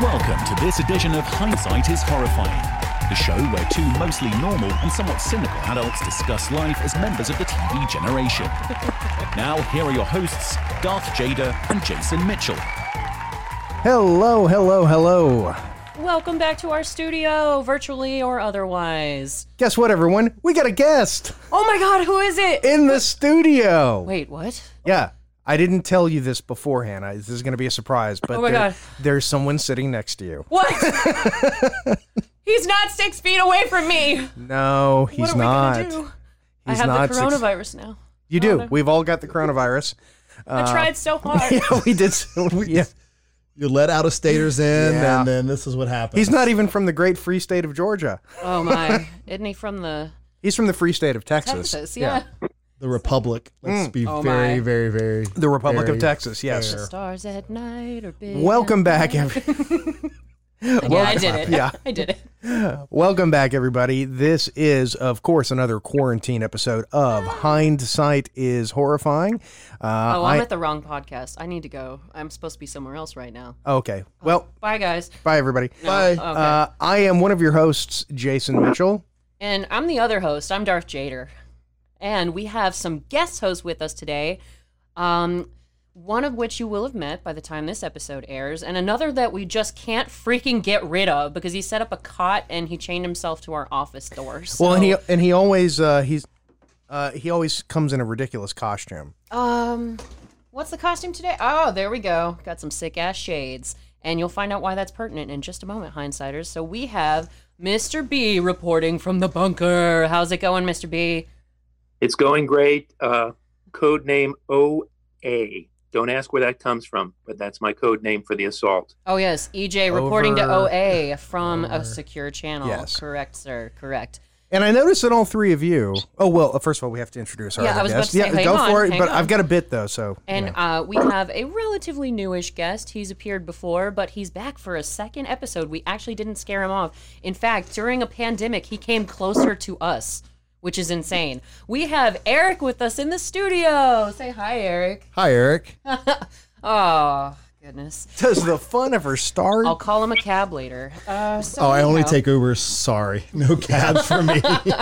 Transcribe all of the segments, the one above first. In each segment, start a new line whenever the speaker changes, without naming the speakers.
Welcome to this edition of Hindsight is Horrifying, the show where two mostly normal and somewhat cynical adults discuss life as members of the TV generation. Now, here are your hosts, Darth Jader and Jason Mitchell.
Hello, hello, hello.
Welcome back to our studio, virtually or otherwise.
Guess what, everyone? We got a guest
Oh my god, who is it?
in the studio.
Wait, what?
Yeah, I didn't tell you this beforehand. I, this is going to be a surprise, but
Oh my
there-
God.
there's someone sitting next to you.
What? He's not six feet away from me.
No, he's
what are
not.
we gonna do? I
He's
have
not
the
six-
coronavirus now.
You do. We've all got the coronavirus. Uh,
I tried so hard.
yeah, we did. yeah.
you let out of staters in,
Yeah.
and then this is what happens.
He's not even from the great free state of Georgia.
oh my! Isn't he from the
He's from the free state of Texas.
Texas? Yeah.
the Republic. Let's be
Oh
very,
my.
very, very.
Mm. The Republic
very
of Texas, yes.
fair.
Stars at night or big.
Welcome back, everyone.
Yeah, I did it.
Yeah.
I did it.
Welcome back, everybody. This is, of course, another quarantine episode of Hindsight is Horrifying. Uh,
Oh,
I-
I'm at the wrong podcast. I need to go. I'm supposed to be somewhere else right now.
okay. Well,
Bye, guys.
bye, everybody.
Bye.
Okay.
Uh, I am one of your hosts, Jason Mitchell.
And I'm the other host. I'm Darth Jader. And we have some guest hosts with us today. Um, one of which you will have met by the time this episode airs, and another that we just can't freaking get rid of because he set up a cot and he chained himself to our office door. So,
Well, and he and he always uh, he's uh, he always comes in a ridiculous costume.
um, what's the costume today? Oh, there we go. Got some sick ass shades, and you'll find out why that's pertinent in just a moment, hindsighters. So we have Mr. B reporting from the bunker. How's it going, Mr. B?
It's going great. Uh, code name OA. Don't ask where that comes from, but that's my code name for the assault.
Oh yes, EJ reporting
Over-
to OA from a secure channel.
Yes.
Correct, sir. Correct.
And I noticed that all three of you. Oh well, first of all, we have to introduce our
Yeah,
other
I was about
guest.
to say, hang
go
on,
for it.
hang
But
on.
I've got a bit though, so
And
you know.
uh, we have a relatively newish guest. He's appeared before, but he's back for a second episode. We actually didn't scare him off. In fact, during a pandemic, he came closer to us, which is insane. We have Eric with us in the studio. Say hi, Eric.
Hi, Eric.
Oh goodness,
does the fun ever start?
I'll call him a cab later. Uh, so
Oh, I only
anyhow.
take Uber. Sorry, no cabs for me.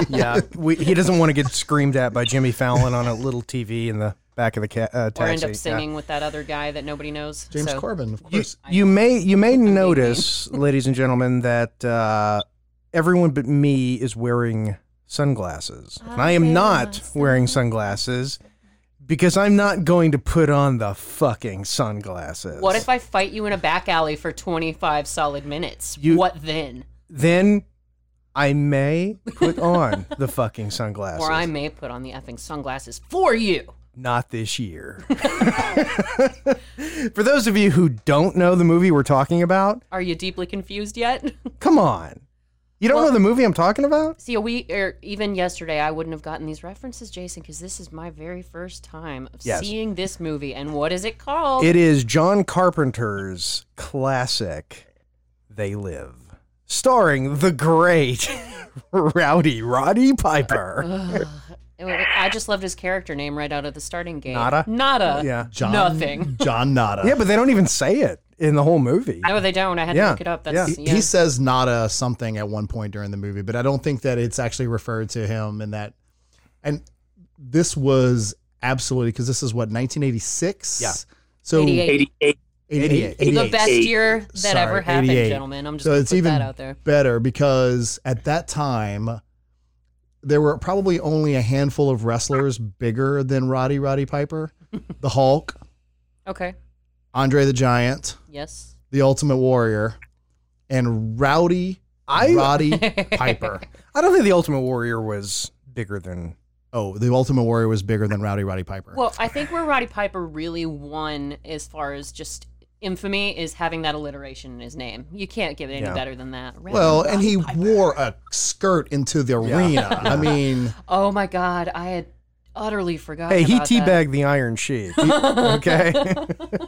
yeah, we, he doesn't want to get screamed at by Jimmy Fallon on a little TV in the back of the ca- uh, taxi.
or end up
Yeah.
singing with that other guy that nobody knows.
James
so.
Corbin, of course.
You may you may notice, ladies and gentlemen, that uh, everyone but me is wearing sunglasses, and I am not wearing sunglasses because I'm not going to put on the fucking sunglasses.
What if I fight you in a back alley for 25 solid minutes?
You-
what then?
then? I may put on the fucking sunglasses.
Or I may put on the effing sunglasses for you.
not this year. For those of you who don't know the movie we're talking about,
Are you deeply confused yet?
come on. You don't know the movie I'm talking about?
See, a week or even yesterday, I wouldn't have gotten these references, Jason, because this is my very first time of
Yes.
seeing this movie. And what is it called?
It is John Carpenter's classic They Live, starring the great Rowdy Roddy Piper.
I just loved his character name right out of the starting game.
Nada?
Nada.
Yeah.
John,
Nothing.
John Nada.
Yeah, but they don't even say it in the whole movie.
No, they don't. I had
Yeah,
to look it up. That's
He-
yeah.
He says Nada something at one point during the movie, but I don't think that it's actually referred to him in that. And this was absolutely because this is what 1986.
Yeah.
So
88.
88.
88.
the best
88.
year that
Sorry,
ever happened,
88.
gentlemen. I'm just
so
gonna
it's
put
even
that out there.
better because at that time there were probably only a handful of wrestlers bigger than Roddy Roddy Piper, the Hulk,
Okay.
Andre the Giant,
Yes.
the Ultimate Warrior, and Rowdy
I-
Roddy Piper.
I don't think The Ultimate Warrior was bigger than.
Oh, the Ultimate Warrior was bigger than Rowdy Roddy Piper.
Well, I think where Roddy Piper really won as far as just infamy is having that alliteration in his name. You can't get it any
Yeah.
better than that. Red
Well,
Rock.
and he wore a skirt into the arena. I mean,
oh my God, I had utterly forgotten.
Hey, he
about that.
teabagged the Iron Sheik. Okay.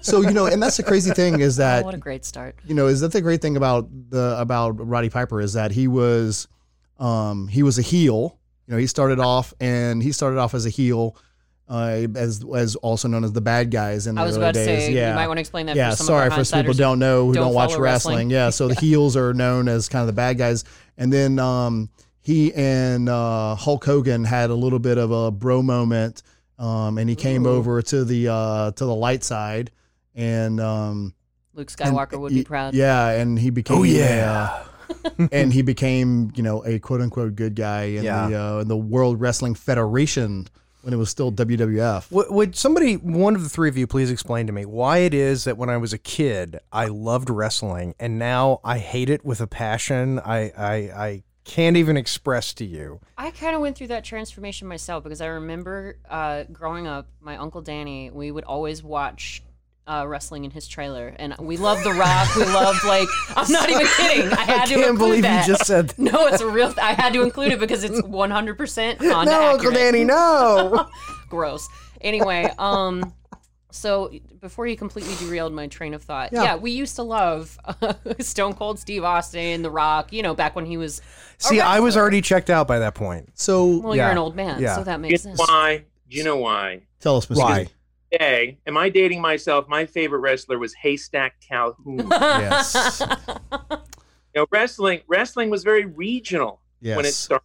so you know, and that's the crazy thing is
Oh,
that
what a great start.
you know is that the great thing about the about Roddy Piper is that he was um he was a heel. You know, he started off and he started off as a heel uh, as as also known as the bad guys in the
I was
early
about to
days.
say,
yeah.
you might want to explain that
yeah,
for some
sorry
of our
for people
hindsighters.
who don't know who
don't
don't, watch
follow
wrestling.
wrestling.
Yeah, so the heels are known as kind of the bad guys, and then um, he and uh, Hulk Hogan had a little bit of a bro moment, um, and he came
Ooh.
over to the uh, to the light side, and um,
Luke
and-
Skywalker would be proud.
Yeah, and he became
Oh,
a,
yeah.
uh, and he became you know a quote unquote good guy in the
Yeah.
uh, in the World Wrestling Federation when it was still WWF.
Would, would somebody, one of the three of you, please explain to me why it is that when I was a kid, I loved wrestling and now I hate it with a passion I, I, I can't even express to you?
I kind of went through that transformation myself because I remember uh, growing up, my uncle Danny, we would always watch uh, wrestling in his trailer, and we loved The Rock. we loved like I'm not even kidding. I had
I
to
can't
include
believe
that.
you just said that.
no, it's a real. I had to include it because it's 100 percent on
No, Uncle Danny, no.
Gross. Anyway, um. So before you completely derailed my train of thought, yeah,
Yeah.
we used to love uh, Stone Cold Steve Austin, The Rock, you know, back when he was. a
See, I was
wrestler.
already checked out by that point.
So
Well,
Yeah.
you're an old man,
Yeah.
so that
You
makes
know
sense.
why? You know why?
tell us, Mr.
Why?
Goody.
Hey, am I dating myself? My favorite wrestler was Haystack Calhoun. you
Yes.
know, wrestling wrestling was very regional
Yes.
when it started.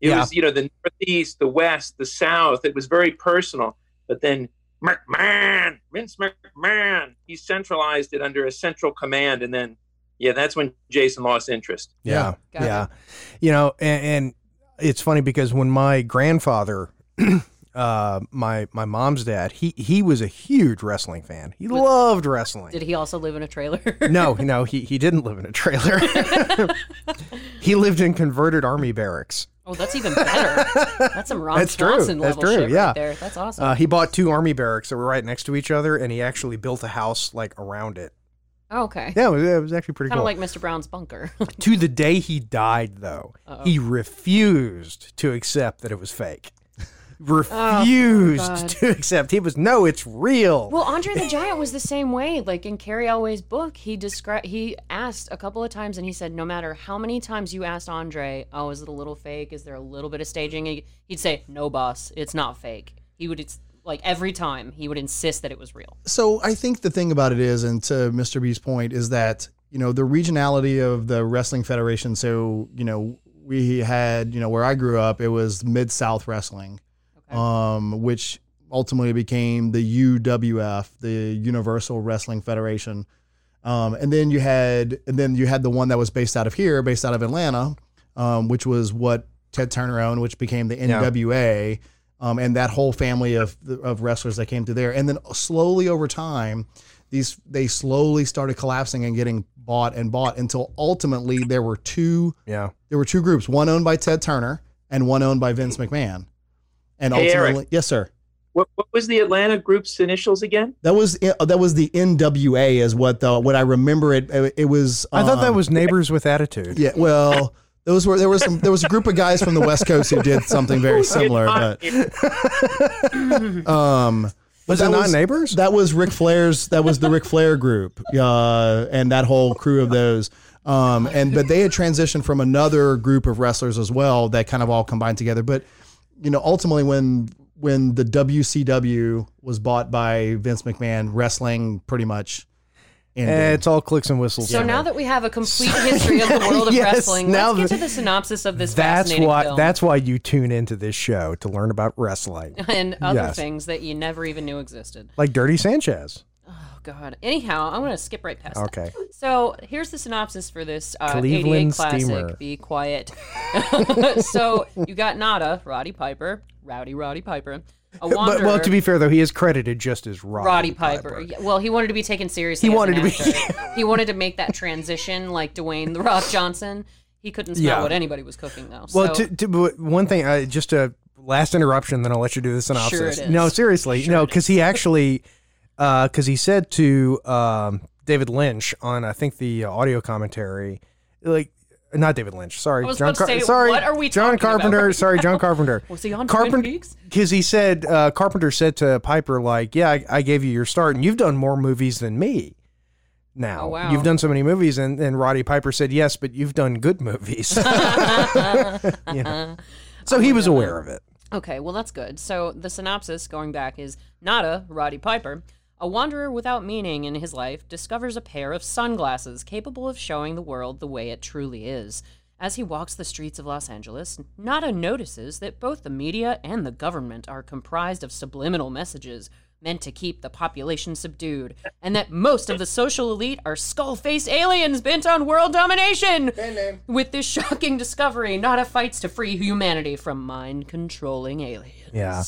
It
Yeah.
was, you know, the Northeast, the West, the South. It was very personal. But then McMahon, Vince McMahon, he centralized it under a central command. And then, yeah, that's when Jason lost interest.
Yeah.
Got
Yeah. You know, and, and it's funny because when my grandfather, uh, my my mom's dad, he he was a huge wrestling fan. He loved wrestling.
Did he also live in a trailer?
no, no, he, he didn't live in a trailer. he lived in converted army barracks.
Oh, that's even better. That's some Ron
That's true.
Swanson
That's
level
true,
shit
yeah.
right there. That's awesome.
Uh, he bought two army barracks that were right next to each other, and he actually built a house like around it.
oh, okay.
Yeah, it was, it was actually pretty
Kind
cool.
of like Mr. Brown's bunker.
to the day he died, though, he refused to accept that it was fake. refused
Oh, God.
to accept. He was no, it's real.
well, Andre the Giant was the same way. Like in Carrie Elway's book, he described he asked a couple of times, and he said, "No matter how many times you asked Andre, oh, is it a little fake? Is there a little bit of staging?" He- He'd say, "No, boss, it's not fake." He would it's, like every time he would insist that it was real.
so I think the thing about it is, and to Mr. B's point, is that you know the regionality of the wrestling federation. So you know we had you know where I grew up, it was Mid South Wrestling, um, which ultimately became the UWF, the Universal Wrestling Federation. Um, and then you had and then you had the one that was based out of here, based out of Atlanta, um, which was what Ted Turner owned, which became the NWA, um, and that whole family of of wrestlers that came through there. And then slowly over time, these they slowly started collapsing and getting bought and bought until ultimately there were two
yeah.
there were two groups, one owned by Ted Turner and one owned by Vince McMahon. And
Hey, Eric.
ultimately, yes, sir.
What, what was the Atlanta group's initials again?
That was uh, that was the NWA is what the what I remember it uh, it was
I thought that
um,
was neighbors with attitude.
Yeah, well, those were there was some there was a group of guys from the West Coast who did something very similar, but um,
Was
that
it not
was-
neighbors?
that was Ric Flair's. That was the Ric Flair group, uh, and that whole crew of those. Um, and but they had transitioned from another group of wrestlers as well that kind of all combined together. But you know, ultimately, when when the WCW was bought by Vince McMahon, wrestling pretty much. ended.
Eh, it's all clicks and whistles.
So
to me.
now that we have a complete history of the world of
Yes,
wrestling,
now
let's
that-
get to the synopsis of this
that's
fascinating
why
film
that's why you tune into this show to learn about wrestling,
and other
Yes.
things that you never even knew existed.
like Dirty Sanchez.
Oh God. Anyhow, I'm gonna skip right past.
Okay.
That. So here's the synopsis for this uh,
Cleveland
88 classic.
Steamer.
Be quiet. so you got Nada, Roddy Piper, Rowdy Roddy Piper, a wanderer.
But well, to be fair though, he is credited just as Roddy,
Roddy Piper. Yeah, Well, he wanted to be taken seriously.
He
as
wanted
an
to be-
actor. he wanted to make that transition, like Dwayne the Rock Johnson. He couldn't smell
Yeah.
what anybody was cooking, though.
Well,
so,
to, to, but one thing, uh, just a last interruption, then I'll let you do the synopsis.
Sure it
No,
is.
seriously, no, because he actually, because he said to um, David Lynch on I think the uh, audio commentary, like not David Lynch, sorry,
I was
John,
about to say,
sorry,
what are we
John
talking about
Carpenter,
right
sorry, John Carpenter.
Was he on Twin Peaks?
Because he said uh, Carpenter said to Piper, like, yeah, I, I gave you your start, and you've done more movies than me. Now
Oh, wow.
you've done so many movies, and, and Roddy Piper said yes,
Oh,
but you've done good movies. So he was aware of it.
Okay, well, that's good. So the synopsis going back is Nada, Roddy Piper, a wanderer without meaning in his life, discovers a pair of sunglasses capable of showing the world the way it truly is. As he walks the streets of Los Angeles, Nada notices that both the media and the government are comprised of subliminal messages meant to keep the population subdued, and that most of the social elite are skull faced aliens bent on world domination. With this shocking discovery, Nada fights to free humanity from mind controlling aliens.
Yeah.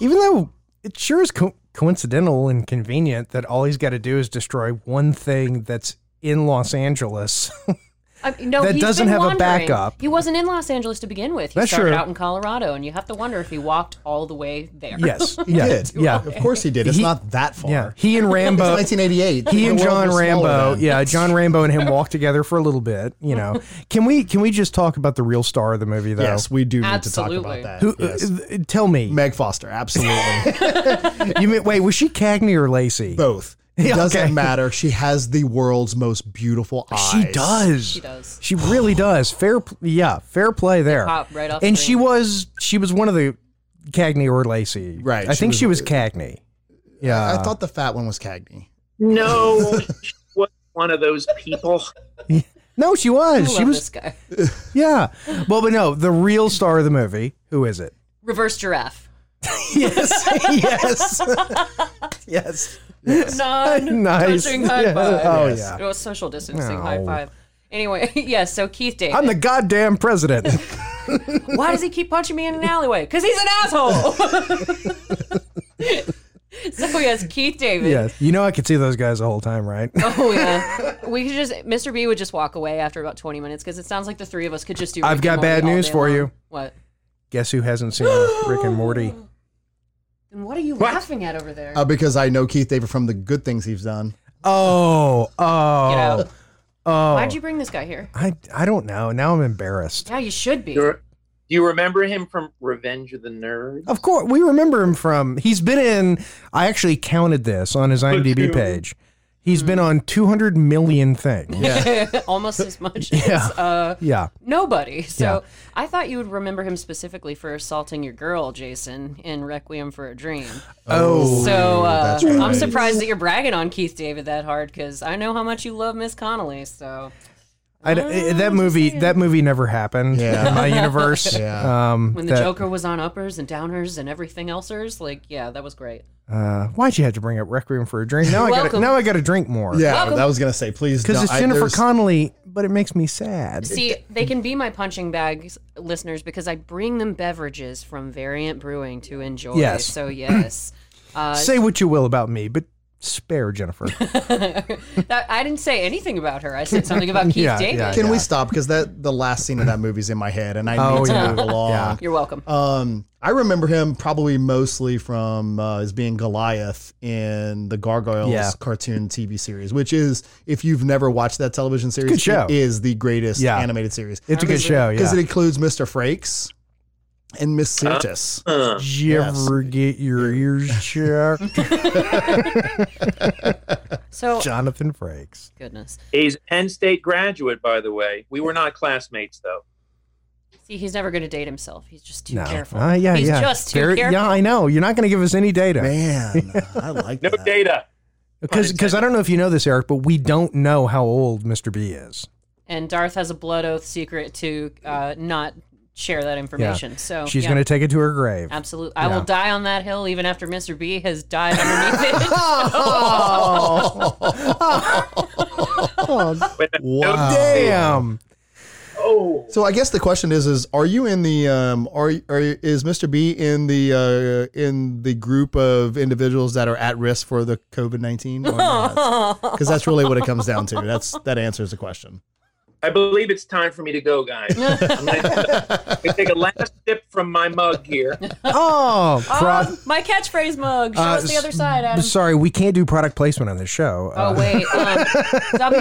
Even though it sure is co- coincidental and convenient that all he's got to do is destroy one thing that's in Los Angeles.
I mean, no,
That
he's
doesn't
been
have a
wandering.
backup.
He wasn't in Los Angeles to begin with. He
That's
started
true.
out in Colorado, and you have to wonder if he walked all the way there.
yes.
He
yeah.
did.
Yeah.
Of course he did. It's
He-
not that far.
Yeah. He and
It's
Rambo
1988.
he and
The world
John
was smaller
Rambo,
then.
yeah, John Rambo and him walked together for a little bit. You know, can we can we just talk about the real star of the movie though?
Yes, we do need to talk
Absolutely.
about that.
Who,
yes.
uh, tell me,
Meg Foster, absolutely.
you mean, wait, was she Cagney or Lacey?
Both. It
Yeah,
doesn't
okay.
matter. She has the world's most beautiful eyes.
She does.
She does.
She really does. Fair, pl- yeah, fair play there.
pop right off
and she
screen.
was she was one of the Cagney or Lacey.
Right,
I
she
think
was-
she was Cagney. Yeah.
I thought the fat one was Cagney.
No, she was one of those people.
no, she
I
was.
love
She was.
this guy.
Yeah. Well, but no, the real star of the movie. Who is it?
Reverse giraffe.
yes. yes. yes.
Non
Nice.
touching high
Yeah.
five.
Oh,
Yes.
yeah.
It was social distancing high
No.
five. Anyway, yes. so Keith David.
I'm the goddamn president.
Why does he keep punching me in an alleyway? Because he's an asshole. so yes, Keith David.
yeah. You know I could see those guys the whole time, right?
Oh yeah. We could just Mr. B would just walk away after about twenty minutes because it sounds like the three of us could just do.
I've
Rick
got
and
bad
Morty all
news
day
for
long.
you.
What?
Guess who hasn't seen Rick and Morty?
And what are you laughing at over there?
Uh, because I know Keith David from the good things he's done.
Oh, oh,
Get out.
oh.
Why'd you bring this guy here?
I I don't know. Now I'm embarrassed.
Yeah, you should be.
You're- Do you remember him from Revenge of the Nerds?
Oh.
Of course, we remember him from. He's been in. I actually counted this on his IMDb page. He's been on 200 million things. Yeah.
Almost as much
Yeah.
as uh,
yeah.
nobody. So
Yeah.
I thought you would remember him specifically for assaulting your girl, Jason, in Requiem for a Dream.
Oh.
So uh,
that's right.
I'm surprised that you're bragging on Keith David that hard because I know how much you love Miss Connolly. So
I don't- eh, that movie. That movie never happened
Yeah.
in my universe.
Yeah.
Um,
when the
that-
Joker was on uppers and downers and everything elseers, like yeah, that was great.
uh, why'd you have to bring up Requiem for a Drink? Now I got.
welcome.
Now I got to drink more.
Yeah,
Welcome.
that was gonna say. Please,
Because
don't-
it's
I-
Jennifer
there's-
Connelly, but it makes me sad.
See, they can be my punching bags, listeners, because I bring them beverages from Variant Brewing to enjoy.
Yes.
So yes. Uh,
Say what you will about me, but spare Jennifer.
that, I didn't say anything about her. I said something about Keith
Yeah,
David.
yeah.
Can we stop? Because that the last scene of that movie's in my head, and I need
Oh,
to
yeah.
move along.
Yeah.
You're welcome.
Um, I remember him probably mostly from uh, as being Goliath in the Gargoyles
Yeah.
cartoon TV series, which is if you've never watched that television series,
Good show.
it is the greatest
Yeah.
animated series
It's a good show. Yeah.
because it includes Mr. Frakes and Miss Sirtis.
Uh,
Did you ever get your ears checked?
So
Jonathan Frakes.
goodness.
he's a Penn State graduate, by the way. We were not classmates, though.
See, he's never going to date himself. He's just too
No.
careful.
Uh, yeah,
he's
yeah.
just too
Very-
careful.
Yeah, I know. You're not going to give us any data
Man, I like
No
that.
data.
because I don't know if you know this, Eric, but we don't know how old Mr. B is.
And Darth has a blood oath secret to uh, not share that information. So
She's going to take it to her grave.
Absolutely. I will die on that hill even after Mr. B has died underneath it.
Oh,
Wow.
Damn.
Oh,
So I guess the question is: Is are you in the um are are is Mr. B in the uh in the group of individuals that are at risk for the COVID nineteen? Because that's really what it comes down to. That's that answers the question.
I believe it's time for me to go, guys. I'm gonna I'm gonna take a last sip from my mug here.
Oh, pro-
Oh, my catchphrase mug. Show
uh,
us the other side, Adam.
Sorry, we can't do product placement on this show.
Oh
Uh,
wait, um,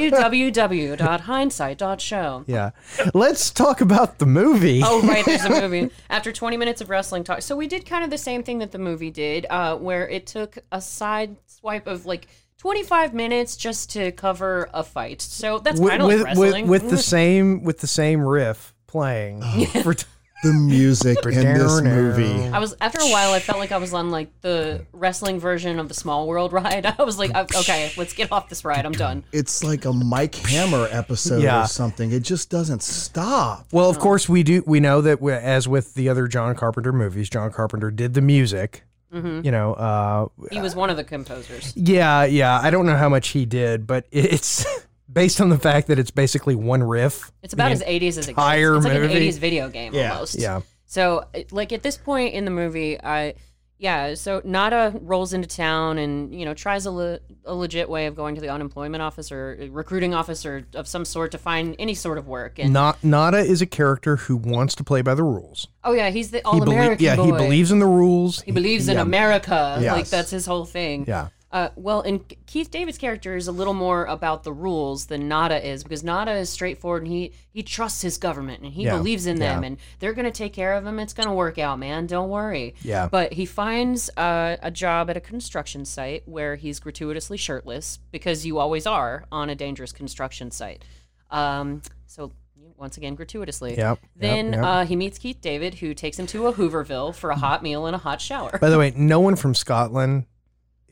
www.hindsight.show.
yeah. Let's talk about the movie.
Oh right, there's a movie. After 20 minutes of wrestling talk, so we did kind of the same thing that the movie did, uh, where it took a side swipe of like 25 minutes just to cover a fight. So that's
with,
kind of
with,
like
with,
wrestling.
with the same with the same riff playing for t-
the music in this movie.
I was after a while. I felt like I was on like the wrestling version of the Small World ride. I was like, I- okay, let's get off this ride. I'm done.
It's like a Mike Hammer episode
Yeah.
or something. It just doesn't stop.
Well,
Oh.
of course we do. We know that we, as with the other John Carpenter movies, John Carpenter did the music.
Mm-hmm.
You know, uh,
He was one of the composers.
yeah, yeah. I don't know how much he did, but it's based on the fact that it's basically one riff.
It's about as 80s as it gets.
entire
It's like an
movie?
80s video game
Yeah,
almost.
yeah.
So it- like at this point in the movie, I yeah. So Nada rolls into town and you know tries a, le- a legit way of going to the unemployment office or recruiting officer of some sort to find any sort of work. And
Not Nada is a character who wants to play by the rules.
oh yeah, he's the
He
all
belie-
American
yeah,
boy.
he believes in the rules.
He believes in America. Like
Yes.
that's his whole thing.
Yeah.
Uh, well, and Keith David's character is a little more about the rules than Nada is because Nada is straightforward and he he trusts his government and he
Yeah,
believes in them and they're gonna take care of him. It's gonna work out, man. Don't worry.
Yeah.
But he finds uh, a job at a construction site where he's gratuitously shirtless because you always are on a dangerous construction site. Um, so once again, gratuitously.
Yep, yep,
Then
yep.
Uh, he meets Keith David, who takes him to a Hooverville for a
Mm-hmm.
hot meal and a hot shower.
By the way, no one from Scotland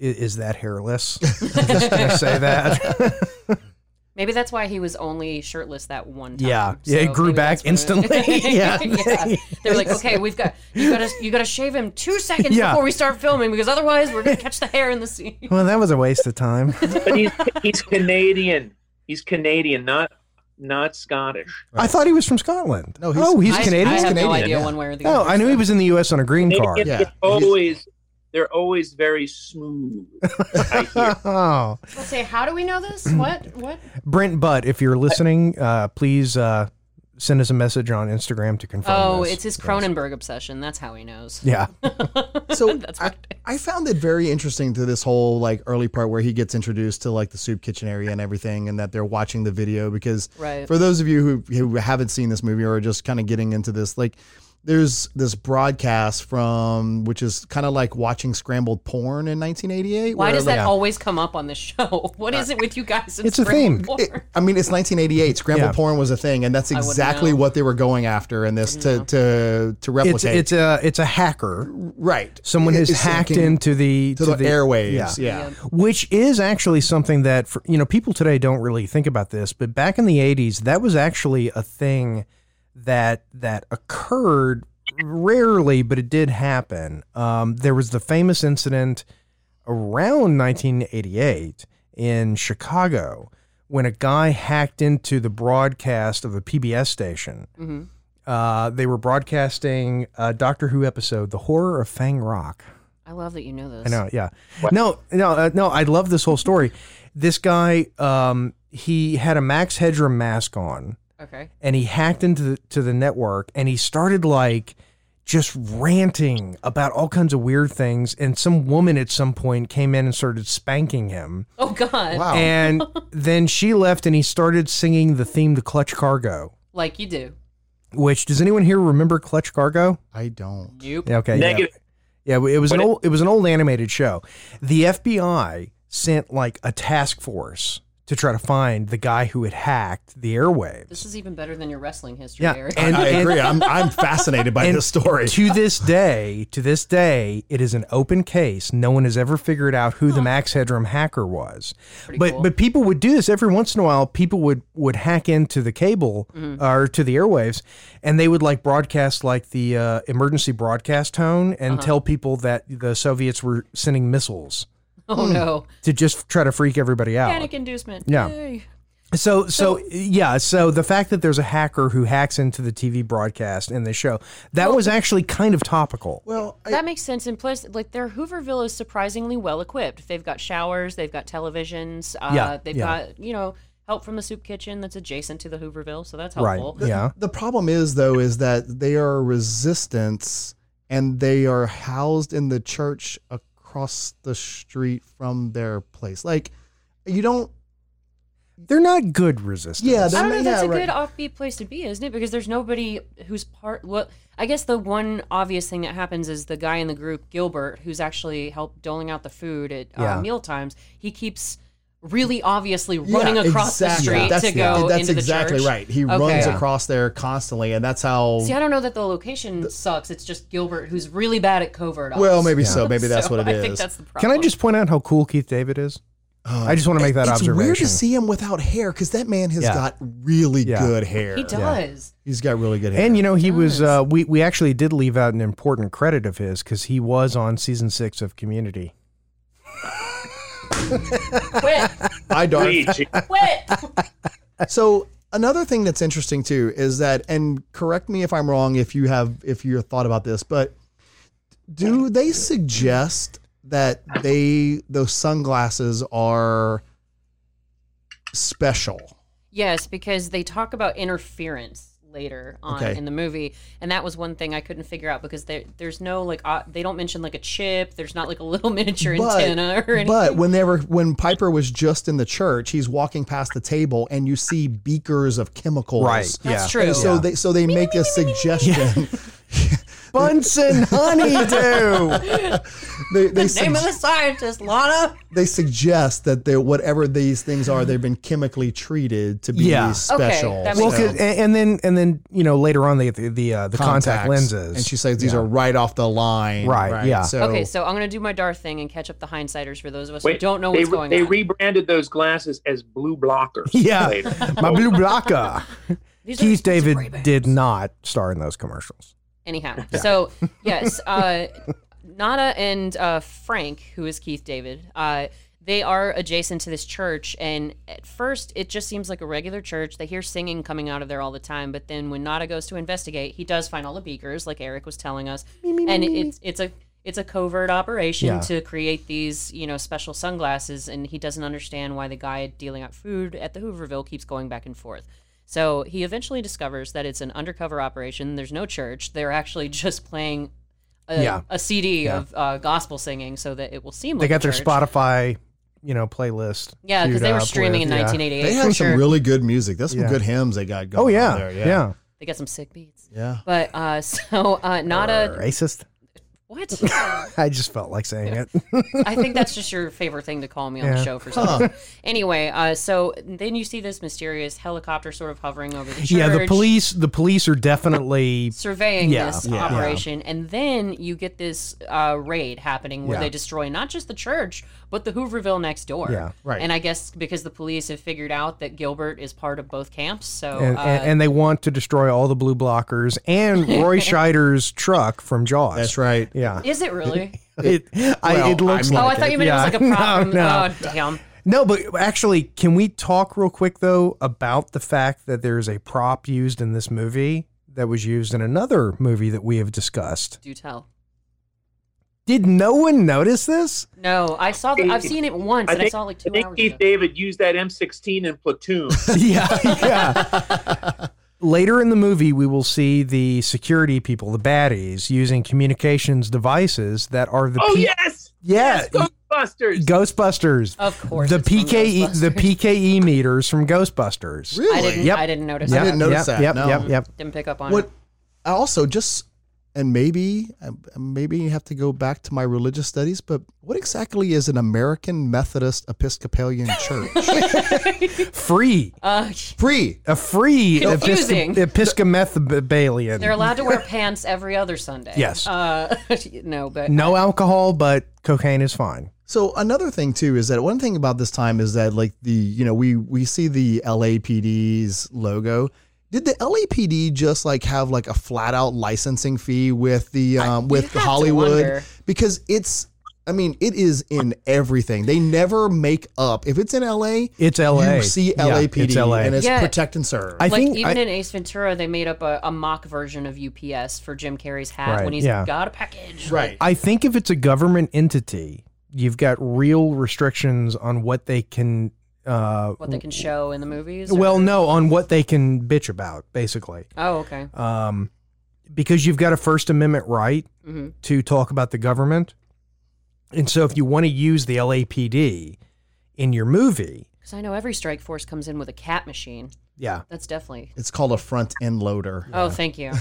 i- is that hairless. I'm just gonna say that.
Maybe that's why he was only shirtless that one time.
Yeah. Yeah, it grew
maybe
back
that's what it-
instantly. Yeah.
Yeah. They're like, okay, we've got you got to you got to shave him two seconds
Yeah.
before we start filming because otherwise we're gonna catch the hair in the scene.
well, that was a waste of time.
But he's he's Canadian. He's Canadian, not not Scottish.
I thought he was from Scotland.
No, he's-
oh, he's
I,
Canadian.
I have no
Canadian,
idea
yeah.
one way or the
oh,
other.
I knew he was in the U.S. on a green card.
Canadians
Yeah.
are always they're always very smooth. I hear.
Oh,
Let's say, how do we know this?
Hmm.
What? What?
Brent Butt, if you're listening, uh, please uh, send us a message on Instagram to confirm.
Oh,
this.
it's his Cronenberg obsession. That's how he knows.
yeah,
So I, I found it very interesting to this whole like early part where he gets introduced to like the soup kitchen area and everything, and that they're watching the video because
Right.
for those of you who who haven't seen this movie or are just kind of getting into this, like there's this broadcast from which is kind of like watching scrambled porn in 1988.
Why
where,
does that
like,
always come up on this show? What is it with you guys? and
Uh, It's a
spring
theme.
porn?
It, I mean, it's 1988. Scrambled
Yeah.
porn was a thing, and that's
wouldn't
exactly
know.
what they were going after in this to to to
it's
replicate.
it's a it's a hacker.
right.
Someone has
It's
hacked
sinking
into the
to the, airwaves.
yeah.
yeah.
which is actually something that for, you know people today don't really think about this, but back in the '80s, that was actually a thing that that occurred rarely, but it did happen. Um, there was the famous incident around 1988 in Chicago when a guy hacked into the broadcast of a PBS station. Uh, they were broadcasting a Doctor Who episode, "The Horror of Fang Rock."
I love that you know this.
I know. Yeah. No, no, uh, no. I love this whole story. This guy, um, he had a Max Hedrum mask on,
Okay.
and he hacked into the, to the network, and he started like just ranting about all kinds of weird things. And some woman at some point came in and started spanking him,
Oh God.
Wow.
and then she left, and he started singing the theme to Clutch Cargo.
Like you do.
Which does anyone here remember Clutch Cargo?
I don't.
Nope.
Yeah, Okay. yeah.
Negative.
Yeah, it was an
But it-
old it was an old animated show. The FBI sent like a task force to try to find the guy who had hacked the airwaves.
This is even better than your wrestling history,
Yeah,
Eric.
and,
I
and
agree. I'm I'm fascinated by
And
this story.
to this day, to this day, it is an open case. No one has ever figured out who the Max Headroom hacker was. but
cool.
but people would do this every once in a while. People would would hack into the cable
Mm-hmm.
or to the airwaves, and they would like broadcast like the uh, emergency broadcast tone and
Uh-huh.
tell people that the Soviets were sending missiles.
oh no.
to just try to freak everybody out.
Panic inducement.
Yeah.
Yay.
So, so yeah, so the fact that there's a hacker who hacks into the TV broadcast in the show that was actually kind of topical.
well, I,
That makes sense. And plus, like their Hooverville is surprisingly well equipped. They've got showers. They've got televisions. Uh,
Yeah,
They've
yeah.
got you know help from the soup kitchen that's adjacent to the Hooverville, so that's
Right?
helpful.
Yeah.
the problem is though is that they are resistance and they are housed in the church across the street from their place. Like you don't
They're not good resistance.
Yeah,
I
they're-
don't know if that's
Yeah,
a good offbeat place to be, isn't it? Because there's nobody who's part. Well, I guess the one obvious thing that happens is the guy in the group, Gilbert, who's actually helped doling out the food at uh,
Yeah.
meal times. He keeps really obviously running across
exactly.
the street
That's,
to go
that's
into the
exactly
church.
right. He
Okay.
runs
Yeah.
across there constantly, and that's how.
See, I don't know that the location sucks. It's just Gilbert who's really bad at covert. Ops.
well, maybe so. Maybe that's
So
what it is.
I think that's the problem.
Can I just point out how cool Keith David is?
Uh,
I just want to make that
it's
observation.
weird to see him without hair because that man has
Yeah.
got really
Yeah.
good hair.
He does.
He's got really good hair.
And you know, he was.
Does.
Uh, we we actually did leave out an important credit of his because he was on season six of Community.
Quit.
I don't.
Bleach.
Quit.
so another thing that's interesting too is that, and correct me if I'm wrong, if you have if you thought about this, but do they suggest that they those sunglasses are special?
yes, because they talk about interference later on
Okay.
in the movie, and that was one thing I couldn't figure out because there, there's no like uh, they don't mention like a chip. There's not like a little miniature antenna or anything.
But whenever when Piper was just in the church, he's walking past the table and you see beakers of chemicals.
that's
yeah.
true.
And so they so they make a suggestion.
Bunsen honeydew.
they they,
Name of
sug-
the scientist, Lana.
they suggest that they whatever these things are, they've been chemically treated to be
Yeah.
these
Okay,
special.
that
well,
makes
so-
cause, and, and then and then you know later on they get the the, uh, the contact
contacts.
lenses.
and she says these are right off the line.
Right, yeah.
So,
Okay, so I'm gonna do my Darth thing and catch up the hindsighters for those of us who
Wait,
don't know
they,
what's
re-
going
they
on.
rebranded those glasses as blue blockers.
Yeah.
later.
my blue blocker.
These are
Keith
expensive
David
Ray-Bans.
did not star in those commercials.
Anyhow, so yes, uh, Nana and uh, Frank, who is Keith David, uh, they are adjacent to this church, and at first it just seems like a regular church. They hear singing coming out of there all the time, but then when Nada goes to investigate, he does find all the beakers, like Eric was telling us, and it's it's a it's a covert operation
Yeah.
to create these you know special sunglasses, and he doesn't understand why the guy dealing out food at the Hooverville keeps going back and forth. So he eventually discovers that it's an undercover operation. There's no church. They're actually just playing a,
Yeah.
a CD of uh, gospel singing so that it will seem
They
like
got
a
their
church.
Spotify, you know, playlist.
Yeah, because
queued
they were
up
streaming
with-
in
yeah.
1988.
they
for
have
sure.
some really good music. There's some
Yeah.
good hymns they got going.
Oh yeah,
on there.
yeah,
yeah,
They got some sick beats.
yeah.
But uh, so uh, Nada,
Racist.
what?
I just felt like saying it.
I think that's just your favorite thing to call me on the
Yeah.
show for something. Anyway, uh, so then you see this mysterious helicopter sort of hovering over the church.
Yeah, the police. The police are definitely
surveying
Yeah,
this
yeah.
operation, and then you get this uh, raid happening where
Yeah.
they destroy not just the church but the Hooverville next door.
Yeah,
right.
And I guess because the police have figured out that Gilbert is part of both camps, so
and,
uh,
and, and they want to destroy all the blue blockers and Roy Scheider's truck from Jaws.
That's right.
Yeah,
uh, is it really?
it. I,
Well,
it looks
I mean-
oh,
like.
I thought
it.
you meant
yeah.
it was like a problem.
No, no.
Oh, damn.
No, but actually, can we talk real quick though about the fact that there's a prop used in this movie that was used in another movie that we have discussed?
Do tell.
Did no one notice this?
No, I saw. The, I've seen it once,
I
and I
think,
saw it like
I
two
think
hours
Keith
ago.
David used that M16 in Platoon.
yeah, yeah. Later in the movie, we will see the security people, the baddies, using communications devices that are the
oh
P-
yes,
yeah,
Ghostbusters.
Ghostbusters.
Of course,
the
it's from
PKE the
Ghostbusters.
PKE meters from Ghostbusters.
Really?
I didn't.
Yep.
I didn't notice.
I
that.
didn't notice
yep,
that,
Yep,
no.
yep, yep.
Didn't pick up on
What
it.
I also just and maybe uh, maybe you have to go back to my religious studies, but what exactly is an American Methodist Episcopalian church?
Free.
Uh,
Free.
A free
Confusing.
Episcomethbalian.
they're allowed to wear pants every other Sunday.
Yes.
Uh, no, but
no alcohol, but cocaine is fine.
So another thing too is that one thing about this time is that like the you know we we see the LAPD's logo. Did the LAPD just like have like a flat out licensing fee with the um,
have
with
to wonder.
Hollywood because it's I mean it is in everything. They never make up if it's in LA.
It's LA.
You see
Yeah,
LAPD
it's LA.
and it's
Yeah.
protect and serve.
I
like
think
even
I-
in Ace Ventura, they made up a, a mock version of UPS for Jim Carrey's hat
Right,
when he's
yeah.
got a package.
right.
I think if it's a government entity, you've got real restrictions on what they can. Uh,
What they can show in the movies. or-
well, no, on what they can bitch about, basically,
oh, okay.
um, because you've got a First Amendment right
hmm
to talk about the government, and so if you want to use the LAPD in your movie,
Because I know every strike force comes in with a cat machine.
yeah,
That's definitely.
it's called a front end loader.
Oh, thank you.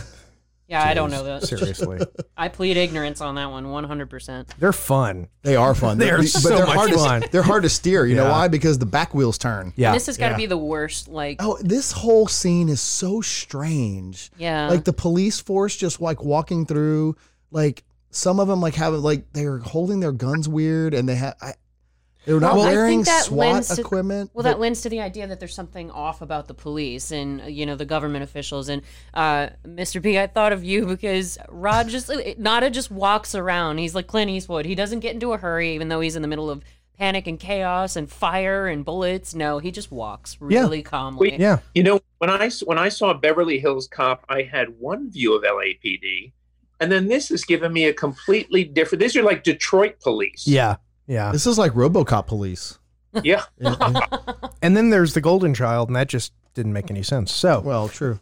Yeah, I don't know that.
Seriously,
I plead ignorance on that one, 100%.
they're fun.
They are fun.
They are so much
hard
fun.
To, they're hard to steer. You know
Yeah.
why? Because the back wheels turn.
Yeah,
This has got to
yeah.
be the worst. Like,
Oh, this whole scene is so strange.
yeah.
Like the police force just like walking through, like some of them like have like they're holding their guns weird and they have I, they're not
Well, I think
wearing
that
SWAT
lends to-
equipment.
Well, that lends to the idea that there's something off about the police and uh, you know the government officials. And uh, Mr. B, I thought of you because Rod just uh, Nada just walks around. He's like Clint Eastwood. He doesn't get into a hurry, even though he's in the middle of panic and chaos and fire and bullets. No, he just walks
Yeah.
really calmly.
We-
yeah.
You know, when I s- when I saw Beverly Hills Cop, I had one view of LAPD, and then this has given me a completely different. These are like Detroit police.
Yeah. Yeah.
this is like RoboCop police.
yeah.
And then there's the golden child, and that just didn't make any sense. So
Well, true.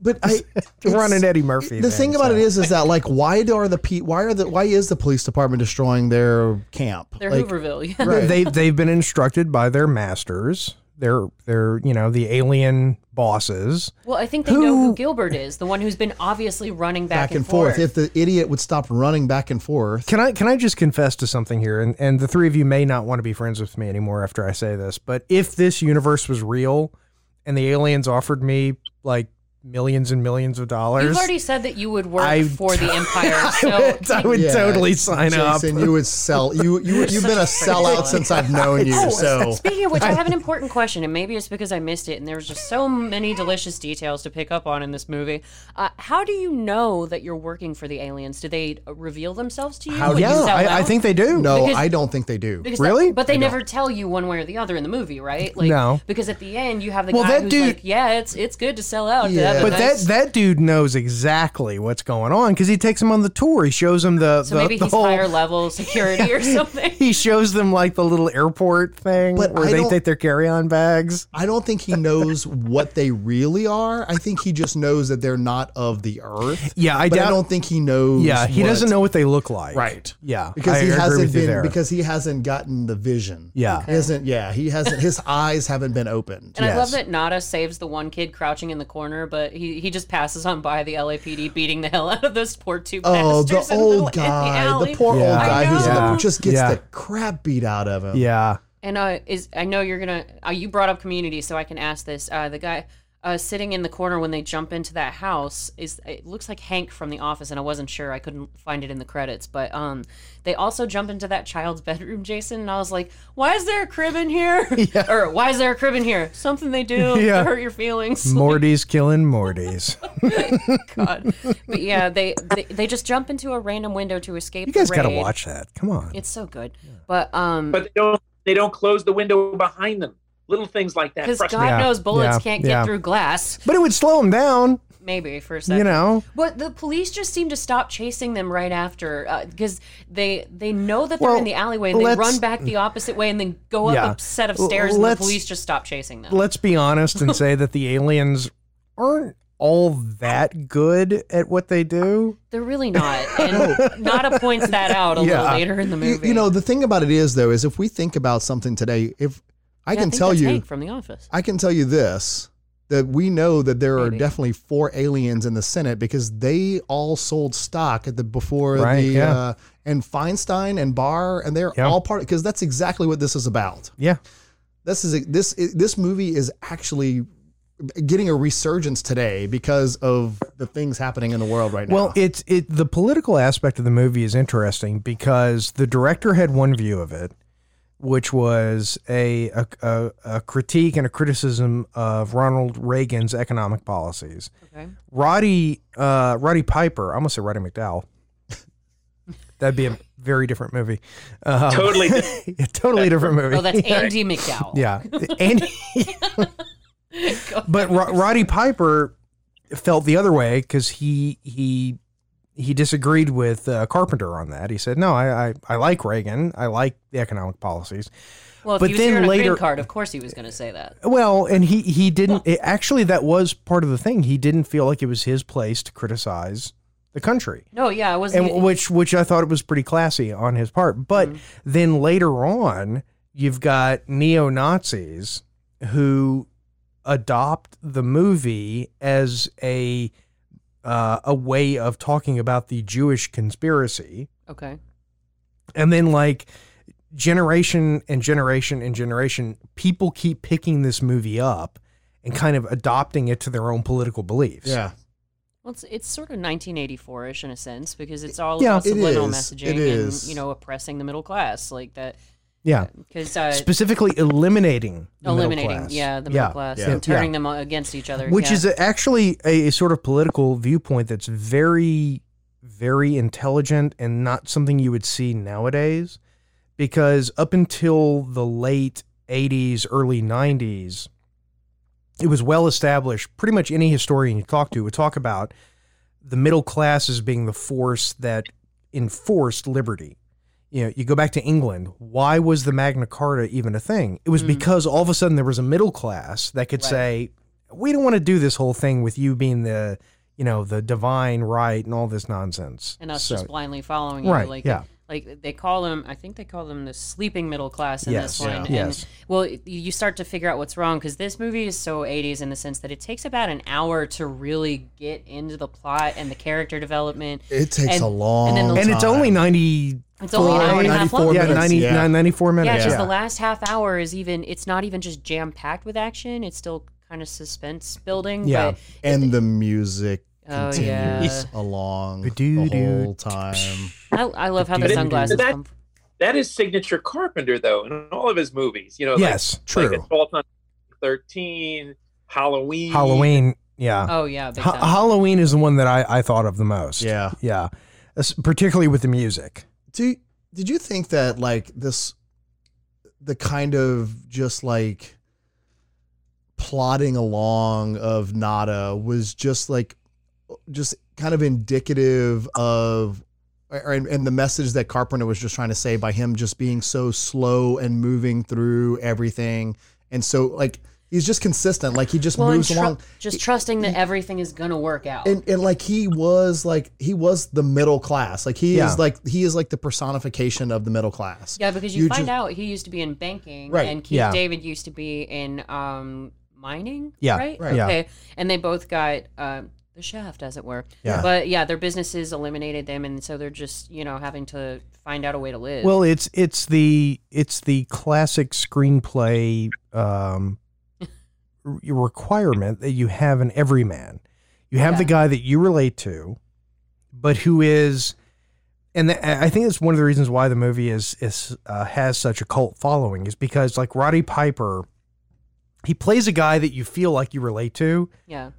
but I
we're on
it's-
an Eddie Murphy.
The
then,
thing about
so.
it is, is that like, why do- are the pe- why are the why is the police department destroying their camp?
They're
like,
Hooverville. Yeah.
right.
they they've been instructed by their masters, their their you know the alien bosses.
Well, I think they know
Who-
who Gilbert is, the one who's been obviously running back,
back and forth.
forth.
If the idiot would stop running back and forth,
Can I can I just confess to something here? And and the three of you may not want to be friends with me anymore after I say this, but if this universe was real, and the aliens offered me like millions and millions of dollars,
You've already said that you would work
I-
for the empire, so
I would, I would
Yeah,
totally sign up.
Jason, you would sell. You you you've been a sellout since I've known you. So
Oh, Speaking of which, I have an important question, and maybe it's because I missed it, and there was just so many delicious details to pick up on in this movie. Uh, how do you know that you're working for the aliens? Do they uh, reveal themselves to you? when you
yeah,
sell
I, I
out?
think they do.
no,
Because-
I don't think they do.
Because
really?
that- but they never tell you one way or the other in the movie, right? Like,
No.
Because at the end, you have the
Well,
guy
that
who's
dude-
like, "Yeah, it's it's good to sell out." to
Yeah.
have a
But that,
nice-"
that dude knows exactly what's going on because he takes them on the tour. He shows them the,
so
the,
maybe
the
he's
whole.
higher level security or something.
He shows them like the little airport thing
But
where
I
they
don't-
take their carry-on bags.
I don't think he knows what they really are. I think he just knows that they're not of the earth.
Yeah, I
but
doubt-
I don't think he knows.
Yeah, he
what-
doesn't know what they look like.
Right.
Yeah,
because
I
he
agree
hasn't
with you
been
there.
because he hasn't gotten the vision.
Yeah.
He hasn't. Yeah, he hasn't. His eyes haven't been opened.
And I love
Yes.
that Nada saves the one kid crouching in the corner, but he, he just passes on by the LAPD beating the hell out of those poor two
Oh,
bastards
the
in little-
old
in the
guy, the,
alley.
poor
Yeah.
old
I
guy who's in
know.
the, just gets
Yeah.
the crap beat out of him.
yeah,
And uh, is I know you're gonna uh, you brought up community, so I can ask this. Uh, the guy uh, sitting in the corner when they jump into that house is it looks like Hank from The Office, and I wasn't sure I couldn't find it in the credits, but um, they also jump into that child's bedroom, Jason, and I was like, why is there a crib in here? or why is there a crib in here? Something they do
Yeah.
to hurt your feelings.
Morty's killing Morty's.
God. But yeah, they, they they just jump into a random window to escape.
You guys
the
got to
raid.
watch that. Come on.
It's so good, but um,
But they don't they don't close the window behind them. Little things like that.
because God
frustrate
Yeah,
knows bullets
yeah,
can't get
yeah.
through glass.
but it would slow him down,
Maybe for a second,
you know.
But the police just seem to stop chasing them right after because they they know that they're
Well,
in the alleyway and they
let's-
run back the opposite way and then go up
Yeah.
a set of
L-
stairs and the
let's-
police just stop chasing them.
Let's be honest and say that the aliens aren't all that good at what they do.
They're really not, and Nada points that out a
Yeah.
little later in the
You,
movie.
you know, the thing about it is though, is if we think about something today, if I
Yeah,
can
think
tell
that's
you,
Hank from The Office.
I can tell you this that we know that there are
Maybe.
definitely four aliens in the Senate because they all sold stock at the before
Right,
the
yeah.
uh, and Feinstein and Barr and they're
Yeah.
all part because that's exactly what this is about.
Yeah.
This is this this movie is actually getting a resurgence today because of the things happening in the world right now.
Well, it's it the political aspect of the movie is interesting because the director had one view of it, which was a a, a, a critique and a criticism of Ronald Reagan's economic policies.
Okay.
Roddy uh, Roddy Piper, I almost said Roddy McDowell. That'd be a very different movie. Um,
Totally different.
yeah, totally different movie.
Oh, that's Andy McDowell.
yeah, and but Ro- Roddy Piper felt the other way because he he he disagreed with uh, Carpenter on that. He said, "No, I, I I like Reagan. I like the economic policies."
Well, if
But
he was
then
here on a
later-
green card, of course he was going to say that.
Well, and he he didn't it, actually. That was part of the thing. He didn't feel like it was his place to criticize the country.
No, yeah, I was.
and which which I thought it was pretty classy on his part. But then later on, you've got neo Nazis who adopt the movie as a uh, a way of talking about the Jewish conspiracy.
Okay.
And then, like, generation and generation and generation, people keep picking this movie up and kind of adopting it to their own political beliefs.
Yeah.
Well, it's, it's sort of 1984-ish in a sense because it's all
Yeah,
about
it
subliminal
is.
messaging
It is.
and you know oppressing the middle class like that.
Yeah.
Because uh,
Specifically, eliminating the middle
eliminating
class.
yeah the middle class
Yeah.
and turning them against each other,
which
yeah.
is actually a, a sort of political viewpoint that's very very intelligent and not something you would see nowadays because up until the late 80s early 90s it was well established pretty much any historian you talk to would talk about the middle class as being the force that enforced liberty you know you go back to england why was the magna carta even a thing it was
Mm.
because all of a sudden there was a middle class that could
Right.
say we don't want to do this whole thing with you being the you know the divine right and all this nonsense
and us
So-
just blindly following
right
you. Like,
yeah
like they call them, I think they call them the sleeping middle class in
yes
this one. And,
yes
Well, y- you start to figure out what's wrong because this movie is so 80s in the sense that it takes about an hour to really get into the plot and the character development.
It takes
And-
a long
and then the-
and it's only 90
It's only an
Four,
hour and a half
94
long.
yeah,
minutes,
90,
yeah.
94
Yeah,
minutes
it's just the last half hour is even. It's not even just jam packed with action. It's still kind of suspense building.
Yeah.
but
and the music
Oh,
continues
yeah.
along the
Ba-doo-doo.
whole time.
I, I love how
But
the
it-
sunglasses
that-
come. From.
That is signature Carpenter, though, in all of his movies. You know, like-
yes true
Like Assault on 13, Halloween.
halloween yeah
Oh yeah, big
Ha-
time.
halloween is the one that I, I thought of the most
Yeah.
yeah Es- particularly with the music
Do did you think that like this the kind of just like plodding along of Nada was just like just kind of indicative of or- and, and the message that Carpenter was just trying to say by him just being so slow and moving through everything and so like he's just consistent like he just
well, and
moves
tru-
along
just trusting that everything is gonna work out.
and and like he was like he was the middle class like he
Yeah.
is like he is like the personification of the middle class
yeah, because you,
you
find
just-
out he used to be in banking,
Right,
and Keith
yeah.
David used to be in um, mining.
Yeah,
right.
right.
yeah.
Okay, and they both got. Um, the shaft, as it were.
Yeah.
But yeah, their businesses eliminated them, and so they're just you know having to find out a way to live.
well it's it's the it's the classic screenplay um re- requirement that you have in every man you have the
Yeah.
guy that you relate to but who is and th- I think that's one of the reasons why the movie is is uh, has such a cult following is because like Roddy Piper, he plays a guy that you feel like you relate to,
yeah.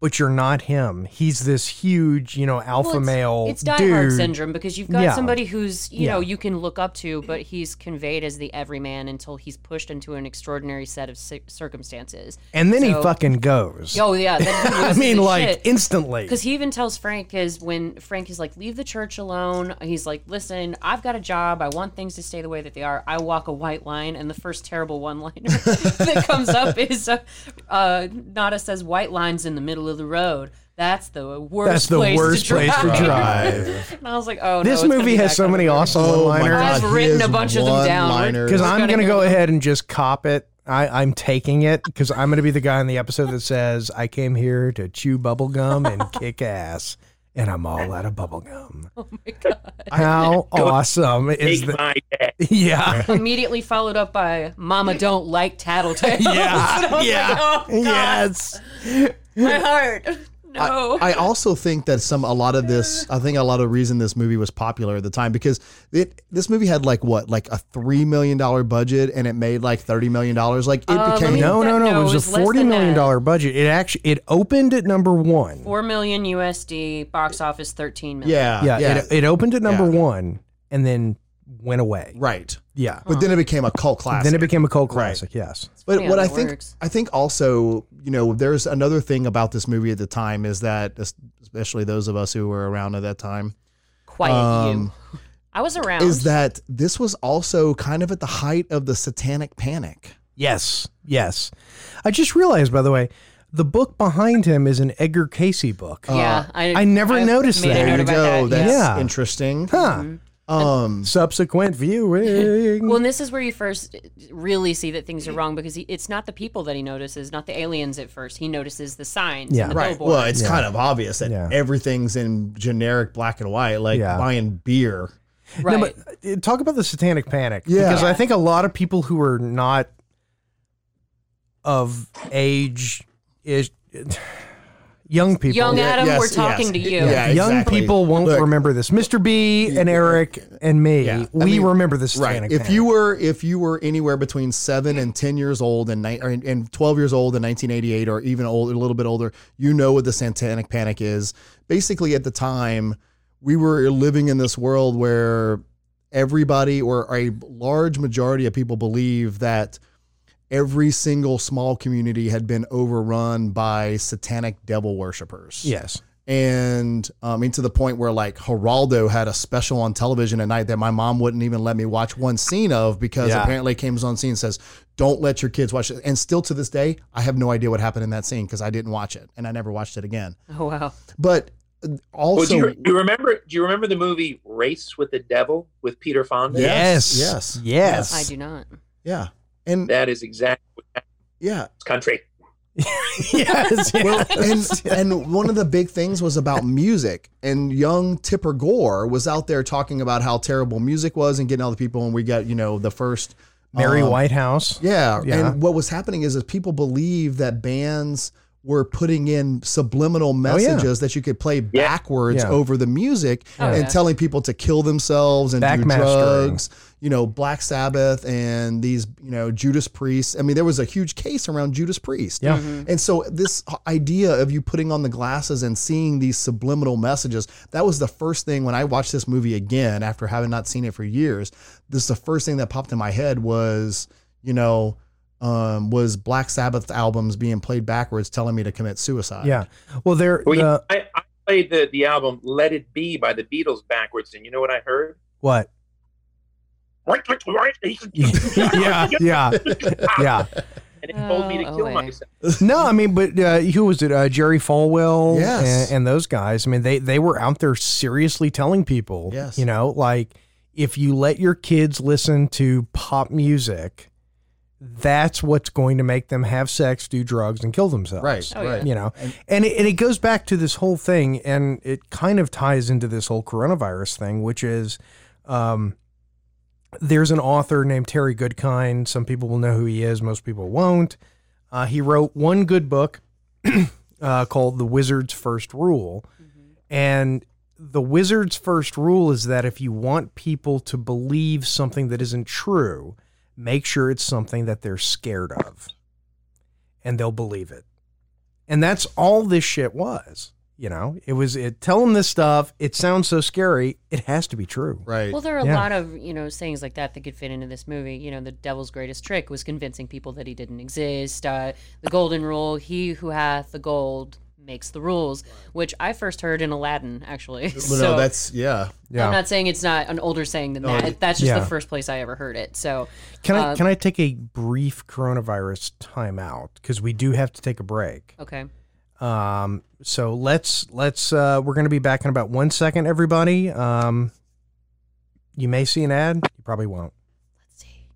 but you're not him. He's this huge, you know, alpha
Well, it's-
male
It's Die
dude.
Hard syndrome because you've got
Yeah.
somebody who's you know
Yeah.
you can look up to, but he's conveyed as the everyman until he's pushed into an extraordinary set of ci- circumstances.
And then he
So-
fucking goes.
Oh yeah, that
I mean, like instantly.
because he even tells Frank is when Frank is like, leave the church alone. He's like, listen, I've got a job. I want things to stay the way that they are. I walk a white line, and the first terrible one liner that comes up is uh, uh, Nada says, "White lines in the middle of the road." That's the worst.
That's the
place
worst
to drive.
place to drive.
And I was like, oh, no,
this
it's gonna
movie
be
has
that
so
kind of
many
movie.
awesome
Oh my
one-liners.
God,
I've
he
written
is
a bunch of them down.
one-liners.
Because
We're
I'm
gonna
going to
hear
go
them.
ahead and just cop it. I, I'm taking it because I'm going to be the guy in the episode that says, I came here to chew bubble gum and kick ass, and I'm all out of bubble gum.
Oh my god!
How awesome is
Take
that?
my dad.
Yeah.
Immediately followed up by "Mama don't like tattletales." And I
Yeah.
was
Yeah.
Like, oh, God,
yes.
My heart.
I-
No.
I, also think that some a lot of this I think a lot of reason this movie was popular at the time because it this movie had like what like a three million dollar budget and it made like thirty million dollars like it
Uh, let
became
me-
No, no, no.
No,
It was,
it was
a
less
forty
than
million
that.
dollar budget. It actually it opened at number one.
Four million USD, box office thirteen million.
yeah
yeah,
yeah,
It, it opened at number
Yeah.
one and then went away.
right
Yeah.
but then it became a cult classic
Then it became a cult
Right.
classic. Yes.
But
Yeah,
what
that
I think
works.
I think also, you know, there's another thing about this movie at the time is that es- especially those of us who were around at that time
Quiet
Um,
you. I was around.
is that this was also kind of at the height of the satanic panic.
Yes. Yes. I just realized, by the way, the book behind him is an Edgar Casey book.
Yeah, I,
Uh, I never noticed
made a
that.
note
There you
about
go.
That.
That's
Yeah.
interesting.
Huh.
Um,
Subsequent viewing.
Well, and this is where you first really see that things are wrong because he, it's not the people that he notices, not the aliens at first. He notices the signs.
Yeah.
and the
right.
billboards.
Well, it's
Yeah.
kind of obvious that
Yeah.
everything's in generic black and white, like
Yeah.
buying beer.
No,
right.
but uh, talk about the satanic panic.
Yeah.
Because I
Yeah.
think a lot of people who are not of age is young people.
Young
Yeah,
Adam,
yes,
we're talking
yes.
to you.
Yeah.
Young
exactly.
people won't
Look.
remember this. Mr. B and Eric and me,
Yeah. I
we
mean,
remember the satanic
Right.
panic.
If you were if you were anywhere between seven and ten years old and ni- or, and twelve years old in 1988 or even old, a little bit older, you know what the Satanic Panic is. Basically, at the time, we were living in this world where everybody or a large majority of people believe that every single small community had been overrun by satanic devil worshippers
yes.
and um, and to the point where like Geraldo had a special on television at night that my mom wouldn't even let me watch one scene of because
Yeah.
apparently it came on scene and says don't let your kids watch it and still to this day I have no idea what happened in that scene because I didn't watch it and I never watched it again
Oh, wow.
but uh,
Well, do,
also
you, do you remember? Do you remember the movie Race with the Devil with Peter Fonda?
Yes,
Yes.
yes,
Yes.
I do not.
yeah and
That is exactly what happened
yeah
in this country.
yes.
well, and and one of the big things was about music. And young Tipper Gore was out there talking about how terrible music was and getting all the people. And we got you know the first
Mary
um,
Whitehouse.
Yeah.
Yeah.
And what was happening is, is people believe that bands were putting in subliminal messages that you could play
Yeah.
backwards
Yeah.
over the music
Oh,
and
yeah.
telling people to kill themselves and do
Backmastering.
drugs. You know, Black Sabbath and these, you know, Judas Priest. I mean, there was a huge case around Judas Priest.
Yeah.
Mm-hmm.
And so this idea of you putting on the glasses and seeing these subliminal messages, that was the first thing when I watched this movie again after having not seen it for years. This is the first thing that popped in my head was, you know, um, was Black Sabbath albums being played backwards telling me to commit suicide.
Yeah. Well, there.
Well,
the-
yeah, I, I played the, the album Let It Be by the Beatles backwards, and you know what I heard?
what?
Right, right, right.
yeah. Yeah. Yeah.
And it told me to
Oh,
kill
oh, yeah.
myself.
No, I mean, but uh, who was it? Uh, Jerry Falwell
Yes.
and, and those guys. I mean, they they were out there seriously telling people,
Yes.
you know, like if you let your kids listen to pop music, that's what's going to make them have sex, do drugs, and kill themselves.
Right.
Oh, yeah.
right.
You know, and it, and it goes back to this whole thing, and it kind of ties into this whole coronavirus thing, which is, um, there's an author named Terry Goodkind. Some people will know who he is, most people won't. Uh, he wrote one good book uh, called The Wizard's First Rule. And the wizard's first rule is that if you want people to believe something that isn't true, make sure it's something that they're scared of and they'll believe it. And that's all this shit was. You know, it was it tell them this stuff. It sounds so scary. It has to be true.
Right.
Well, there are a
Yeah.
lot of you know sayings like that that could fit into this movie. You know, the devil's greatest trick was convincing people that he didn't exist. Uh, the golden rule: he who hath the gold makes the rules, which I first heard in Aladdin. Actually,
Well,
so
no, that's yeah.
I'm not saying it's not an older saying than that. that's just
yeah.
the first place I ever heard it. So
Can I
Uh,
can I take a brief coronavirus timeout because we do have to take a break.
okay,
Um, so let's let's uh, we're going to be back in about one second, everybody. Um, you may see an ad, you probably won't.
let's see.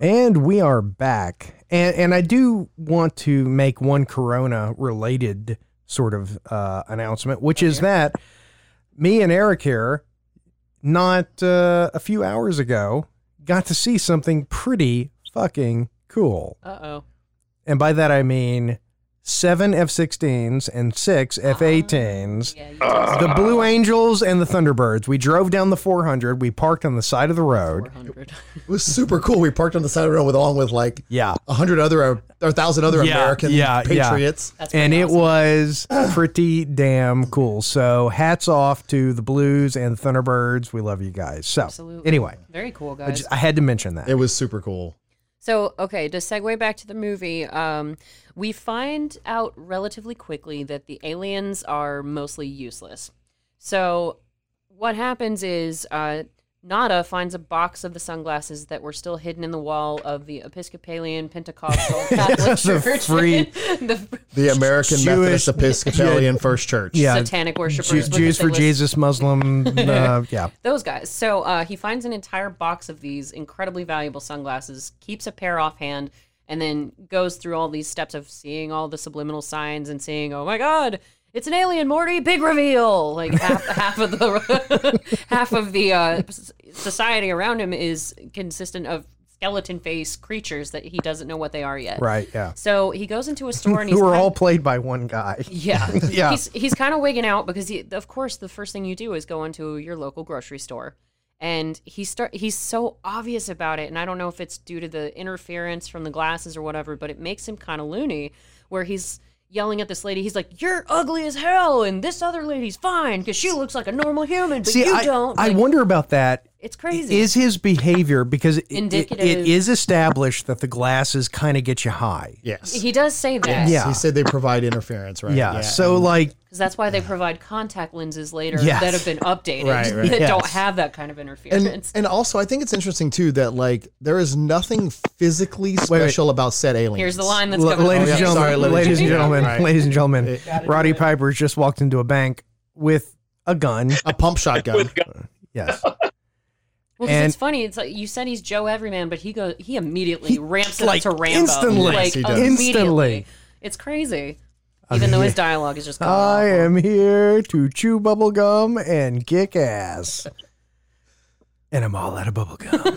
And we are back. And and I do want to make one corona related sort of uh, announcement, which is that me and Eric here not uh, a few hours ago got to see something pretty fucking cool.
Uh oh.
And by that I mean 7 F16s and
Ah,
6 F18s
Yeah. You
the
Ah.
Blue Angels and the Thunderbirds. We drove down the 400. We parked on the side of the road.
400.
It was super cool. We parked on the side of the road with along with like
Yeah.
a hundred other or a thousand other
Yeah,
American
yeah, yeah.
patriots.
That's
And
pretty
it
awesome.
was pretty damn cool. So hats off to the Blues and Thunderbirds. We love you guys. So
Absolutely.
anyway,
very cool, guys.
I, just- I had to mention that.
It was super cool.
So, okay, to segue back to the movie, um, we find out relatively quickly that the aliens are mostly useless. So, what happens is uh, Nada finds a box of the sunglasses that were still hidden in the wall of the Episcopalian Pentecostal Catholic
The
Church.
free-
the
The American
Jewish-
Methodist Episcopalian First Church.
Yeah.
satanic
Jews,
worshipers. what
Jews
they
for
was-
Jesus, Muslim. Uh, yeah.
Those guys. So uh, he finds an entire box of these incredibly valuable sunglasses, keeps a pair offhand, and then goes through all these steps of seeing all the subliminal signs and seeing, oh my God, it's an alien, Morty! Big reveal! Like half, half of the half of the uh, s- society around him is consistent of skeleton face creatures that he doesn't know what they are yet.
Right. Yeah.
So he goes into a store and he's
Who are
kind-
all played by one guy.
yeah.
Yeah.
He's he's kind of wigging out because he, of course the first thing you do is go into your local grocery store. And he start he's so obvious about it and I don't know if it's due to the interference from the glasses or whatever, but it makes him kind of loony where he's yelling at this lady. He's like, "You're ugly as hell and this other lady's fine cuz she looks like a normal human, but
See,
you
I,
don't."
I
Like,
wonder about that.
it's crazy.
Is his behavior because it- it,
Indicative.
it is established that the glasses kind of get you high.
Yes.
he does say that.
Yeah.
He said they provide interference, right?
Yeah. so like,
Because that's why they provide contact lenses later
Yes.
that have been updated
Right, right.
that don't
Yes.
have that kind of
and,
interference.
and also, I think it's interesting too that like there is nothing physically
wait.
special about said aliens.
Here's the line that's
l-
coming.
ladies,
Oh, yeah.
and gentlemen,
Sorry, ladies
ladies and
and
gentlemen,
gentlemen.
ladies and gentlemen,
It-
Roddy Piper's just walked into a bank with a gun.
A pump shotgun.
Yes.
Well, 'cause
And-
it's funny. It's like you said he's Joe Everyman, but he goes he immediately ramps it
like,
up to Rambo
instantly.
like
Yes, he does.
immediately.
Instantly.
It's crazy. Even though his dialogue is just gone
I
awful.
am here to chew bubble gum and kick ass. And I'm all out of bubble gum.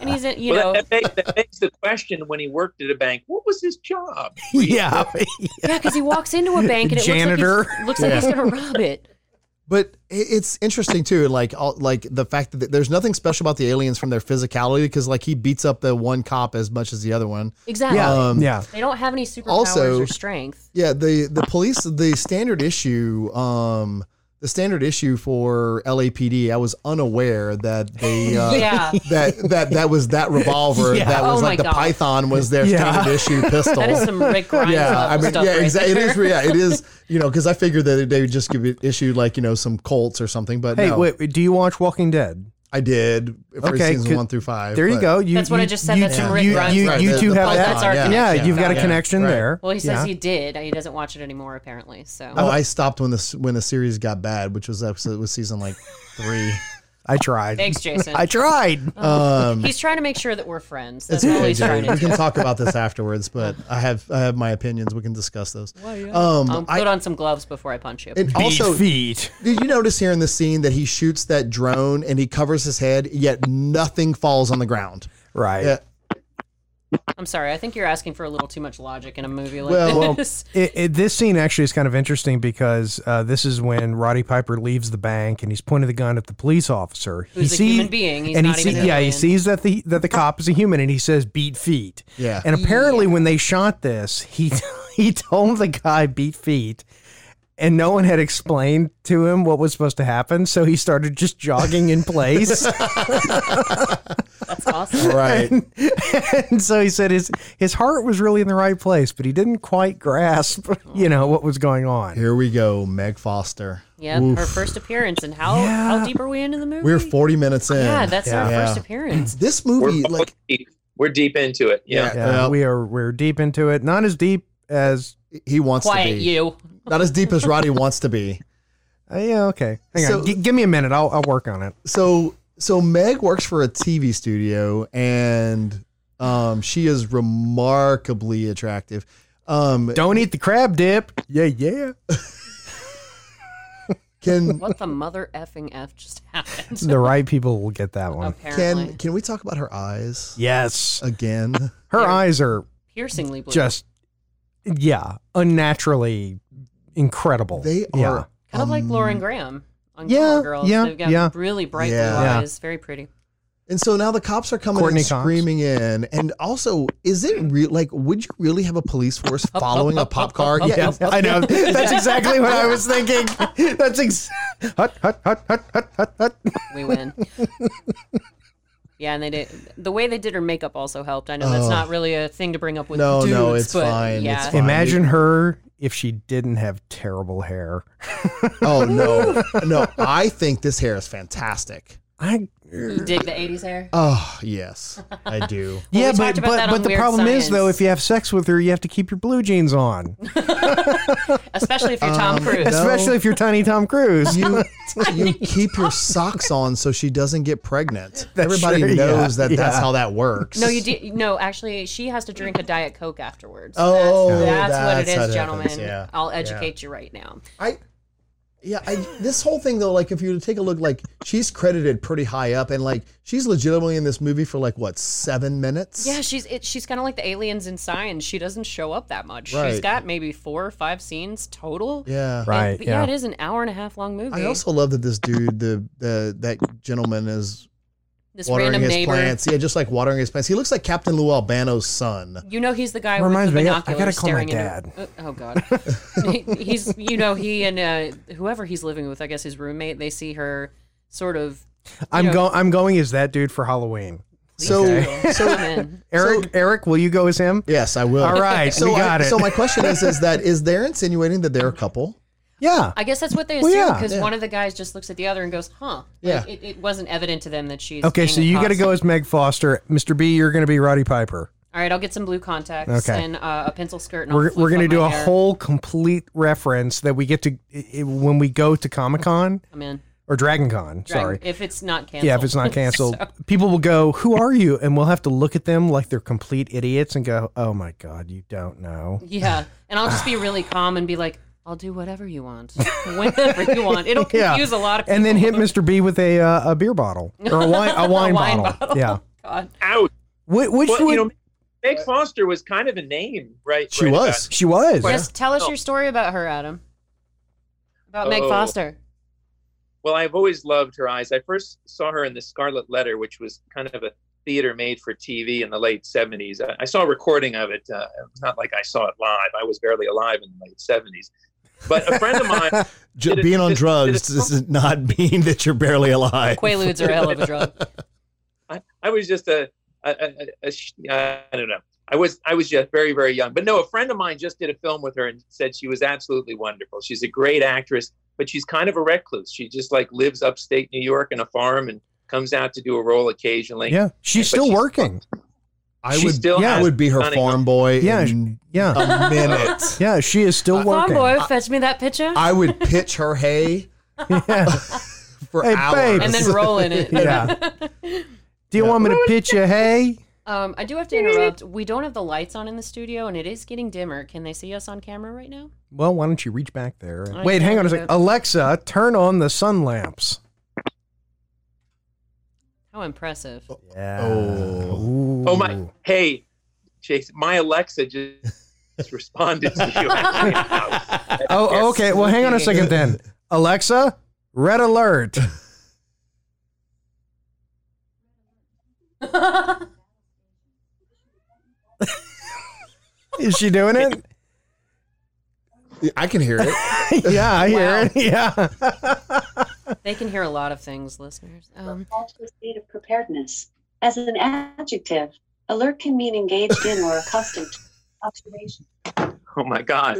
and he's in, you know
Well, that, that, makes, that makes the question when he worked at a bank, what was his job?
yeah.
yeah because he walks into a bank and it
Janitor.
looks like he's, looks like he's gonna rob it.
But i- it's interesting too, like all, like the fact that there's nothing special about the aliens from their physicality, because like he beats up the one cop as much as the other one.
Exactly.
Um,
yeah.
they don't have any superpowers
also-
or strength.
Yeah, the the police the standard issue um the standard issue for LAPD I was unaware that they uh,
Yeah.
that that that was that revolver
Yeah.
that was
Oh my
like the
God.
python was their
Yeah.
standard issue pistol.
That is some Rick Grimes
yeah,
level
I mean,
stuff
yeah,
right
exactly. It
there.
is, yeah, it is. You know, because I figured that they would just give it issue like you know some Colts or something. But
Hey,
no,
wait, wait, do you watch Walking Dead?
I did for
Okay,
season
could-
one through five.
There you
but-
go. You,
That's what I
you-
just said,
You,
that's some Rick
you,
Grimes
you,
right
you
there.
two
The
have that.
Python, yeah.
yeah,
Yeah,
you've got a
yeah.
connection
Right.
there.
Well, he says
yeah.
he did. He doesn't watch it anymore apparently. So
Oh, I stopped when this when the series got bad, which was episode was season like three.
I tried.
thanks, Jason. Oh.
I tried. Uh,
Um,
he's trying to make sure that we're friends. That's
It's
all
okay,
he's trying
Jared.
to
We
do.
can talk about this afterwards, but I have I have my opinions. We can discuss those.
I'll
Um,
put
I,
on some gloves before I punch you.
and also,
feet.
did you notice here in the scene that he shoots that drone and he covers his head, yet nothing falls on the ground?
Right.
Yeah,
I'm sorry. I think you're asking for a little too much logic in a movie like
Well-
this.
It, it, this scene actually is kind of interesting because uh, this is when Roddy Piper leaves the bank and he's pointing the gun at the police officer.
Who's a human being. He's
and
not
he
even an
yeah, he
alien.
sees that the that the cop is a human, and he says, "Beat feet."
Yeah.
And apparently, when they shot this, he he told the guy, "Beat feet." And no one had explained to him what was supposed to happen, so he started just jogging in place.
That's awesome.
right.
and so he said his his heart was really in the right place, but he didn't quite grasp, you know, what was going on.
Here we go, Meg Foster.
Yep. Her first appearance. And how how deep are we into the movie?
We're 40 minutes in.
Yeah, that's her
Yeah.
first appearance.
this
We're,
movie, like,
deep, we're deep into it. Yeah.
Yeah.
Yeah, we are we're deep into it. Not as deep as
he wants to
Quiet
be.
you.
Not as deep as Roddy wants to be.
uh, yeah. Okay, hang
So-
on. G- give me a minute. I'll I'll work on it.
so so Meg works for a TV studio and um she is remarkably attractive. Um
Don't eat the crab dip. Yeah, yeah.
can
What the mother effing f just happened?
The right people will get that one.
Apparently,
can can we talk about her eyes
Yes,
again?
her eyes are
piercingly blue.
just yeah, unnaturally incredible.
They are
Yeah.
kind of like
um,
Lauren Graham on
yeah,
Gilmore Girls.
yeah,
They've got
yeah.
really bright blue
Yeah.
eyes. Very pretty.
And so now the cops are coming
Courtney
and
Cox.
screaming in. And also, is it real like would you really have a police force following a pop car?
Yeah, I know. That's exactly what I was thinking. That's ex- hut, hut, hut, hut, hut, hut, hut.
We win. Yeah, and they did. The way they did her makeup also helped. I know that's not really a thing to bring up with
Oh. No,
dudes,
no, it's
but
fine,
Yeah,
it's fine.
Imagine her if she didn't have terrible hair.
Oh no. No, I think this hair is fantastic.
I
You dig the 80s hair?
Oh yes, I do.
yeah,
we talked
but
about
but,
that
but
on
the
Weird
problem is though,
Science.
if you have sex with her, you have to keep your blue jeans on,
Especially if you're Tom
Um,
Cruise.
no.
especially if you're Tiny Tom Cruise.
You you keep your socks on so she doesn't get pregnant.
That's
Everybody
true,
knows
yeah,
that that's
yeah.
how that works.
No, you do. No, actually, she has to drink a Diet Coke afterwards.
Oh,
that's,
that's
what
how
it
that
is, gentlemen.
happens, yeah,
I'll
yeah.
educate you right now.
I yeah, I this whole thing though, like if you take a look, like she's credited pretty high up, and like she's legitimately in this movie for like what seven minutes?
Yeah, she's it, she's kind of like the aliens in Science. She doesn't show up that much. She's
Right.
got maybe four or five scenes total.
yeah.
Right.
And- but yeah.
yeah.
it is an hour and a half long movie.
I also love that this dude, the the that gentleman, is
this
watering
random
his
neighbor.
plants. Yeah, just like watering his plants. He looks like Captain Lou Albano's son.
You know he's the guy
Reminds
with
me,
the
I- I
binoculars
gotta call my
staring into. uh, oh god, He- he's you know he and uh, whoever he's living with, I guess his roommate. They see her sort of.
I'm
know-
going. I'm going as that dude for Halloween.
So-
so in.
Eric, Eric, will you go as him?
Yes, I will.
All right,
So
we got
I,
it.
So my question is, is that is they're insinuating that they're a couple?
yeah,
I guess that's what they
Well,
assume because
yeah.
one of the guys just looks at the other and goes, "Huh." Like,
Yeah.
It, it wasn't evident to them that she's.
Okay,
being
so you got to
accosted.
go as Meg Foster, Mr. B. You're going to be Roddy Piper.
All right, I'll get some blue contacts
Okay.
and uh, a pencil skirt. And I'll
We're,
flip
we're going to
up
do
my
a
hair.
whole complete reference that we get to i- i- when we go to Comic Con
I'm in.
or Dragon Con.
Dragon-
Sorry,
if it's not canceled.
yeah, if it's not canceled, people will go, "Who are you?" And we'll have to look at them like they're complete idiots and go, "Oh my god, you don't know."
yeah, and I'll just be really calm and be like, "I'll do whatever you want, whenever you want." It'll
Yeah.
confuse a lot of people.
And then hit Mr. B with a uh, a beer bottle or a wine a wine,
wine
bottle.
bottle.
Yeah,
God.
Out.
Wh- which
Well,
would
you know, Meg Foster was kind of a name, right?
She
right uh, about-
was.
she was.
Just tell us
No.
your story about her, Adam. About Meg
Oh.
Foster.
Well, I've always loved her eyes. I first saw her in The Scarlet Letter, which was kind of a theater made for TV in the late 70s. I, I saw a recording of it. Uh, it's not like I saw it live, I was barely alive in the late 70s. But a friend of mine,
Ju-
Did it-
being on
did- did
drugs
it-
does not mean that you're barely alive.
Quaaludes are a hell of a drug.
I, I was just a, a, a, a sh- uh, I don't know. I was I was just very very young. But no, a friend of mine just did a film with her and said she was absolutely wonderful. She's a great actress, but she's kind of a recluse. She just like lives upstate New York in a farm and comes out to do a role occasionally.
Yeah, she's
But
still
she's-
working.
I
She
would,
still
yeah, I
has
would be her
stunning-
farm boy
Yeah,
in
Yeah,
a minute.
yeah, she is still
Farm
working.
boy, fetch me that picture,
I would pitch her hay
Yeah.
for
Hey,
hours.
babe.
and then roll in it.
Yeah. Do you want me to pitch you hay?
Um, I do have to interrupt. We don't have the lights on in the studio, and it is getting dimmer. Can they see us on camera right now?
Well, why don't you reach back there?
I
Wait, hang on a
can't do
second.
it.
Alexa, turn on the sun lamps.
How impressive!
Yeah.
Oh.
Oh my! Hey, Jason, my Alexa just responded to you. Actually,
Oh, okay. Well, hang on a second then. Alexa, red alert. Is she doing it?
I can hear it.
Yeah, I hear
Wow.
it. Yeah.
They can hear a lot of things, listeners. Um,
attached to state of preparedness. As an adjective, alert can mean engaged in or accustomed to observation.
Oh my God,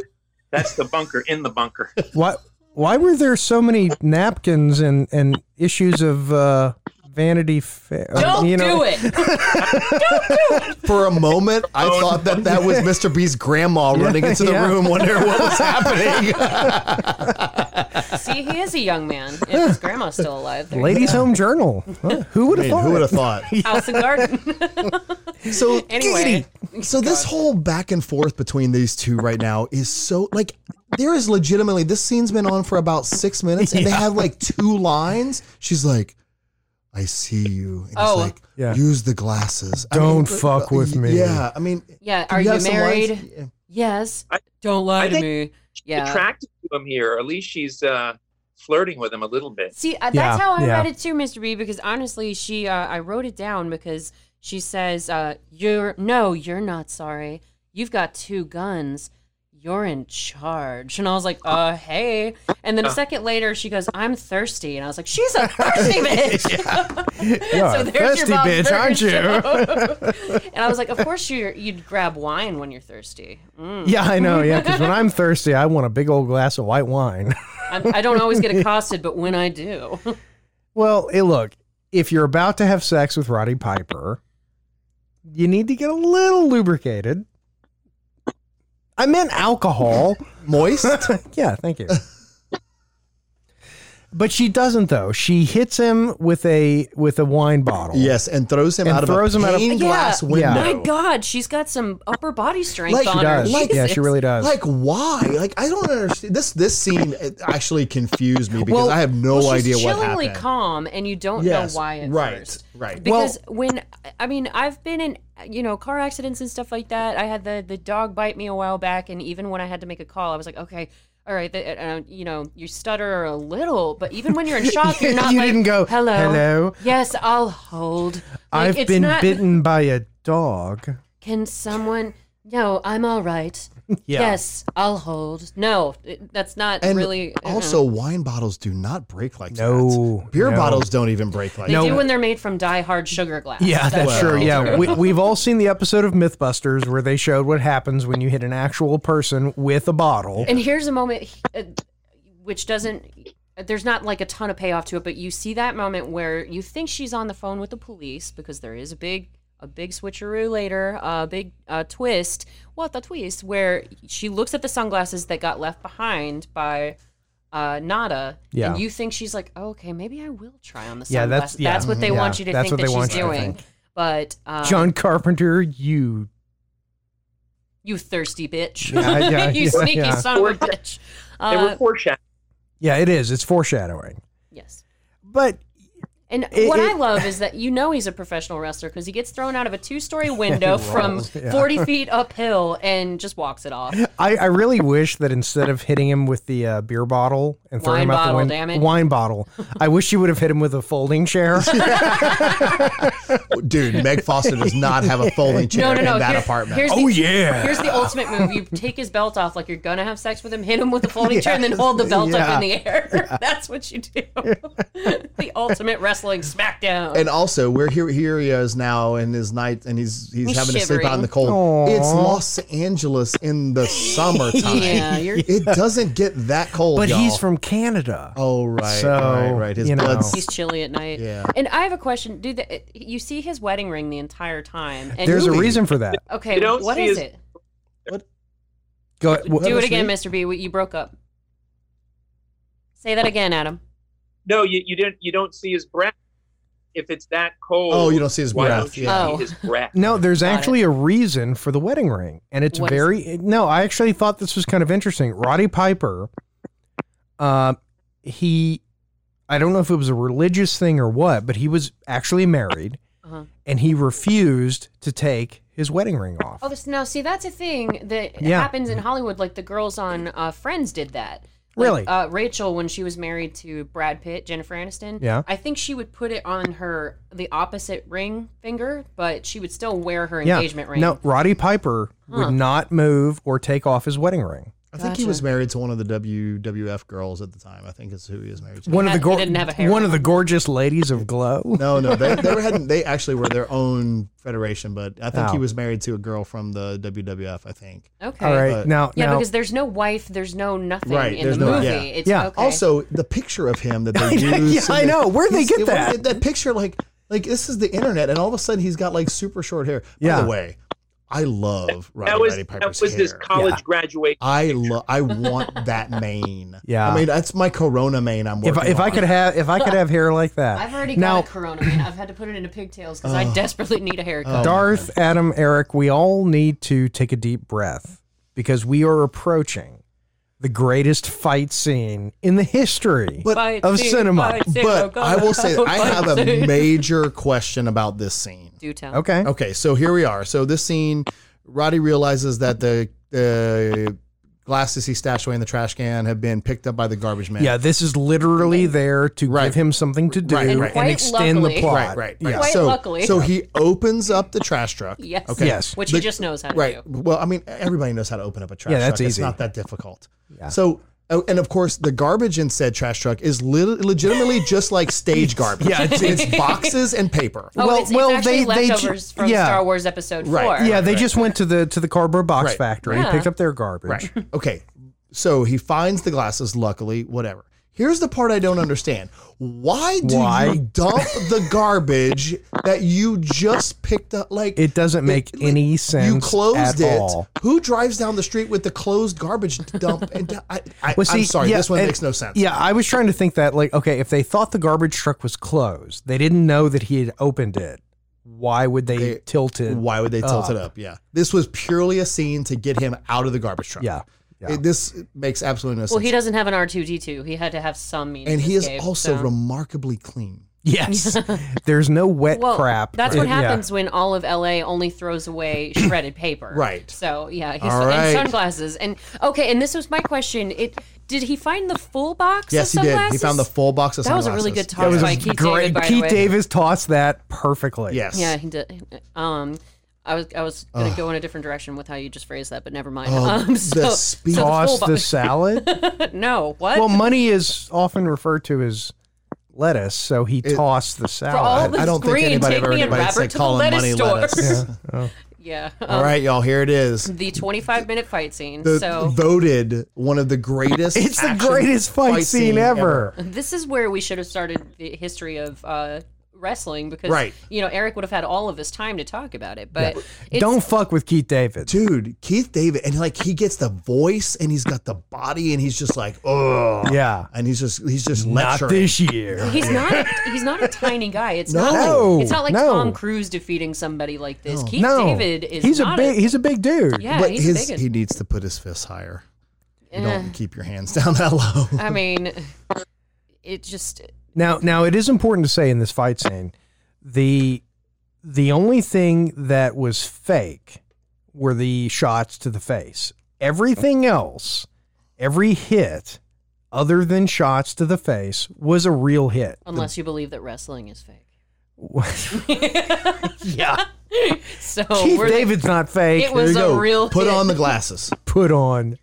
that's the bunker in the bunker.
Why why were there so many napkins and, and issues of uh, Vanity Fair?
don't
you know,
do it.
For a moment, I thought that that was Mr. B's grandma running into the
yeah.
room wondering what was happening.
See, he is a young man. If his grandma's still alive, there.
Ladies' Home Journal. Huh? Who would
I
have
mean,
thought?
who would have thought?
house and garden.
So
anyway,
So this whole back and forth between these two right now is so like there is legitimately this scene's been on for about six minutes and they have like two lines. She's like, "I see you," and
Oh.
he's like,
Yeah.
"Use the glasses."
Don't
but-
fuck
but-
with me.
Yeah, I mean,
yeah. Are you,
have some
married?
lines- Yeah.
Yes.
I-
don't lie
I
to
think-
me.
She's
Yeah.
attracted to him here. or At least she's uh, flirting with him a little bit.
See, uh, that's
Yeah,
how I
yeah.
read it too, Mr. B. Because honestly, she uh, I wrote it down because she says, uh, "You're no, you're not sorry. You've got two guns. You're in charge." And I was like, "Uh, hey." And then a second later, she goes, "I'm thirsty," and I was like, "She's a thirsty bitch."
You're a thirsty
Bob
bitch, aren't
Burger joke. and I was like, "Of course you you'd grab wine when you're thirsty." Mm.
Yeah, I know. Yeah, because when I'm thirsty, I want a big old glass of white wine.
I'm, I don't always get accosted, but when I do,
Well, hey, look, if you're about to have sex with Roddy Piper, you need to get a little lubricated. I meant alcohol.
Moist.
yeah, thank you. But she doesn't though. She hits him with a with a wine bottle.
yes, and throws him
And
out
throws
of
him
a
out of-
pane
Yeah.
glass
Yeah.
window.
No.
My God, she's got some upper body strength
Like she
She
on
does.
her.
yeah, she really does.
Like why? Like I don't understand. This this scene it actually confused me because I have no
well,
idea
she's
what
chillingly
happened.
calm, and you don't
yes,
know why at
right,
first.
right.
Because when I mean I've been in you know car accidents and stuff like that. I had the the dog bite me a while back, and even when I had to make a call, I was like, okay, all right, the, uh, you know, you stutter a little, but even when you're in shock, you're not.
You
like,
didn't go,
hello,
"Hello?"
Yes, I'll hold. Like,
I've
it's
been
not-
bitten by a dog.
Can someone? No, I'm all right.
Yeah.
Yes, I'll hold. No, it- that's not
and
really. uh-uh.
also, wine bottles do not break like
No,
that. Beer
no.
bottles don't even break like
they
that.
do when they're made from die hard sugar glass.
Yeah, that's
Well,
true. Yeah,
true.
we, we've all seen the episode of MythBusters where they showed what happens when you hit an actual person with a bottle.
And here's a moment uh, which doesn't. There's not like a ton of payoff to it, but you see that moment where you think she's on the phone with the police because there is a big, a big switcheroo later, a big uh, twist. What the twist? Where she looks at the sunglasses that got left behind by uh, Nada,
Yeah.
and you think she's like, oh, okay, maybe I will try on the sunglasses.
Yeah, that's-
that's,
yeah,
what they
mhm, yeah.
want you to
That's
think
what
that
they
she's
want you to
doing.
think.
But um,
John Carpenter, you
you thirsty bitch,
Yeah, yeah,
you
yeah,
sneaky
yeah.
son of a bitch.
They were
Uh,
foreshadowing.
yeah, it is. It's foreshadowing.
yes.
But
And
It-
what I
it-
love is that you know he's a professional wrestler because he gets thrown out of a two-story window from
rolls, yeah.
40 feet uphill and just walks it off.
I, I really wish that instead of hitting him with the uh, beer bottle and throwing
Wine
him out
bottle,
the win-
damn it.
wine bottle, I wish you would have hit him with a folding chair.
Dude, Meg Foster does not have a folding chair
No, no, no.
in that
here-
apartment.
Here's
Oh,
the,
yeah.
Here's the ultimate move: you take his belt off like you're gonna have sex with him, hit him with the folding chair, and then hold the belt
Yeah.
up in the air. That's what you do. the ultimate wrestling smackdown.
and also, we're here. Here he is now in his night, and he's he's,
He's
having to sleep out
shivering.
in the cold.
Aw.
It's Los Angeles in the summertime.
yeah, you're
It doesn't get that cold.
but
y'all.
he's from Canada.
Oh right,
So,
right, right. His
you know.
blood's
he's chilly at night.
Yeah.
And I have a question: Do the, you see his wedding ring the entire time? And
There's a
Really?
reason for that.
okay,
You don't
what
see
is
his-
it?
Go ahead.
Do
Mr.
it again,
B?
Mr. B. You broke up. Say that again, Adam.
No, you, you didn't. You don't see his breath. If it's that cold,
Oh, you don't see his
why
breath,
Don't you
yeah.
see
Oh.
his breath?
No, there's
Got it.
actually a reason for the wedding ring, and it's
What is
very no. I actually thought this was kind of interesting. Roddy Piper, uh, he, I don't know if it was a religious thing or what, but he was actually married,
Uh-huh.
and he refused to take his wedding ring off.
Oh, this, now see that's a thing that
Yeah.
happens in Hollywood. Like the girls on uh, Friends did that. Like,
Really?
uh, Rachel, when she was married to Brad Pitt, Jennifer Aniston.
Yeah.
I think she would put it on her the opposite ring finger, but she would still wear her
yeah,
engagement ring.
no, Roddy Piper
Huh.
would not move or take off his wedding ring.
I think he
Gotcha.
was married to one of the WWF girls at the time. I think is who he was married to.
One of the
had-
gor-
they didn't have a hair
one of
on.
the gorgeous ladies of Glow.
No, no, they they were hadn't, they actually were their own federation, but I think he
Oh.
was married to a girl from the WWF. I think.
Okay.
All right,
But-
now
Yeah,
now
because there's no wife, there's no nothing
Right,
in
there's
the
no-
movie.
yeah.
It's
Yeah.
okay.
Also, the picture of him that they
Yeah,
use.
I
in the-
know. Where'd they
he's-
get
it-
that?
it- That picture, like, like this is the internet, and all of a sudden he's got like super short hair. By
Yeah.
the way, I love Roddy,
That was
Roddy
that
Piper's
was his
hair.
college
Yeah.
graduation.
I love. I want that mane.
Yeah.
I mean that's my Corona mane. I'm
if
working.
I, if I
on.
could have if I could have hair like that.
I've already
now,
got a corona, man. I've had to put it into pigtails because I desperately need a
Oh
haircut.
Darth, Adam, Eric, we all need to take a deep breath because we are approaching the greatest fight scene in the history.
But-
Fight
of
scene,
cinema.
fight scene,
But
go,
I
go,
will say
go,
that I
fight
have a
scene.
major question about this scene.
Do tell.
okay.
Okay, so here we are. So this scene, Roddy realizes that the the glasses he stashed away in the trash can have been picked up by the garbage man.
Yeah, this is literally there to
Right.
give him something to do
Right, right.
and,
And quite
extend
luckily-
the plot.
Right, right, right.
Yeah.
Quite
so,
luckily.
so he opens up the trash truck.
Yes.
Okay.
Yes.
Which
The-
he just knows how to
Right.
do.
Well, I mean, everybody knows how to open up a trash
Yeah, that's
truck. It's
easy.
not that difficult. So, oh, and of course, the garbage in said trash truck is lit legitimately just like stage garbage.
Yeah, it's-
it's boxes and paper.
Oh,
Well-
it's, it's
well,
actually
they- they ju-
leftovers from
yeah.
Star Wars Episode
Right.
Four.
Yeah, they just went to the to the cardboard box
Right.
factory,
Yeah.
picked up their garbage.
Right. Okay. So he finds the glasses, luckily, whatever. Here's the part I don't understand. Why do
Why?
you dump the garbage that you just picked up? Like
It doesn't make
like,
any sense.
You closed
at
it.
all.
Who drives down the street with the closed garbage dump? And I, I,
Well, see,
I'm sorry,
yeah,
this one
and-
makes no sense.
Yeah, I was trying to think that, like, okay, if they thought the garbage truck was closed, they didn't know that he had opened it. Why would they,
They-
tilt it?
Why would they tilt it up? Yeah, this was purely a scene to get him out of the garbage truck.
Yeah, yeah.
It- this makes absolutely no sense.
Well, he doesn't have an R two D two. He had to have some meaning.
and he is
escape,
also
so.
remarkably clean.
Yes, there's no wet
well,
crap.
That's
Yeah.
what happens when all of LA only throws away shredded paper.
Right.
So yeah, he's
All right.
and sunglasses. And okay, and this was my question. It did he find the full box?
Yes,
of
he did. He
sunglasses?
found the full box of
That was a really
sunglasses.
good talk by Keith David. By the
Keith
way.
Davis tossed that perfectly.
Yes.
Yeah, he did. Um, I was I was gonna go in a different direction with how you just phrased that, but never mind.
Oh,
um,
the
so,
speech.
so the full
Tossed
bo-
the salad.
no, what?
well, money is often referred to as lettuce, so he tossed the
For all
salad.
the
I don't think
green,
anybody
take
ever
me and
anybody said
Robert to the
call him money
lettuce store.
lettuce.
yeah.
All
um,
right, y'all. Here it is.
The 25 minute fight scene.
The,
so
voted one of the greatest.
it's the
action
greatest fight, scene ever.
this is where we should have started the history of uh, wrestling because
Right.
you know Eric would have had all of his time to talk about it. But it's,
Don't fuck with Keith David.
Dude, Keith David, and like he gets the voice, and he's got the body, and he's just like, oh,
Yeah.
and he's just he's just
Not
lecturing.
this year.
He's not. A, he's not a tiny guy. It's
No.
not. Like,
No,
it's not like
no.
Tom Cruise defeating somebody like this. Keith
no,
David is.
he's a
not
big. he's a big dude.
yeah,
but
he's
his
a big.
he needs to put his fists higher. You don't keep your hands down that low.
I mean, it just.
Now, now it is important to say in this fight scene, the the only thing that was fake were the shots to the face. Everything else, every hit, other than shots to the face, was a real hit.
Unless you believe that wrestling is fake. Oh,
yeah,
So
Keith
we're,
David's not fake.
It was
There
a
you go.
real.
Put
hit.
on the glasses.
Put on,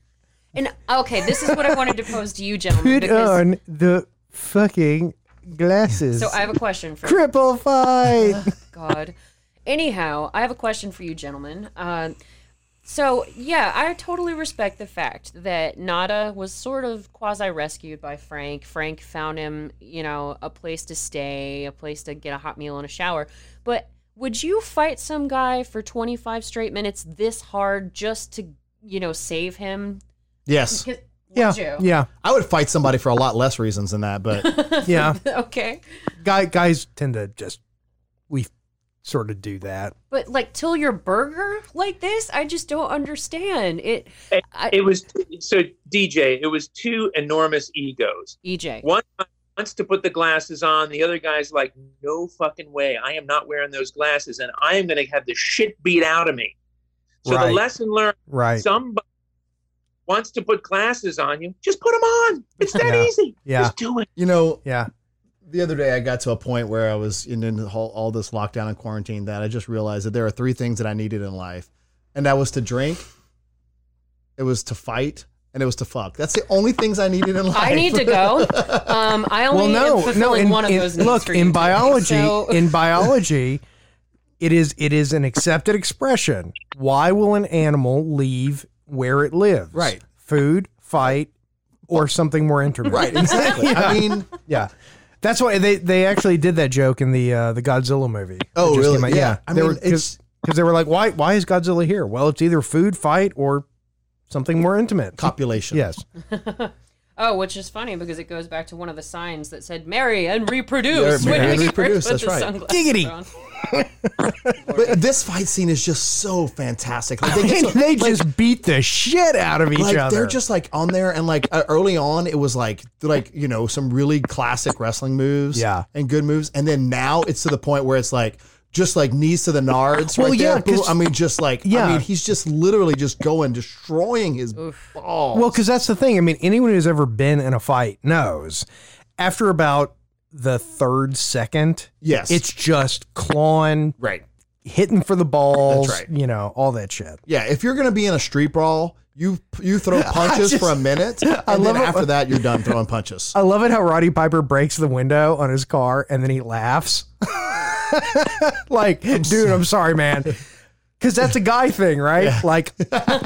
And okay, this is what I wanted to pose to you, gentlemen.
put
because,
uh,
on the fucking glasses.
So I have a question for
Cripple fight.
God. Anyhow, I have a question for you, gentlemen. Uh, so, yeah, I totally respect the fact that Nada was sort of quasi rescued by Frank. Frank found him, you know, a place to stay, a place to get a hot meal and a shower. But would you fight some guy for 25 straight minutes this hard just to, you know, save him?
Yes,
Would
yeah,
you?
yeah,
I would fight somebody for a lot less reasons than that, but
yeah.
Okay.
guy guys tend to just we sort of do that.
But like till your burger like this, I just don't understand. It I,
It was so DJ. It was two enormous egos.
EJ.
One wants to put the glasses on. The other guy's like, "No fucking way! I am not wearing those glasses, and I am going to have the shit beat out of me." So
Right.
the lesson learned:
Right.
somebody wants to put glasses on you, just put them on. It's that
Yeah.
easy.
Yeah.
Just do it.
you know,
yeah.
the other day I got to a point where I was in, in the whole, all this lockdown and quarantine that I just realized that there are three things that I needed in life, and that was to drink, it was to fight, and it was to fuck. That's the only things I needed in life.
I need to go. Um, I
Well,
only am
no,
fulfilling
no. In,
one of
in-
those. needs
look,
for you
in
today.
biology,
So-
in biology, it is it is an accepted expression. Why will an animal leave where it lives?
Right.
Food, fight, or something more intimate.
right, exactly. I mean,
Yeah. That's why they, they actually did that joke in the uh, the Godzilla movie. that
Oh,
just
really?
came out.
Yeah.
Yeah.
I
they
mean,
were,
it's-
because they were like, why why is Godzilla here? Well, it's either food, fight, or something more intimate.
copulation.
Yes.
oh, which is funny because it goes back to one of the signs that said "marry and reproduce."
Yeah,
when
marry and
he
reproduce,
first
that's
put the
right.
sunglasses
Giggity.
on.
But this fight scene is just so fantastic. Like, they
And
just,
they just beat the shit out of each
like
other.
they're just like on there and like uh, early on it was like like you know some really classic wrestling moves
Yeah.
and good moves and then now it's to the point where it's like just like knees to the nards
Well,
right
yeah,
there. Boom.
'cause-
I mean just like I
Yeah.
mean he's just literally just going destroying his balls
well, because that's the thing. I mean, anyone who's ever been in a fight knows after about the third second,
yes
it's just clawing,
right
hitting for the balls,
right.
you know, all that shit.
yeah if you're gonna be in a street brawl you you throw punches
just-
for a minute and then
love it.
after that you're done throwing punches
I love it how Roddy Piper breaks the window on his car and then he laughs. like, dude, I'm sorry, man. Because that's a guy thing, right? Like, Because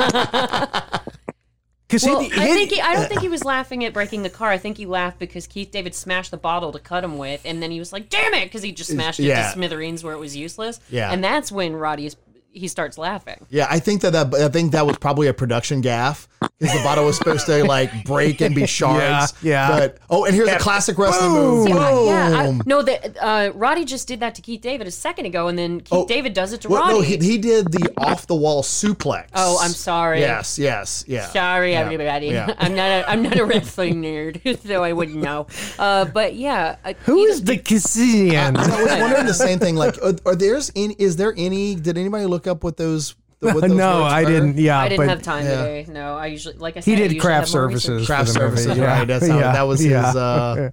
Well, I think he, I don't think he was laughing at breaking the car. I think he laughed because Keith David smashed the bottle to cut him with, and then he was like, "Damn it!" because he just smashed it
yeah.
to smithereens where it was useless.
Yeah.
and that's when Roddy is, he starts laughing.
Yeah, I think that, that I think that was probably a production gaffe because the bottle was supposed to like break and be shards.
Yeah, yeah.
But oh, and here's a classic wrestling move.
Boom.
I- yeah, I-
Boom.
no, that uh, Roddy just did that to Keith David a second ago, and then Keith
Oh,
David does it to
Well,
Roddy.
no, he, he did the off the wall suplex.
oh, I'm sorry.
Yes, yes, yeah.
Sorry,
Yeah.
everybody.
Yeah.
I'm not. A, I'm not a wrestling nerd, so I wouldn't know. Uh, but yeah, I-
who is the Cassian?
I was wondering the same thing. Like, are, are there's any? Is there any? Did anybody look up what those? What those
no,
words
I
were?
didn't. Yeah,
I didn't
but
have time
yeah.
today. No, I usually like I said.
he
I
did
usually
craft
have more research.
services.
Craft
for the movie,
services,
yeah.
right? That's how
Yeah,
that was
yeah.
his. Uh,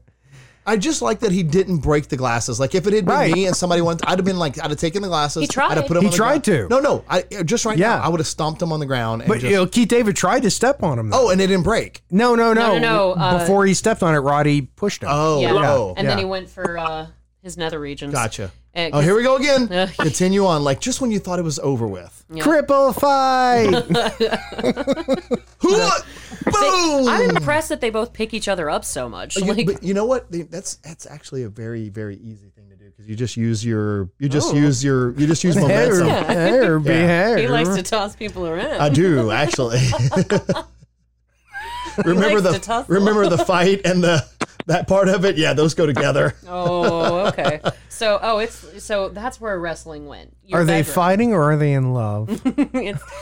I just like that he didn't break the glasses. Like if it had been
Right.
me and somebody wanted, I'd have been like, I'd have taken the glasses.
He tried.
I'd have put 'em
He
on the
tried to.
ground. No, no. I just right
Yeah.
now. I would have stomped him on the ground. And
But
just,
you know, Keith David tried to step on him. Though.
oh, and it didn't break.
no, no, no,
No, no, no, uh,
Before he stepped on it, Roddy pushed him.
Oh,
Yeah.
oh,
and then
yeah.
he went for uh, his nether regions.
gotcha.
Uh,
Oh, here we go again.
Yeah.
Continue on. Like just when you thought it was over with.
Yeah.
Cripple
Oh,
fight.
Who? Boom.
I'm impressed that they both pick each other up so much.
You,
like,
but you know what? The- That's that's actually a very very easy thing to do because you just use your you just
Oh.
Ooh.
use your you just use
Hair,
momentum.
hair, be
Yeah.
hair.
he likes to toss people around.
I do actually. remember
likes to
the
tussle.
remember the fight and the that part of it. Yeah, those go together.
oh, okay. So, oh, it's so that's where wrestling went. Your
Are they
bedroom.
fighting or are they in love?
it's,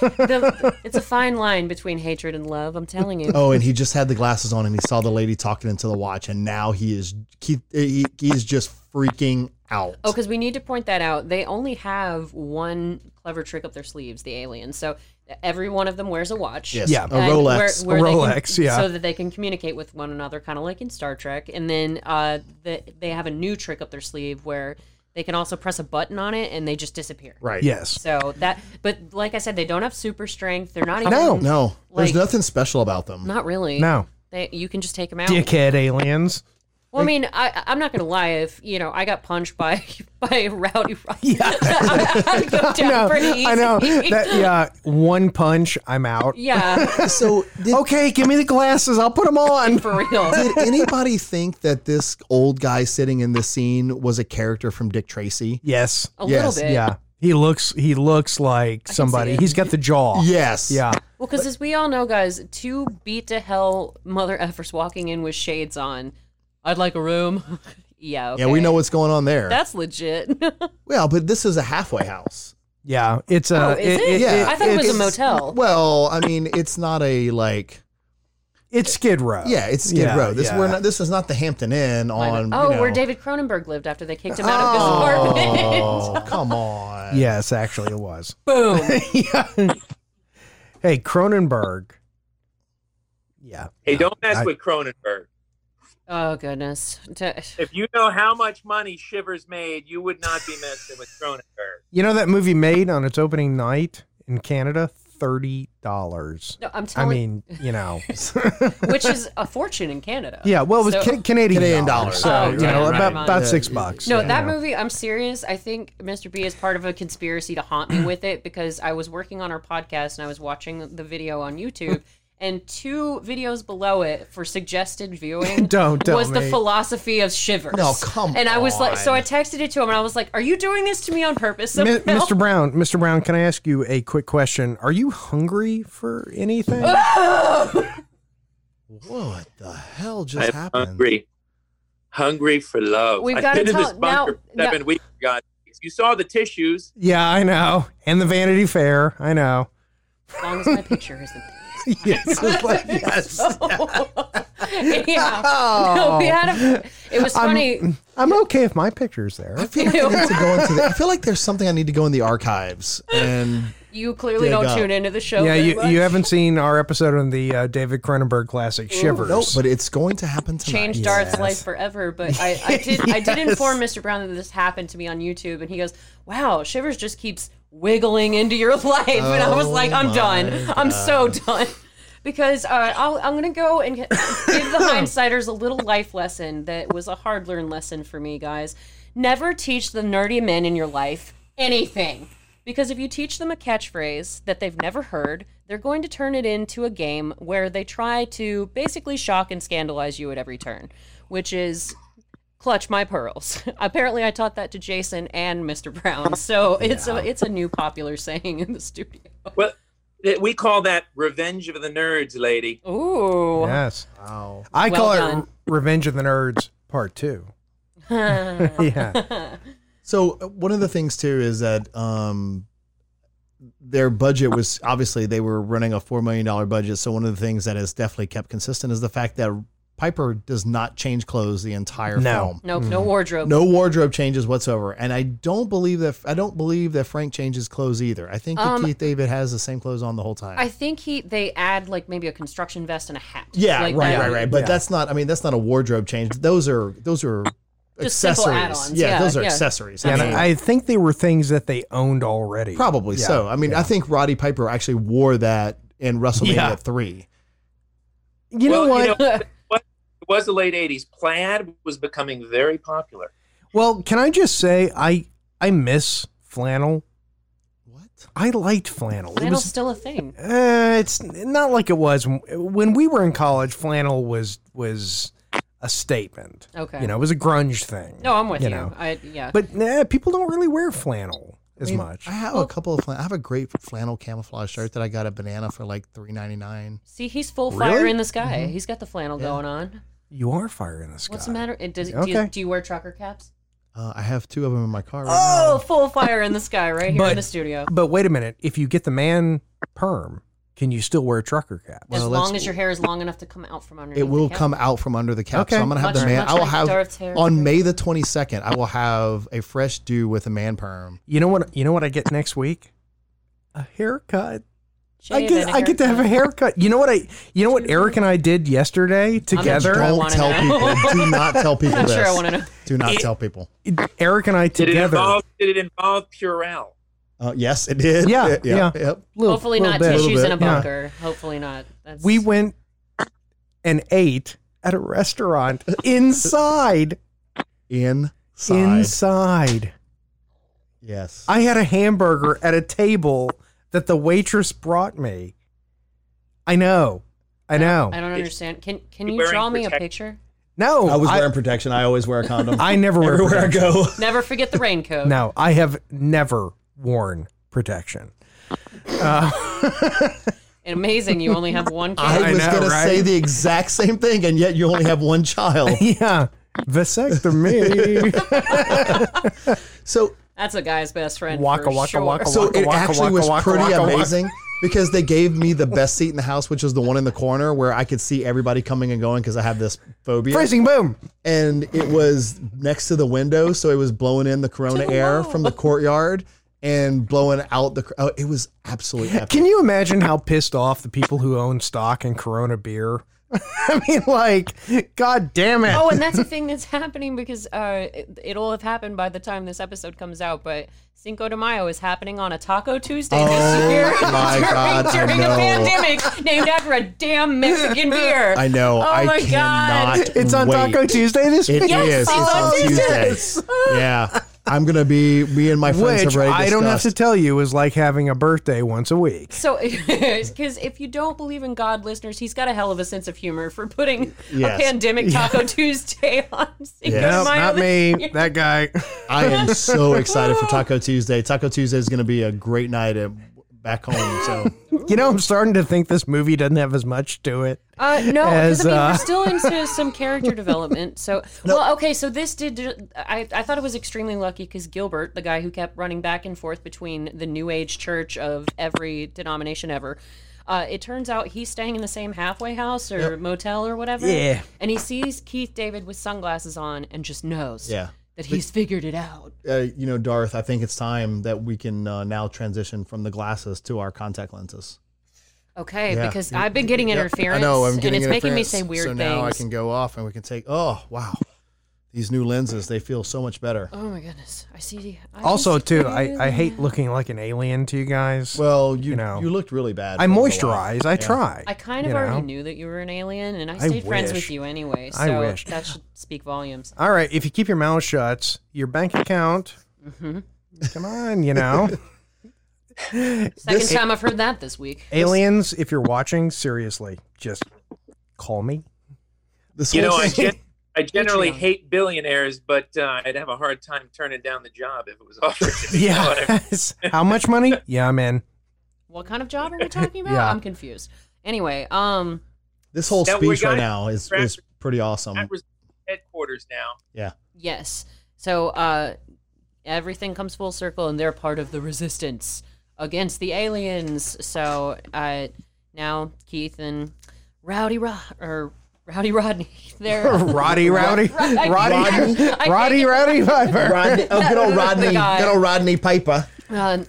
the, it's a fine line between hatred and love. I'm telling you.
Oh, and he just had the glasses on and he saw the lady talking into the watch, and now he is he, he, he is just freaking out.
Oh, because we need to point that out. They only have one clever trick up their sleeves, the aliens. So every one of them wears a watch.
Yes,
Yeah.
a
and
Rolex.
A
they can-
Rolex, yeah.
So that they can communicate with one another, kind of like in Star Trek. And then uh, the, they have a new trick up their sleeve where they can also press a button on it and they just disappear.
right.
Yes.
So that, but like I said, they don't have super strength. They're not even.
No.
No,
Like-
there's nothing special about them.
Not really.
No.
They, you can just take them out.
Dickhead aliens.
Well, I mean, I, I'm not gonna lie. If you know, I got punched by by a rowdy. Yeah, I, I'd go down
No,
pretty easy.
I know. That, yeah, one punch, I'm out.
yeah,
So did,
Okay, give me the glasses. I'll put them on.
for real.
did anybody think that this old guy sitting in this scene was a character from Dick Tracy?
Yes.
A
Yes,
little bit.
Yeah. He looks. He looks like somebody.
it.
He's got the jaw.
Yes.
Yeah.
Well, because as we all know, guys, two beat to hell mother effers walking in with shades on. I'd like a room. yeah. Okay.
Yeah, we know what's going on there.
That's legit.
well, but this is a halfway house.
Yeah. It's uh, a.
oh, is it?
yeah,
I thought it was a
it's-
motel.
Well, I mean, it's not a like.
It's Skid Row.
Yeah, it's Skid
Yeah,
Row. This
yeah.
we're not. This is not the Hampton Inn on.
oh,
you know-
where David Cronenberg lived after they kicked him out of his apartment.
Oh, come on.
Yes, actually, it was.
Boom.
yeah. Hey, Cronenberg. Yeah.
Hey, don't mess
I-
with Cronenberg.
Oh goodness. T-
If you know how much money Shivers made, you would not be messing with Cronenberg.
You know that movie made on its opening night in Canada thirty dollars.
No, I'm
I
telling.
mean, you know.
which is a fortune in Canada.
yeah. Well, it was
So-
ca- Canadian,
Canadian dollars.
So
Oh,
you
yeah,
know,
right,
about
right.
about
Yeah.
six bucks.
No,
you
that
know.
movie, I'm serious. I think Mr. B is part of a conspiracy to haunt me with it because I was working on our podcast and I was watching the video on YouTube. And two videos below it for suggested viewing
Don't tell
was the
me.
philosophy of shivers.
No, come
And I was like, so I
on.
texted it to him, and I was like, "Are you doing this to me on purpose?"
Mi-
somehow?"
Mr. Brown, Mr. Brown, can I ask you a quick question? Are you hungry for anything?
What the hell just
I'm
happened?
hungry, hungry for love.
We've
I've
gotta
been in this
tell- now-
bunker for
now-
seven weeks. God, you saw the tissues.
yeah, I know. And the Vanity Fair, I know.
As long as my picture isn't there.
Yes.
yes.
yeah. No, we had a. It was
I'm-
funny.
I'm okay if my picture's there.
I feel like I need to go into. The, I feel like there's something I need to go in the archives and
you clearly
Dig
don't
up.
tune into the show.
yeah,
very
you,
much.
you haven't seen our episode on the uh, David Cronenberg classic Shivers.
no, but it's going to happen tonight.
Changed Darth's life forever. But I, I did I did inform Mr. Brown that this happened to me on YouTube, and he goes, "Wow, Shivers just keeps wiggling into your life," and I was
Oh
like, "I'm
my
done. I'm so done." Because uh, I'll, I'm going to go and give the hindsighters a little life lesson that was a hard learned lesson for me, guys. Never teach the nerdy men in your life anything. Because if you teach them a catchphrase that they've never heard, they're going to turn it into a game where they try to basically shock and scandalize you at every turn, which is clutch my pearls. Apparently, I taught that to Jason and Mr. Brown, so it's a it's a new popular saying in the studio.
Well, th- we call that revenge of the nerds, lady.
Ooh,
Yes.
Wow.
I
Well
call it
done.
Revenge of the Nerds Part Two. yeah.
So uh, one of the things too is that um, their budget was obviously they were running a four million dollar budget. So one of the things that has definitely kept consistent is the fact that Piper does not change clothes the entire
No.
film.
nope, no
Hmm.
wardrobe.
No wardrobe changes whatsoever, and I don't believe that I don't believe that Frank changes clothes either. I think that
Um,
Keith David has the same clothes on the whole time.
I think he they add like maybe a construction vest and a hat.
yeah,
Like
right,
that.
right, right. But
Yeah.
that's not. I mean, that's not a wardrobe change. Those are those are
Just simple
accessories.
add-ons.
Yeah,
Yeah,
those are
yeah.
accessories.
yeah and
mean-
I think they were things that they owned already.
Probably
Yeah,
so. I mean, I think Roddy Piper actually wore that in WrestleMania
Yeah.
three.
You know
Well,
what?
you It was the late 80s. Plaid was becoming very popular.
well, can I just say I I miss flannel.
What?
I liked flannel. It
Flannel's
was
still a thing.
uh, it's not like it was when- when we were in college. Flannel was was a statement.
Okay.
You know, it was a grunge thing.
No, I'm with you.
know.
I yeah.
But nah, people don't really wear flannel as
I mean,
much.
I have a couple of. Flan- I have a great flannel camouflage shirt that I got at Banana for like three ninety nine.
See, he's full
Really?
fire in the sky. He's got the flannel going on.
you are fire in the sky.
What's the matter? It does, do,
Okay.
you, do you wear trucker caps?
Uh, I have two of them in my car. Right
Oh, full fire in the sky right here
But-
in the studio.
But wait a minute. If you get the man perm, can you still wear a trucker cap?
As
well, let's-
long as your hair is long enough to come out from
now.
underneath.
it will
the cap.
come out from under the cap.
Okay.
So I'm gonna have
Much-
the man.
much
I will
like
have
Darth's hair.
on May the twenty second. I will have a fresh do with a man perm.
You know what? You know what I get next week? A haircut. I
Shave
get.
and a
I get to have a
haircut.
haircut. You know what I? You know what Eric and I did yesterday together.
sure I
Don't
wanna
tell
know.
people. Do not tell people
I'm
this.
sure I want to know.
Do not tell people.
Eric and I
Did it,
together.
involve, did it involve Purell?
Uh, yes, it did.
Yeah,
It-
yeah.
Yep.
Little-
Hopefully
little
not
bit.
tissues in a
Yeah.
bunker. Hopefully not. That's,
We went and ate at a restaurant inside.
Inside.
Inside.
yes.
I had a hamburger at a table that the waitress brought me. I know. I know.
I don't understand. Can can
You're
you
wearing
draw me a
protect-
picture?
no.
I was
Oh, I,
wearing protection. I always wear a condom.
I never wear
everywhere I go.
Never forget the raincoat.
No, I have never worn protection.
And amazing, you only have one
I,
kid.
I
was
know,
gonna
right?
say the exact same thing, and yet you only have one child.
Yeah. Vasectomy.
So,
That's a guy's best friend.
Waka,
for
waka,
sure.
waka,
so it
waka,
actually
waka,
was
waka,
pretty
waka, waka.
amazing because they gave me the best seat in the house, which was the one in the corner where I could see everybody coming and going because I have this phobia.
Phrasing boom.
And it was next to the window, so it was blowing in the corona air from the courtyard and blowing out the. cor- Oh, it was absolutely epic.
Can you imagine how pissed off the people who own stock in Corona beer? I mean, like, god damn it.
Oh, and that's a thing that's happening because uh, it, it'll have happened by the time this episode comes out. But Cinco de Mayo is happening on a Taco Tuesday
Oh
this year
my
during,
God, I
during
know.
a pandemic named after a damn Mexican beer.
I know.
Oh
I
my
cannot.
God.
it's on
wait.
Taco Tuesday this week.
It is.
Yes,
It's
it's
on
on
Tuesday. yeah. I'm going to be, me and my friends
Which
have already
I don't have to
discussed.
tell you is like having a birthday once a week.
So, because if you don't believe in God, listeners, he's got a hell of a sense of humor for putting
Yes.
a pandemic Taco Tuesday on Cinco de
Yes.
No,
Mayo.
not
this
me.
year.
That guy.
I am so excited for Taco Tuesday. Taco Tuesday is going to be a great night at, back home. So
You know, I'm starting to think this movie doesn't have as much to it.
Uh, no,
As,
because I mean
uh,
we're still into some character development. So, well, okay, so this did. I I thought it was extremely lucky because Gilbert, the guy who kept running back and forth between the New Age Church of every denomination ever, uh, it turns out he's staying in the same halfway house or motel or whatever.
Yeah.
and he sees Keith David with sunglasses on and just knows.
yeah.
That he's figured it out.
Uh, you know, Darth, I think it's time that we can uh, now transition from the glasses to our contact lenses.
Okay,
Yeah.
because I've been getting interference.
I know. I'm getting
and it's making me
interference,
say weird
So
things.
now I can go off and we can take. Oh wow, these new lenses they feel so much better.
Oh my goodness! I see. I can
Also,
see
too,
you.
I, I hate looking like an alien to you guys.
Well, you you,
You know.
looked really bad.
I
for a little
moisturize.
while.
I
Yeah.
try.
I kind of
you know?
already knew that you were an alien, and I
I
stayed friends with
wish.
you anyway, so
I wish.
that should speak volumes.
All right, if you keep your mouth shut, your bank account. Come on, you know.
Second
This-
time I've heard that this week.
aliens, if you're watching, seriously, just call me.
This
You know,
whole
I,
thing-
gen- I generally
Patreon.
hate billionaires, but uh, I'd have a hard time turning down the job if it was offered. to me, you know what I mean?
Yeah. How much money? Yeah, I'm in.
What kind of job are we talking about?
Yeah.
I'm confused. Anyway, um,
this whole
That we
speech right
gotta-
now is is pretty awesome.
That was headquarters now.
yes. So uh, everything comes full circle, and they're part of the resistance against the aliens. So uh, now Keith and Rowdy Rod or Rowdy Rodney, they're uh,
Roddy Rowdy. Roddy
Rodney. I can't
Roddy
get-
Rowdy Piper.
Rodney, oh, good
That was
old
the
Rodney,
guy.
good old Rodney Piper.
uh,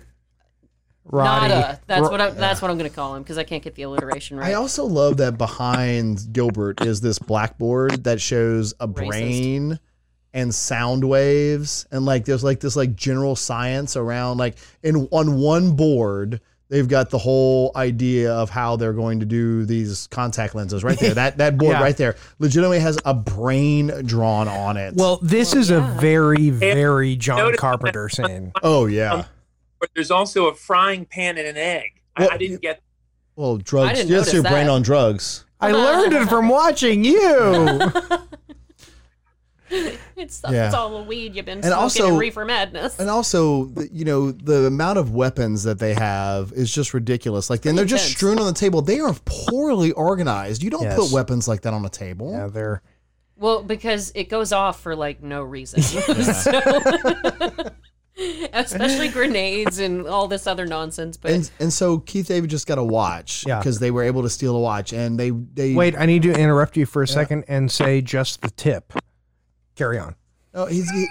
Roddy.
Nada. That's
Ro-
what I'm, that's what I'm gonna call him because I can't get the alliteration right.
I also love that behind Gilbert is this blackboard that shows a
Racist.
brain and sound waves and like there's like this like general science around like in on one board they've got the whole idea of how they're going to do these contact lenses right there. that that board
Yeah.
right there legitimately has a brain drawn on it.
Well, this
Well,
is
yeah.
a very, very John
notice-
Carpenter scene.
oh yeah.
But there's also a frying pan and an egg. I, I
Well,
didn't get
well, drugs.
I didn't
Yes, your
notice
brain
that.
on drugs.
I learned it from watching you.
It's,
Yeah.
it's all the weed you've been
And
smoking
also-
in reefer madness.
And also, the- you know, the amount of weapons that they have is just ridiculous. Like, and they're just
intense.
strewn on the table. They are poorly organized. You don't
Yes.
put weapons like that on a table.
yeah, they're
Well, because it goes off for like no reason. so, especially grenades and all this other nonsense. But
And and so Keith David just got a watch
Yeah.
because they were able to steal a watch, and they they
Wait, I need to interrupt you for a second and say just the tip. Carry on.
Oh, he's he-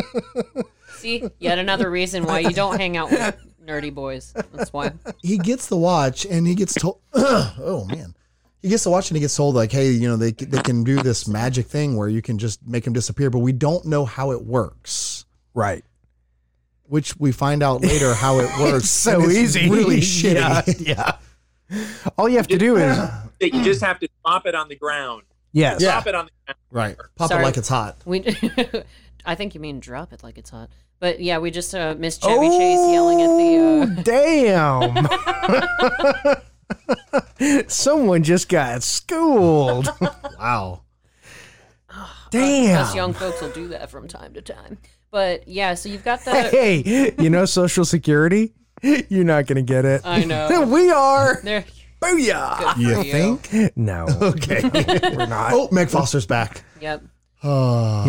see, yet another reason why you don't hang out with nerdy boys. That's why.
he gets the watch and he gets told oh man he gets the watch and he gets told like hey you know they, they can do this magic thing where you can just make him disappear but we don't know how it works
Right.
which we find out later how it works
so
and it's
easy.
really
Yeah,
shitty
All you have to do is
that. You just have to drop it on the ground.
yes.
Yeah.
Drop it on the ground.
right pop
Sorry.
it like it's hot
We, I think you mean drop it like it's hot. But yeah, we just uh, missed Chevy Chase yelling at the. Uh,
Oh, damn. Oh, Someone just got schooled.
wow
Us
Oh,
Damn.
young folks will do that from time to time. But yeah, so you've got the.
Hey, you know Social Security? You're not going to get it.
I know.
we are.
There.
Booyah.
good for you
No,
okay
we're not.
oh meg foster's back
Yep.
oh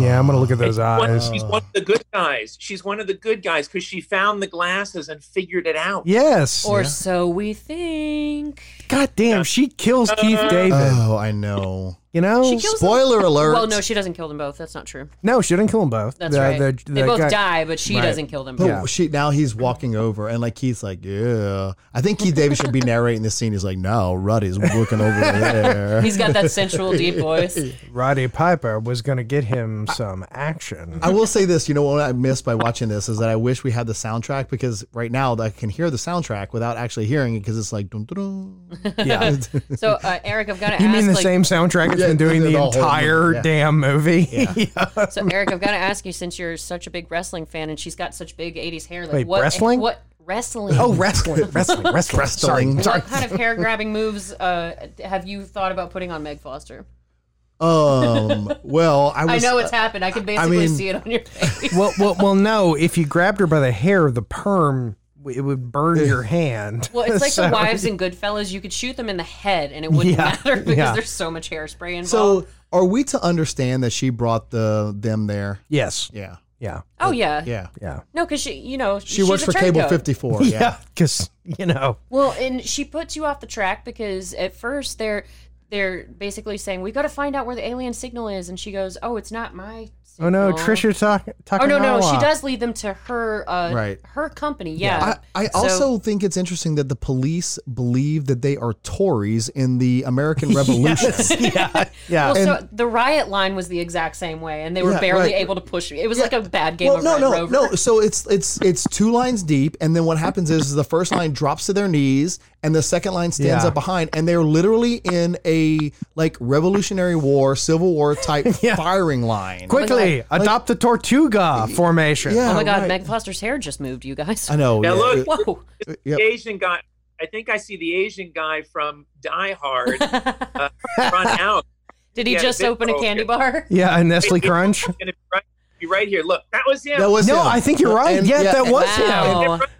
Yeah, I'm going to look at those
One-
eyes.
she's one of the good guys. She's one of the good guys because she found the glasses and figured it out.
Yes.
Or so we think.
God damn, she kills Keith David.
oh i know
you know?
Uh, She kills-
spoiler alert
Well, no, she doesn't kill them both. That's not true.
no, she didn't kill them both.
That's
The-
right.
the-
they
the
both
guy-
die, but she
Right.
doesn't kill them.
But
both.
Yeah.
Oh, she now he's walking over and like Keith's like, yeah. I think Keith David should be narrating this scene. He's like, no, Ruddy's looking over there.
He's got that sensual deep voice.
Roddy Piper was going to get him some action.
I will say this, you know what I missed by watching this is that I wish we had the soundtrack because right now I can hear the soundtrack without actually hearing it because it's like dun, dun, dun.
yeah.
So, uh, Eric, I've got to
You
ask.
mean the
like,
same soundtrack it's
Yeah,
been doing
the
the,
whole
entire
movie, yeah.
damn movie?
So, Eric, I've got to ask you since you're such a big wrestling fan and she's got such big '80s hair. Like,
Wait,
what
wrestling?
What wrestling?
Oh, wrestling, wrestling, wrestling.
Wrestling.
Sorry, sorry.
What kind of hair grabbing moves uh, have you thought about putting on Meg Foster?
Um well I
I
was
know
uh,
it's happened. I can basically
mean-
see it on your face.
Well, well, well, no. If you grabbed her by the hair, the perm it would burn your hand.
Well, it's like
So-
the wives in Goodfellas. You could shoot them in the head and it wouldn't
Yeah,
matter because
yeah.
there's so much hairspray involved.
so are we to understand that she brought the them there?
Yes.
Yeah.
Yeah.
oh yeah,
Yeah.
Yeah.
No, because she, you know,
She
she's
works
a
for
track
Cable
goat.
fifty four. Oh, Yeah.
Yeah. Because you know.
Well, and she puts you off the track because at first they're they're basically saying we got to find out where the alien signal is, and she goes, "Oh, it's not my."
Oh
Signal.
no, Trisha talk,
Oh no, no,
Takanawa.
she does lead them to her uh,
Right.
her company. Yeah,
I, I
So-
also think it's interesting that the police believe that they are Tories in the American Revolution.
yeah. Yeah.
Well, so the riot line was the exact same way, and they were
Yeah,
barely
right.
able to push me. It was like a bad game
Well,
of
no,
Red
no,
Rover.
no. So it's it's it's two lines deep, and then what happens is the first line drops to their knees, and the second line stands
Yeah.
up behind, and they're literally in a like Revolutionary War, Civil War type
Yeah.
firing line.
Quickly, adopt the Tortuga formation.
Yeah.
Oh my God,
right.
Meg Foster's hair just moved, you guys.
I know.
Now
yeah,
look,
it-
Whoa.
yep.
The Asian guy. I think I see the Asian guy from Die Hard uh, run out.
Did he
Yeah,
just
they-
open a
oh,
candy
yeah.
bar?
Yeah, and Nestle Crunch.
It's gonna be right, be right here. Look, that was him.
that was
No,
him.
I think you're right.
And-
yeah, that
and-
was him.
Wow.
That-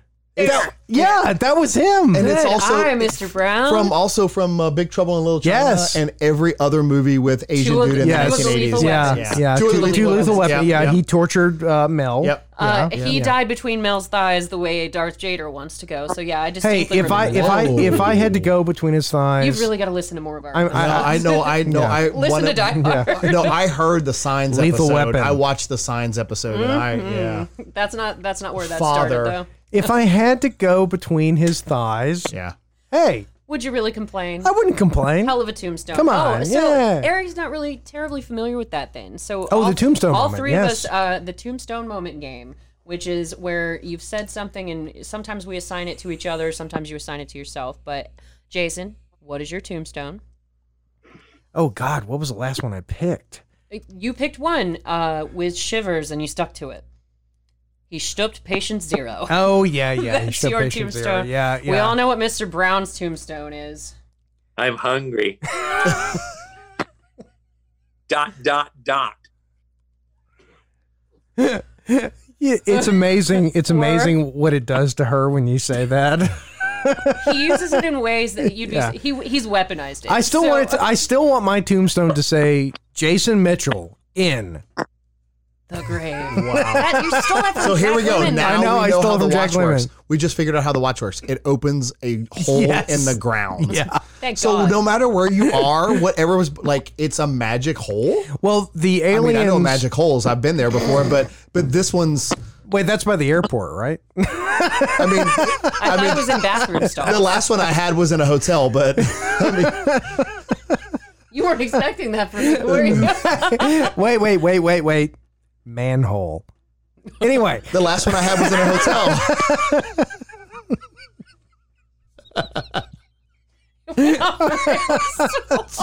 Yeah, that was him.
And it's
Good
also
eye, Mr. Brown.
from also from uh, Big Trouble in Little China
Yes.
and every other movie with Asian
Two of-
dude in
Yes.
the
Two of the
1980s.
Lethal
yeah,
Weapons.
yeah.
Two
Two,
of the
two
Lethal
lethal
Weapons.
weapon.
Yeah,
Yeah,
yeah.
he tortured uh, Mel.
Yep.
uh,
Yeah.
He
Yeah.
died between Mel's thighs the way Darth Jader wants to go. So yeah, I just
Hey, if I if I
Whoa.
if I had to go between his thighs,
you've really got to listen to more of our.
I'm,
No, I,
I,
know, I know.
Yeah.
I
Listen
wanna-
to Die Hard.
No, I heard the Signs
Lethal
episode.
Weapon.
I watched the Signs episode. And I yeah
That's not that's not where that
Father.
started though.
if I had to go between his thighs,
yeah.
hey,
Would you really complain?
I wouldn't complain.
Hell of a tombstone.
Come on,
oh, so
yeah.
Eric's not really terribly familiar with that then. So
Oh, the tombstone
All
moment,
three
yes.
of us, uh, the tombstone moment game, which is where you've said something, and sometimes we assign it to each other, sometimes you assign it to yourself. But Jason, what is your tombstone?
Oh God, what was the last one I picked?
You picked one uh, with shivers, and you stuck to it. He stooped patient zero.
Oh yeah, yeah. he
That's
showed
your
patient zero.
tombstone.
Yeah, yeah.
We all know what Mr. Brown's tombstone is.
I'm hungry. dot dot dot.
Yeah, It's amazing. It's amazing what it does to her when you say that.
He uses it in ways that you'd
Yeah.
be, he he's weaponized it.
I still
So-
want it to, I still want my tombstone to say Jason Mitchell in.
The grave. Wow. That, you stole that from
So here we
Jack
go.
Lemmon,
Now
I
though.
know,
we
I
know
stole
how
it
the
from
watch
Jack
works.
Lemmon.
We just figured out how the watch works. It opens a hole
Yes.
in the ground.
Yeah.
Thank
So
God.
no matter where you are, whatever was like, it's a magic hole.
Well, the
I
aliens.
mean, I know magic holes. I've been there before, but but this one's.
Wait, that's by the airport, right?
I mean,
I, thought it was in bathroom
the
stalls.
last one I had was in a hotel, but
you weren't expecting that from me, were you?
wait, wait, wait, wait, wait. Manhole. Anyway,
the last one I had was in a hotel.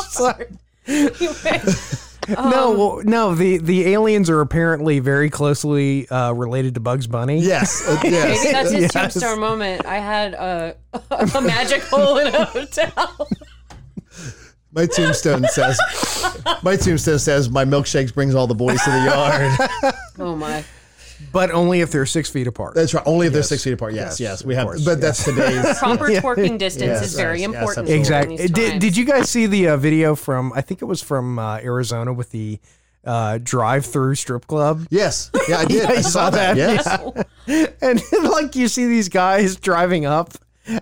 Sorry. You went-
no, well, no. The the aliens are apparently very closely uh, related to Bugs Bunny.
Yes, uh, yes.
Maybe that's his
Yes.
tombstone moment. I had a, a magic hole in a hotel.
My tombstone says, my tombstone says, my milkshakes brings all the boys to the yard.
Oh my.
but only if they're six feet apart.
That's right. Only if they're six feet apart. Yes, yes, we have. but that's today's.
Proper twerking distance is very
yes, yes,
important.
absolutely.
exactly.
during these
Did,
times.
did you guys see the uh, video from? I think it was from uh, Arizona with the uh, drive-through strip club.
Yes, yeah, I did. I saw that. Yes,
and like you see these guys driving up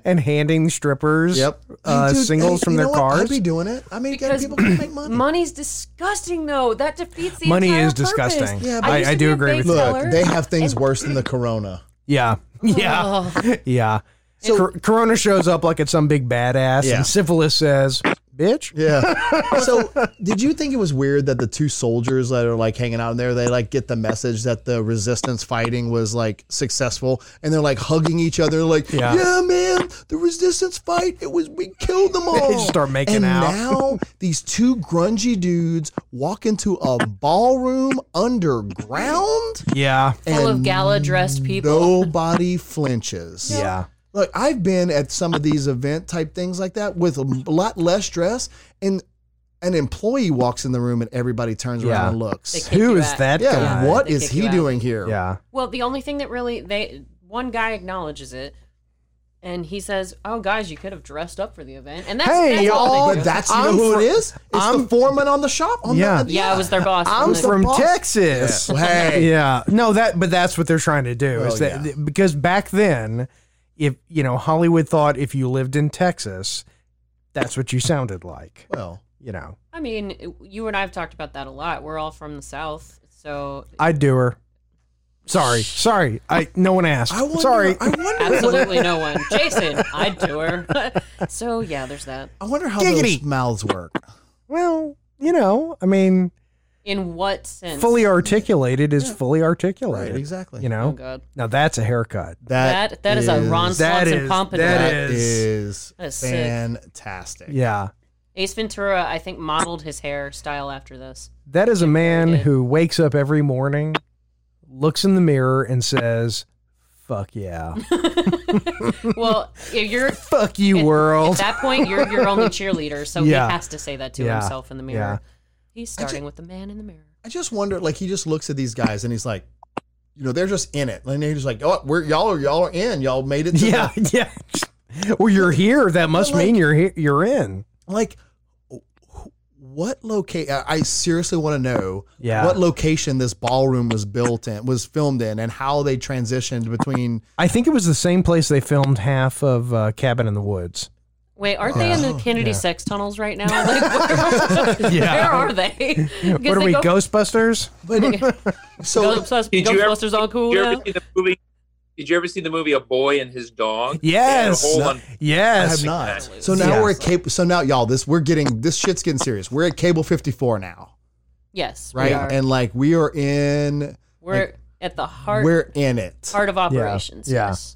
and handing strippers
yep.
uh,
Dude,
singles
hey,
from
you
their
know what? I'd
cars.
be doing it. I mean,
Because
people can make money.
Money's disgusting, though. That defeats the
Money
entire
is
purpose.
disgusting. Yeah,
I,
I-
used
I
to
do
be a
agree
bake
with you.
Look,
seller.
they have things worse than the Corona.
yeah, yeah, yeah. Cor- Corona shows up like it's some big badass,
Yeah.
and syphilis says, "Bitch."
Yeah. so, did you think it was weird that the two soldiers that are like hanging out in there, they like get the message that the resistance fighting was like successful, and they're like hugging each other, like, yeah,
Yeah.
man, the resistance fight, it was we killed them all.
just start making
and
out.
now these two grungy dudes walk into a ballroom underground,
Yeah,
full of
and
gala dressed people.
nobody flinches.
yeah.
Look, I've been at some of these event type things like that with a lot less dress, and an employee walks in the room and everybody turns
Yeah.
around and looks.
kick
Who
you
is
out.
that
Yeah,
guy?
what
They
is
kick
he
you out.
doing here?
Yeah,
Well, the only thing that really they one guy acknowledges it, and he says, "Oh, guys, you could have dressed up for the event." And that's,
Hey,
that's all
y'all,
they
But
do.
that's you know
I'm
who
fr-
it is. It's the
I'm-
foreman on the shop. On
Yeah.
the,
yeah, it was their boss.
I'm
wasn't it?
from
boss.
Texas.
Yeah. Hey.
yeah, no, that but that's what they're trying to do
Oh,
is that
yeah.
because back then, if you know Hollywood thought if you lived in Texas, that's what you sounded like.
Well,
You know,
I mean, you and I have talked about that a lot. We're all from the South, so
I'd do her. Sorry, sorry. I no one asked.
I wonder.
sorry.
I wonder. What,
absolutely no one. Jason, I'd do her. so yeah, there's that.
I wonder how
Giggity.
those mouths work.
well, you know, I mean,
In what sense?
fully articulated is fully
Right,
articulated.
exactly.
You
Oh
know,
God.
now that's a haircut.
That that is, a Ron
that
Swanson
is-
pompadour.
that
That
is-
is
That is sick.
fantastic.
Yeah,
Ace Ventura, I think, modeled his hairstyle after this.
that is a man
did.
who wakes up every morning, looks in the mirror, and says, "Fuck yeah,
Well, if you're
fuck you,
at-
world."
At that point, you're your only cheerleader, so
Yeah.
he has to say that to
Yeah.
himself in the mirror.
Yeah.
He's starting with the man in the mirror.
I just wonder, like he just looks at these guys and he's like, you know, they're just in it, and he's just like, oh, we're y'all are y'all are in, y'all made it. To
yeah,
the-
yeah. Well, you're here. That must
But, like-
mean you're here, you're in.
like, wh- what location? I seriously want to know.
Yeah.
What location this ballroom was built in, was filmed in, and how they transitioned between.
I think it was the same place they filmed half of uh, Cabin in the Woods.
Wait, aren't they in the Kennedy
yeah.
sex tunnels right now? Like, where,
Yeah.
where are they? Because
What are
they
we,
go-
Ghostbusters?
So
Ghostbusters,
Did you ever-
Ghostbusters all cool
Did you
now?
ever see the movie? Did you ever see the movie A Boy and His Dog? They had a
Yes,
whole un-
I
yes.
have not. So now we're at cable. So now y'all, this we're getting this shit's getting serious. We're at cable fifty four now,
Yes,
right?
We are.
And like we are in,
We're at the heart.
we're in it.
Part of operations.
yeah.
Yes.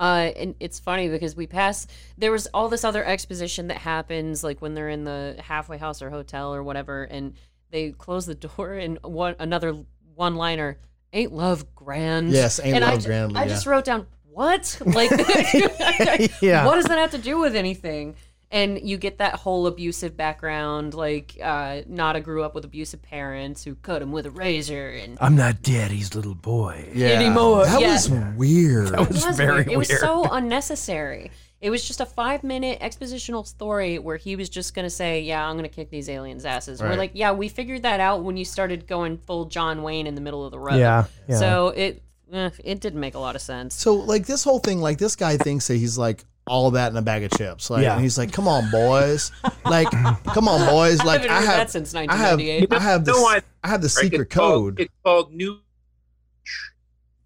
Uh, and it's funny because we pass. There was all this other exposition that happens, like when they're in the halfway house or hotel or whatever, and they close the door and one another one liner. Ain't love grand?
Yes, ain't
And I
love
ju-
grand,
I
yeah.
just wrote down what, like,
Yeah.
what does that have to do with anything? And you get that whole abusive background, like uh, Nada grew up with abusive parents who cut him with a razor, and
I'm not daddy's little boy.
yeah.
anymore,
That
yeah.
was weird.
That was,
was
very
weird.
weird.
It was so unnecessary. It was just a five minute expositional story where he was just gonna say, "Yeah, I'm gonna kick these aliens' asses." We're
Right.
like, "Yeah, we figured that out when you started going full John Wayne in the middle of the road."
Yeah, yeah.
So it eh, it didn't make a lot of sense.
So like this whole thing, like this guy thinks that he's like all that in a bag of chips. Like
Yeah.
and he's like, come on boys, like come on boys, like
haven't
I,
heard
have
that since
I have
1998.
I have
You know
the
why-
I have the
right?
secret
It's called-
code.
it's called new.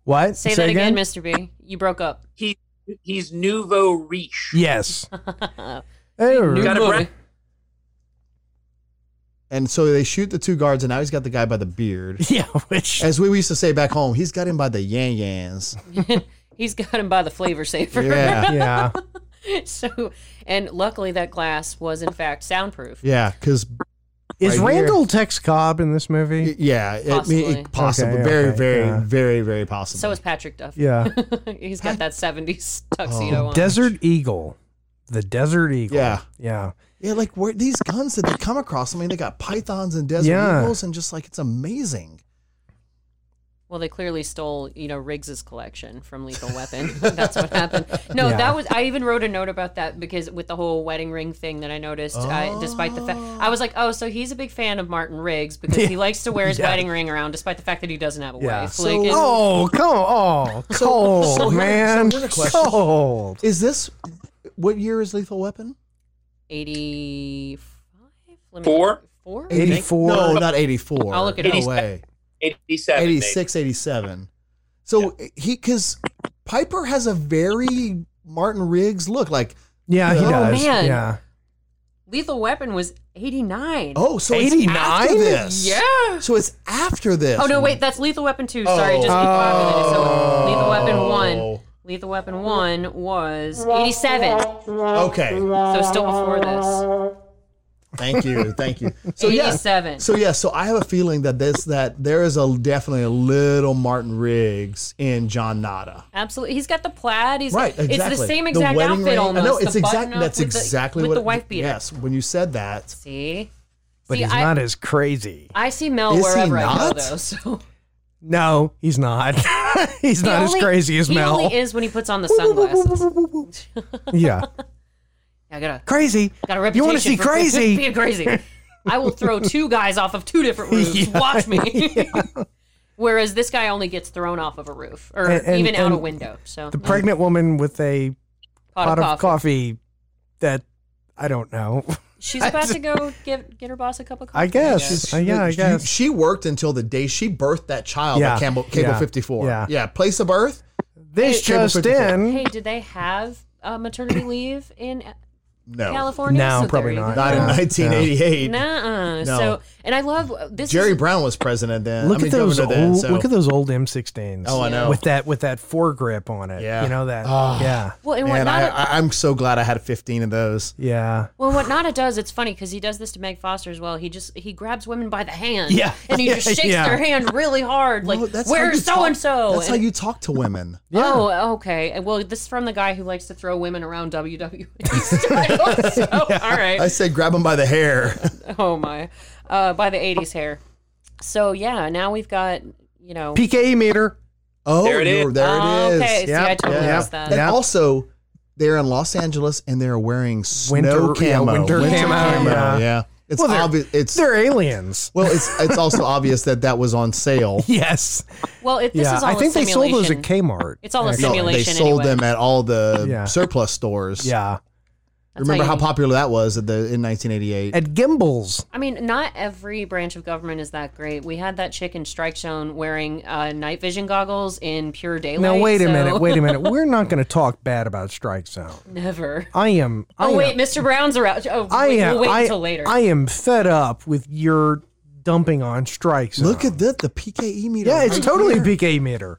what?
Say, that again, Mr. B. You broke up.
He he's nouveau riche.
Yes.
You got
Hey,
a brand-
and so they shoot the two guards, and now he's got the guy by the beard.
yeah, which
As we used to say back home, he's got him by the yan yans.
He's got him by the flavor saver.
Yeah.
yeah,
so, and luckily that glass was in fact soundproof.
Yeah, because
is
Right here.
Randall Tex Cobb in this movie?
yeah, it, me-
Possibly.
it, possible,
Okay,
very,
okay,
very,
yeah.
very, very possible.
So is Patrick Duff.
Yeah, Oh.
He's got that 70s tuxedo on.
Desert Eagle, the Desert Eagle.
Yeah.
yeah,
yeah, like where these guns that they come across. I mean, they got pythons and desert
Yeah.
eagles, and just like it's amazing.
Well, they clearly stole, you know, Riggs's collection from Lethal Weapon. That's what happened. No,
Yeah.
that was. I even wrote a note about that because with the whole wedding ring thing that I noticed, I, despite the fact, I was like, oh, so he's a big fan of Martin Riggs because he likes to wear his
Yeah.
wedding ring around, despite the fact that he doesn't have a
Yeah.
wife.
So-
Like, it-
Oh, come on, oh, cold
so here-
man,
so here's a question.
cold.
Is this what year is Lethal Weapon?
85? Let me-
Four?
Four?
Eighty- 84?
No, not 84.
I'll look it
no
up.
way.
87. maybe.
86, 87. So he, because Piper has a very Martin Riggs look. Like,
Yeah, he
Oh,
does.
man.
Yeah,
Lethal Weapon was 89.
oh, so
89?
it's after this.
Yeah.
So it's after this.
Oh, no, wait, that's Lethal Weapon 2. Sorry, I just keep boggling it.
Oh.
So Lethal Weapon 1. Lethal Weapon 1 was 87.
Okay.
So still before this.
Thank you. Thank you. So, yeah.
87.
So yeah, so I have a feeling that this that there is a definitely a little Martin Riggs in John Nada.
Absolutely. He's got the plaid. He's
Right, exactly.
It's the same
The
exact
wedding
outfit
ring-
almost.
I know it's
the button
exactly
up
that's
with the-
exactly
with
what
the wife beater.
Yes, when you said that,
See?
but
See,
he's
I,
not as crazy.
I see Mel
Is he
wherever I go
not?
though. So
No, he's not. he's not as crazy as
he
Mel.
only is when he puts on the sunglasses.
yeah,
I gotta
crazy.
got a reputation.
You want to see
for
crazy?
being crazy. I will throw two guys off of two different roofs.
Yeah.
Watch me. Whereas this guy only gets thrown off of a roof or
And- and-
even out a
and
window. So
the pregnant woman with a
pot,
pot
of, coffee.
that I don't know.
She's about to go get get her boss a cup of coffee.
I guess. Uh, yeah, I
You-
guess.
she worked until the day she birthed that child
Yeah,
at Campbell, Cable
yeah,
54.
yeah.
place of birth?
This
Hey, Cable
just
54.
in.
Hey, did they have uh, maternity leave in
No.
California?
No,
there
probably
you
not.
go.
Not in
No,
1988.
Nuh-uh.
No.
So And I love this. is-
Jerry Brown was president then.
Look
I mean,
at those old,
governor then, so-
look at those old M16s.
Oh, I know.
With that with that foregrip on it.
Yeah.
You know that.
Ah.
yeah.
well, and what
Man,
not
I, I, I'm so glad I had 15 of those.
Yeah.
Well, what Nada does, it's funny because he does this to Meg Foster as well. He just he grabs women by the hand,
Yeah.
and he
Yeah,
just shakes
yeah.
their hand really hard, like
Well, Oh, that's how you
"Where's
talk-
so and so?"
That's how you talk to women.
Oh, okay. Well, this is from the guy who likes to throw women around WWE style. So, All right.
I said grab them by the hair.
Oh my. Uh, by the '80s hair. So yeah, now we've got you know.
PKE E meter.
Oh,
There it is.
you're- there
Oh,
it is.
okay. See, I
Yep,
totally
yep,
missed that.
And
yep.
also, they're in Los Angeles and they're wearing snow
Winter- yeah,
camo.
winter
camo,
yeah.
Yeah. It's
Well, they're-
obvious. It's
They're aliens.
well, it's it's also obvious that that was on sale.
Yes.
Well, it, this
yeah.
is all
I think
a
they sold
simulation.
those at Kmart.
It's all a
actually.
No, they
Simulation
sold
anyway.
them at all the
Yeah.
surplus stores.
Yeah.
That's
Remember
you-
how popular that was at the in 1988?
At Gimbals.
I mean, not every branch of government is that great. We had that chick in Strike Zone wearing uh, night vision goggles in pure daylight.
Now wait a
so-
minute, wait a minute. We're not gonna talk bad about Strike Zone.
Never.
I am I
Oh
am-
wait, Mr. Brown's around. Oh,
I
wait,
am
we'll wait
I,
until later.
I am fed up with your dumping on strikes.
Look at that, the PKE meter.
Yeah, it's
right
totally
there.
PK meter.
There-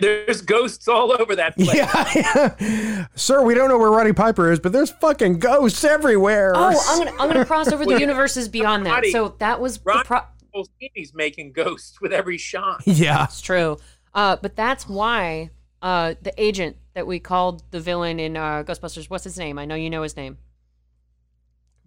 There's ghosts all over that place.
Yeah, yeah. Sir, we don't know where Roddy Piper is, but there's fucking ghosts everywhere.
oh, I'm gonna I'm gonna cross over the universes beyond that.
Roddy.
So that was the
Roddy.
pro-
whole city's making ghosts with every shot.
yeah.
it's true. Uh, but that's why uh, the agent that we called the villain in uh, Ghostbusters. What's his name? I know you know his name.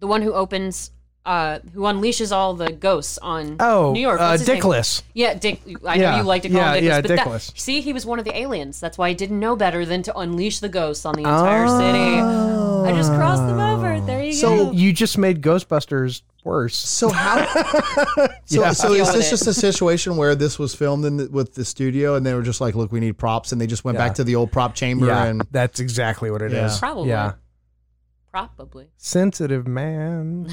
The one who opens, uh, who unleashes all the ghosts on
Oh,
New York.
uh,
What's his name?
Dickless.
Yeah, Dick. I know
Yeah,
you like to call
yeah,
him Dickless,
yeah,
but that-
Dickless.
see, he was one of the aliens. That's why I didn't know better than to unleash the ghosts on the entire
Oh.
city. I just crossed them over. There you
So-
go.
You just made Ghostbusters worse.
So how? so
Yeah.
so is
Got
this
it.
just a situation where this was filmed in the, with the studio and they were just like, look, we need props, and they just went
Yeah.
back to the old prop chamber and
that's exactly what it is.
Yeah.
Probably.
Yeah.
Probably.
Sensitive man.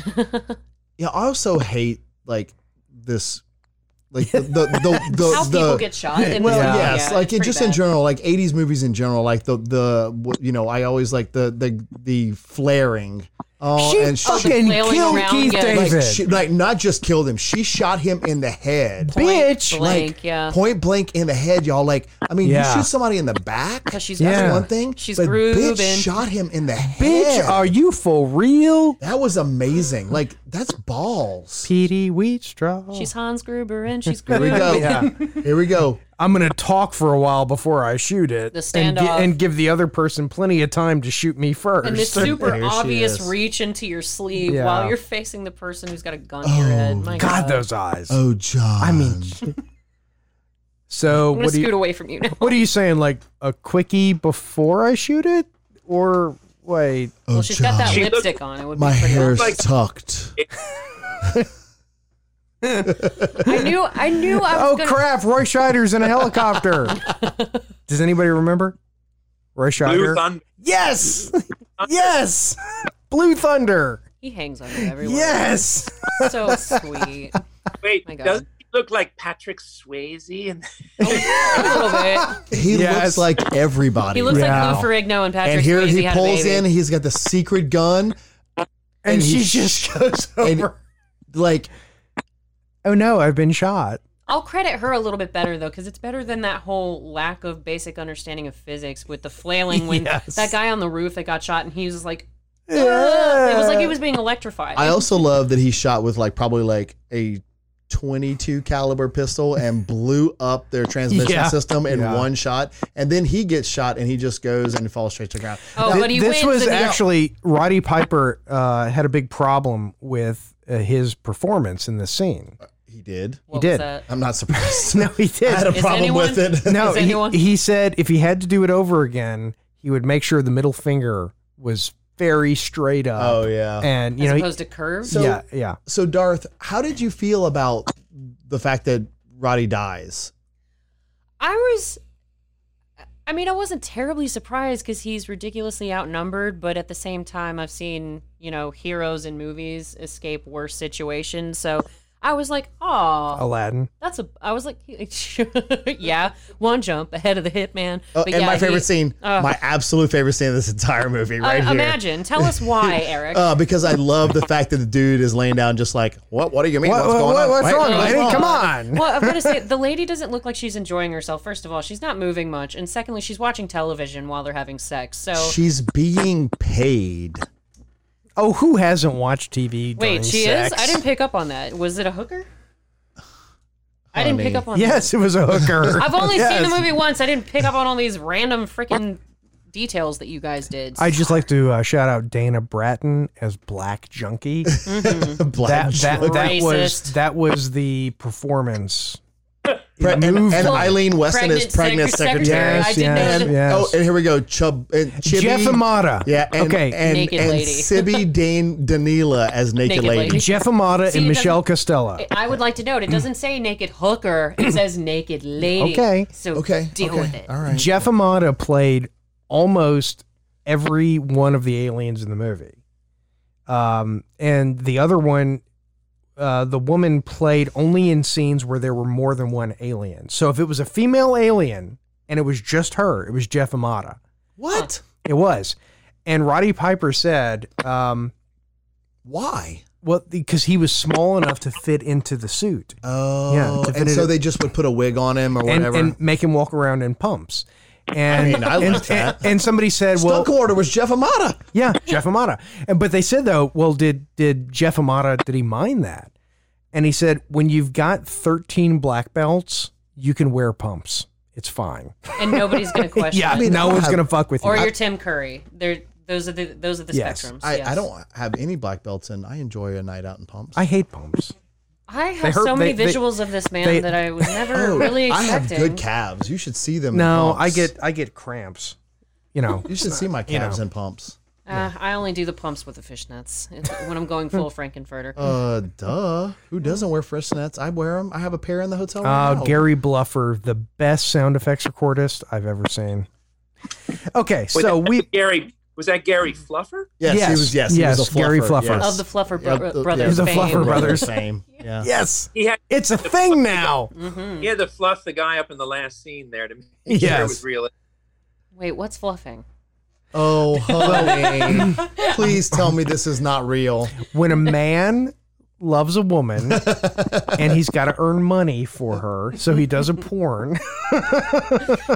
yeah. I also hate like this, like the the the, the,
How
the
people get shot. in
well,
movies.
Yeah.
yes,
Yeah,
like
it's
it,
pretty
just in
bad.
general, like '80s movies in general, like the the what- you know, I always like the the the flaring. Oh,
she
and
fucking
flailing
killed
around,
Keith
yeah.
David.
like, she, like not just killed him, she shot him in the head.
Bitch.
blank,
like
yeah.
point blank in the head, y'all. Like, I mean,
Yeah.
you shoot somebody in the back.
Because she's
Yeah.
That's
ugly.
one thing.
She's
but
grooving.
Bitch shot him in the head.
Bitch, are you for real?
that was amazing. Like that's balls.
Petey Wheatstraw.
She's Hans Gruber and she's
Here we
Gruber.
go. Here we go.
I'm gonna talk for a while before I shoot it,
The
and, gi-
standoff.
and give the other person plenty of time to shoot me first.
And this super
There she
obvious
is.
reach into your sleeve
Yeah.
while you're facing the person who's got a gun to your head. My
God,
God,
those eyes.
Oh, John.
I mean, so
I'm gonna
what do
scoot
you
away from you
Oh,
now.
what are you saying? Like a quickie before I shoot it, or wait?
oh,
Well, she's got that
She
lipstick on. It would
My
be pretty
hair's
Like-
tucked.
I knew. I knew. I was
Oh
gonna.
crap! Roy Scheider's in a helicopter. Does anybody remember Roy
Blue
Scheider?
Thunder.
yes, yes, Blue Thunder.
He hangs on you everywhere.
Yes.
So sweet. Oh,
Wait,
My God.
doesn't he look like Patrick Swayze? And
A little bit.
He
Yes.
looks like everybody.
He looks
Yeah.
like Lou Ferrigno and Patrick
and here
Swayze
he
had a
pulls
baby.
in. He's got the secret gun.
And,
And
she
he-
just goes
and-
over.
Like
oh no, I've been shot.
I'll credit her a little bit better though, because it's better than that whole lack of basic understanding of physics with the flailing when
Yes.
that guy on the roof that got shot and he was just like, "Ugh." it was like he was being electrified.
I also love that he shot with like probably like a 22 caliber pistol and blew up their transmission
Yeah.
system in
Yeah.
one shot. And then he gets shot and he just goes and falls straight to the ground.
oh,
Th-
but he
this
wins
was
and he-
actually Roddy Piper uh, had a big problem with uh, his performance in this scene.
He did.
What was
did.
that?
I'm not surprised.
No, he
I had a
did.
Is
problem with it.
No,
Is anyone-
he, he said if he had to do it over again, he would make sure the middle finger was very straight up.
Oh, yeah.
and you
As
know,
opposed to curves.
So-
yeah, yeah.
So, Darth, how did you feel about the fact that Roddy dies?
I was. I mean, I wasn't terribly surprised because he's ridiculously outnumbered, but at the same time, I've seen, you know, heroes in movies escape worse situations. So I was like, oh,
Aladdin.
that's a. I was like, yeah, one jump ahead of the hitman.
Oh, and
yeah,
my favorite
he-
scene,
Oh.
my absolute favorite scene of this entire movie, right
I-
here.
Imagine. Tell us why, Eric.
Uh, because I love the fact that the dude is laying down, just like, what? What do you mean?
What-
what's
what-
going
what-
on?
what's
Wait,
wrong,
what's
lady?
wrong?"
Come on.
well, I've got to say, the lady doesn't look like she's enjoying herself. First of all, she's not moving much, and secondly, she's watching television while they're having sex. So
She's being paid.
Oh, who hasn't watched TV? during
wait, she
sex?
is. I didn't pick up on that. Was it a hooker? I didn't pick
Honey.
up on. that.
Yes, it was a hooker.
I've only
Yes.
seen the movie once. I didn't pick up on all these random freaking details that you guys did.
I'd just like to uh, shout out Dana Bratton as Black Junkie.
Black
Mm-hmm.
that that, that was
Racist.
that was the performance.
Pre- and, and
moved-
Eileen Weston
pregnant
is pregnant
sec- secretary.
secretary.
Yes,
I didn't
yes,
know that.
yes.
Oh, and here we go. Chub and Chibi,
Jeff Amata.
Yeah. And,
okay.
And,
Naked
and
lady.
Sibby Dane Danila as naked,
Naked
lady.
lady.
Jeff Amata
See,
and
it
Michelle Costello.
I would like to note it doesn't say naked hooker. It says naked lady.
Okay.
So
Okay.
deal
okay,
with it.
All right.
Jeff Amata played almost every one of the aliens in the movie. Um, and the other one, uh, the woman played only in scenes where there were more than one alien. So if it was a female alien and it was just her, it was Jeff Amata.
What?
It was. And Roddy Piper said, um,
Why?
well, because he was small enough to fit into the suit.
Oh.
to fit
and
it
so
in.
they just would put a wig on him or
and,
whatever.
and make him walk around in pumps. And
mean, I like
and,
that.
and- and somebody said, "Well,
Stunt coordinator was Jeff Amata.
yeah, Jeff Amata." And but they said though, "Well, did did Jeff Amata did he mind that?" And he said, "When you've got 13 black belts, you can wear pumps. It's fine.
And nobody's gonna question.
yeah,
it.
no one's gonna fuck with you."
or your Tim Curry. They're, those are the those are the
Yes.
spectrums.
I,
yes.
I don't have any black belts and I enjoy a night out in pumps.
I hate pumps.
I have
hurt-
so many
they- they-
visuals of this man
they-
that I was never
Oh,
really
I have
expecting.
good calves. You should see them. in
No,
pumps.
I get I get cramps. You know,
You should see my
you know.
calves in pumps.
uh, I only do the pumps with the fishnets It's- when I'm going full Frankenfurter.
Uh, duh. Who doesn't wear fishnets? I wear them. I have a pair in the
Uh,
hotel. Right now.
Gary Bluffer, the best sound effects recordist I've ever seen. Okay,
Wait,
so
that-
we
Gary was that Gary
Mm.
Fluffer?
Yes,
Yes, he was. Yes, he
yes,
was a
Gary
fluffer,
Fluffer.
yes.
Of the Fluffer
Yeah,
bro-
the-
Brothers
yeah, the
fame.
Fluffer Brothers.
fame. Yeah.
yes,
He had
it's a thing now.
Mm.
he had to fluff the guy up in the last scene there to make sure it
Yes.
was real.
Wait, what's fluffing?
Oh, honey, please tell me this is not real.
When a man loves a woman and he's got to earn money for her, so he does a porn.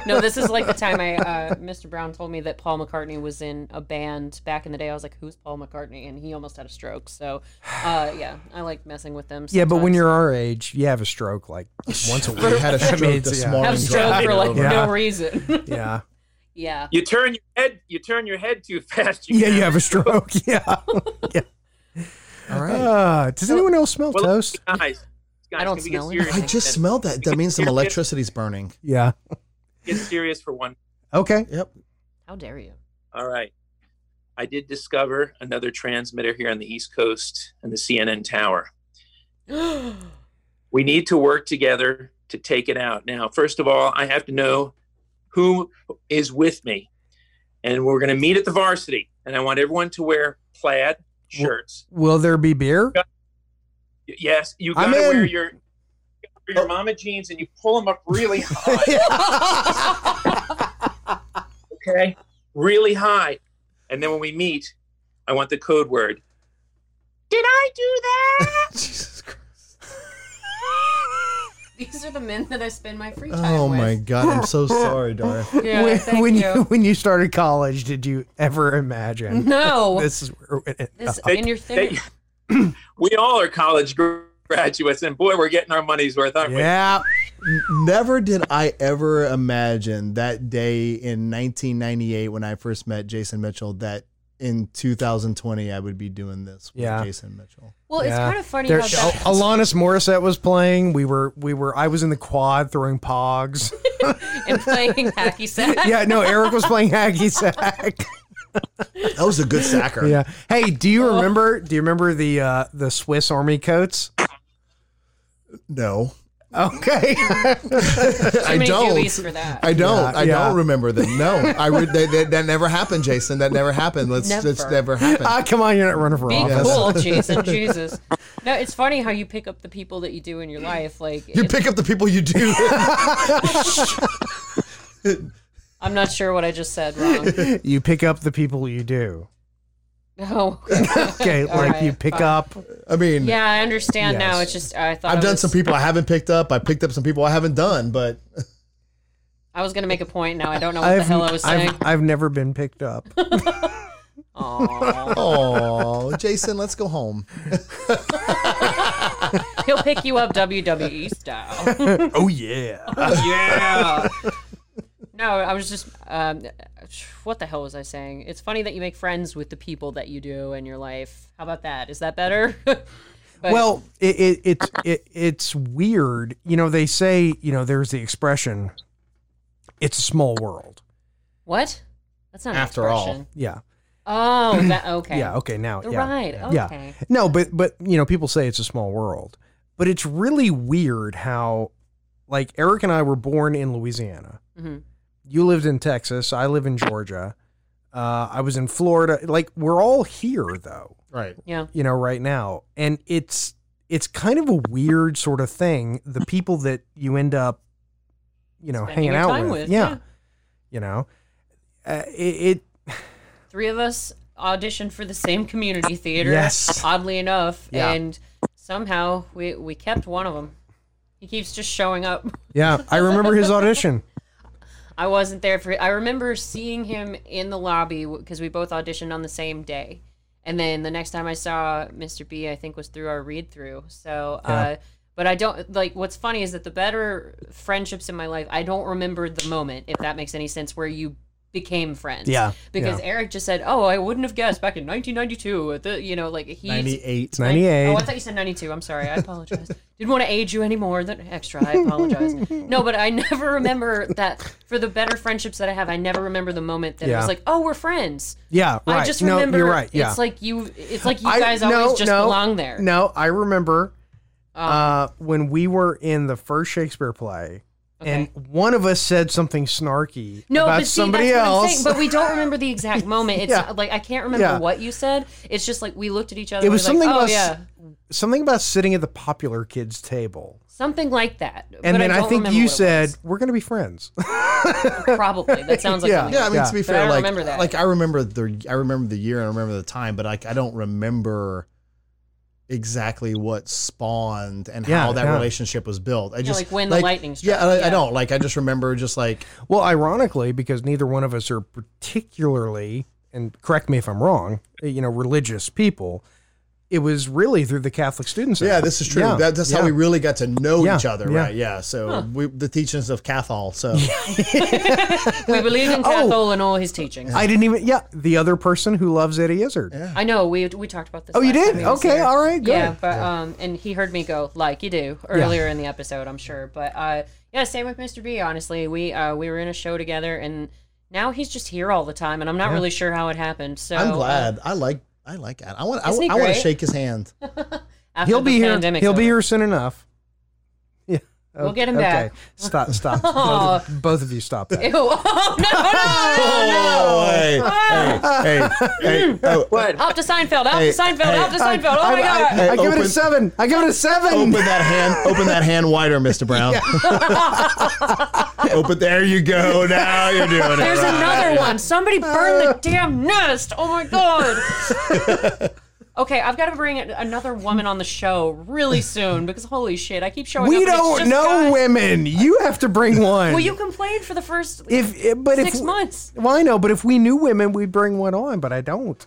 No, this is like the time I uh, Mr. Brown told me that Paul McCartney was in a band back in the day. I was like, "Who's Paul McCartney?" And he almost had a stroke. So, uh, yeah, I like messing with them.
yeah, but when
sometimes.
you're our age, you have a stroke like once a
We
week.
had a stroke
mean,
this
yeah.
morning.
have stroke
driving
for like
over.
Yeah.
no reason.
Yeah.
yeah.
You turn your head. You turn your head too fast.
Yeah, you have a stroke. Yeah. yeah.
All right.
Uh, does anyone else smell
Well,
toast?
Guys, guys,
I don't
can we get
smell it.
serious
I
for a
just
minute?
smelled that. That means some electricity's burning.
Yeah.
Get serious for one.
Okay.
Yep.
How dare you?
All right. I did discover another transmitter here on the East Coast and the CNN tower. we need to work together to take it out. Now, first of all, I have to know who is with me. And we're going to meet at the varsity. And I want everyone to wear plaid shirts.
Will there be beer?
Y- Yes, you got
I'm
to wear
in. Oh.
your your mama jeans and you pull them up really high, okay? Really high. And then when we meet, I want the code word. Did I do that?
Jesus Christ.
These are the men that I spend my free time
Oh
with.
my God! I'm so sorry, Dora.
Yeah,
when,
thank
when
you.
when you started college, did you ever imagine
no, this,
this is where it went?
in your
They-
thing.
we all are college gr- graduates, and boy, we're getting our money's worth, aren't we?
Yeah,
Never did I ever imagine that day in 1998 when I first met Jason Mitchell that in 2020 I would be doing this with
Yeah.
Jason Mitchell.
Well, it's
yeah.
kind of funny
There-
how that,
Al- Alanis Morissette was playing. We were, we were. I was in the quad throwing pogs.
and playing hacky sack.
yeah, no, Eric was playing hacky sack.
That was a good sacker.
yeah. Hey, do you remember? Do you remember the uh, the Swiss Army coats?
No.
Okay.
I
many
don't.
doobies for that.
I don't.
Yeah,
I
yeah.
don't remember them. No, I would. They, they, that never happened, Jason. That never happened. Let's
Never.
just never happened.
ah, come on, you're not running for
Be
office.
cool, Jason. Jesus. No, it's funny how you pick up the people that you do in your life. Like,
you
it-
pick up the people you do.
I'm not sure what I just said wrong.
You pick up the people you do.
No.
Okay, like
right,
you pick
fine.
up.
I mean,
Oh, yeah, I understand now.
Yes.
It's just I thought I
I've done
was-
some people I haven't picked up. I picked up some people I haven't done, but
I was gonna make a point. Now I don't know what the
I've,
hell I was saying.
I've I've never been picked up.
Aw.
oh, Jason, let's go home.
He'll pick you up WWE style.
oh yeah.
yeah. No, I was just. Um, what the hell was I saying? It's funny that you make friends with the people that you do in your life. How about that? Is that better? But-
Well, it, it it's it, it's weird. You know, they say you know there's the expression, "It's a small world."
what? That's not an
After all.
expression.
Yeah.
Oh, that okay.
Yeah. Okay. Now. Yeah.
Right.
Yeah.
Okay.
No, but but you know, people say it's a small world, but it's really weird how, like Eric and I were born in Louisiana.
Mhm.
You lived in Texas. I live in Georgia. Uh, I was in Florida. Like we're all here though,
Right.
Yeah.
you know, right now, and it's it's kind of a weird sort of thing. The people that you end up, you know,
Spending
hanging
your
out
time
with,
with,
yeah.
yeah.
you know, uh, it, it
Three of us auditioned for the same community theater.
Yes.
Oddly enough,
Yeah.
and somehow we we kept one of them. He keeps just showing up.
yeah. I remember his audition.
I wasn't there for. I remember seeing him in the lobby because we both auditioned on the same day, and then the next time I saw Mr. B, I think was through our read through. So, uh, but I don't like. What's funny is that the better friendships in my life, I don't remember the moment, if that makes any sense, where you became friends.
Yeah,
Because Eric just said, "Oh, I wouldn't have guessed back in 1992." At the you know, like he's
Ninety-eight.
Ninety
Oh,
eight.
I thought you said 92. I'm sorry. I apologize. Didn't want to age you any more than extra. I apologize. no, but I never remember that for the better friendships that I have, I never remember the moment that it
Yeah.
was like, oh, we're friends.
Yeah, right.
I just
no,
remember
you're right. Yeah.
it's like you it's like you
I-
guys
no,
always just
no,
belong there. Um,
No, I remember uh, when we were in the first Shakespeare play, and one of us said something snarky
No,
about
but see,
somebody
that's What I'm
else.
saying, but we don't remember the exact moment. It's
Yeah.
like I can't remember
Yeah.
what you said. It's just like we looked at each other.
it
and
was
we're like,
something
oh
about
yeah,
s- something about sitting at the popular kids table,
something like that.
and
but
then I,
don't
think
remember
you
what it
said we're going to be friends.
was. probably that sounds like
Yeah.
something
Yeah, I mean
Yeah.
to be
I
fair,
don't
like
remember that.
like I remember the I remember the year and I remember the time, but like I don't remember exactly what spawned and
Yeah,
how that
yeah.
relationship was built. I just
like when the lightning struck,
Yeah, I, I
yeah.
don't like. I just remember just like
well, ironically, because neither one of us are particularly, and correct me if I'm wrong, you know, religious people. It was really through the Catholic Students.
yeah, this is true.
Yeah,
That, that's
yeah.
how we really got to know
Yeah,
each other,
yeah.
right? Yeah. So we, the teachings of Cathal. So
We believe in
Oh.
Cathol and all his teachings.
I didn't even. Yeah, the other person who loves Eddie Izzard.
I know we we talked about this.
Oh, you
last
did?
time he was
Okay,
here.
all right, good.
Yeah, but um, and he heard me go like you do earlier in the episode, I'm sure. But uh, yeah, same with Mr. B. Honestly, we uh we were in a show together, and now he's just here all the time, and I'm not really sure how it happened. So
I'm
uh,
glad. I like. I like that. I want. I,
Isn't he
I want to
great?
shake his hand.
after
He'll
the
be here.
pandemic's
He'll be
over.
here soon enough. Yeah.
We'll
O-
get him back.
Stop. Stop. both, of, both of you stop that.
Ew. Oh, no, no, no, no.
Oh, hey, hey, hey, hey, oh,
What?
Out to Seinfeld. Out
Hey,
to Seinfeld.
hey,
out to Seinfeld. oh my
I,
god.
I, I
Hey,
give it a
open-
seven. I give it a seven.
Open that hand. Open that hand wider, Mr. Brown. open. There you go. Now you're doing it.
There's
right.
another one. Somebody burn the damn nest. Oh my god. okay, I've got to bring another woman on the show really soon because holy shit, I keep showing up.
We
and it's
don't
just
know
guys.
women. You have to bring one.
Well, you complained for the first
If, if but
six
if
months.
Well, I know, but if we knew women, we'd bring one on. But I don't.